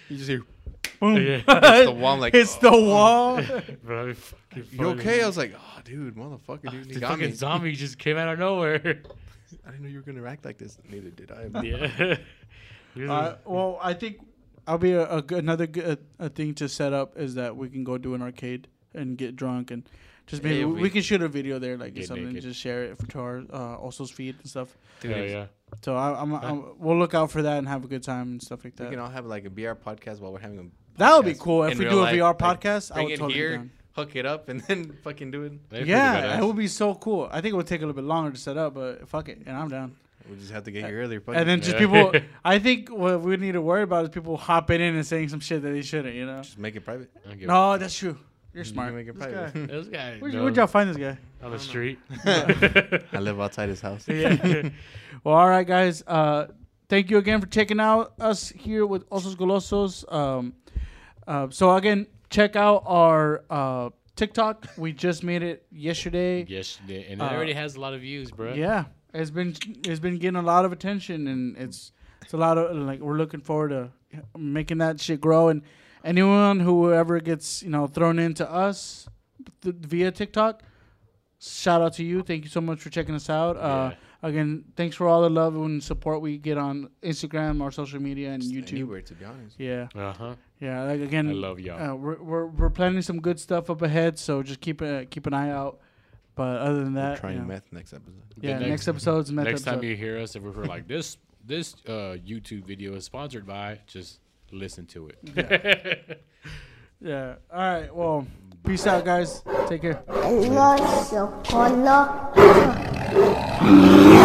C: You just hear,
D: Boom.
B: Yeah.
C: Hits the wall, I'm like, "Oh,
D: Hits the wall.
B: bro, that'd be fucking
C: you
B: funny.
C: okay?
D: uh,
C: I was like, oh, dude, motherfucker,
D: Ah,
C: dude, he
B: The
C: got
B: fucking
C: me.
B: zombie just came out of nowhere.
C: I didn't know you were gonna act like this. Neither did I.
B: yeah.
D: Uh, well, I think I'll be a, a good- another good, a thing to set up is that we can go do an arcade and get drunk and just maybe
C: Yeah,
D: we,
C: we-
D: can shoot a video there like or
B: Get
D: something
B: naked.
D: just share it to our uh, also feed and stuff.
C: Dude,
B: Hell yeah.
D: So I, I'm, I'm we'll look out for that and have a good time and stuff like
C: We can
D: that.
C: all have like a BR podcast while we're having a.
D: That would be
C: podcast
D: cool if
C: in
D: we
C: real
D: do a
C: life.
D: VR
C: Like,
D: podcast. I
C: bring
D: would
C: it
D: totally be
C: here,
D: down.
C: hook it up, and then fucking do it.
B: That'd be pretty
D: Yeah,
B: badass.
D: it would be so cool. I think it would take a little bit longer to set up, but fuck it, and I'm down.
C: We just have to get here earlier. fuck
D: Uh,
C: it.
D: And then just
B: Yeah.
D: people, I think what we need to worry about is people hopping in and saying some shit that they shouldn't, you know?
C: just make it private.
B: I'll give
D: No, Oh, that's true. You're
C: You
D: smart.
C: can make it
D: This
C: private.
D: guy-
B: it- This guy
D: Where'd, you-
B: knows
D: where'd y'all find this guy?
B: on the street.
C: I live outside his house.
B: yeah.
D: Well, all right, guys. Uh, thank you again for checking out us here with Osos Golosos. Um, uh, so again, check out our uh, TikTok. We just made it yesterday.
B: Yes, she did. and
D: Uh,
B: it already has a lot of views, bro.
D: Yeah, it's been it's been getting a lot of attention, and it's it's a lot of like we're looking forward to making that shit grow. And anyone whoever gets you know thrown into us th- via TikTok, shout out to you. Thank you so much for checking us out. Uh, Again, thanks for all the love and support we get on Instagram, our social media, and YouTube.
C: Anywhere, to be honest.
D: Yeah,
B: Uh huh.
D: yeah. Like again,
B: I love y'all.
D: Uh, we're, we're we're planning some good stuff up ahead, so just keep a, keep an eye out. But other than that,
C: Trying
D: you know,
C: meth next episode.
D: yeah.
B: next-
D: Next, episode's meth
B: Next time
D: episode.
B: you hear us, if we're like this, this uh, YouTube video is sponsored by, just listen to it.
D: yeah. All right. Well, peace out, guys. Take care.
A: El oso con los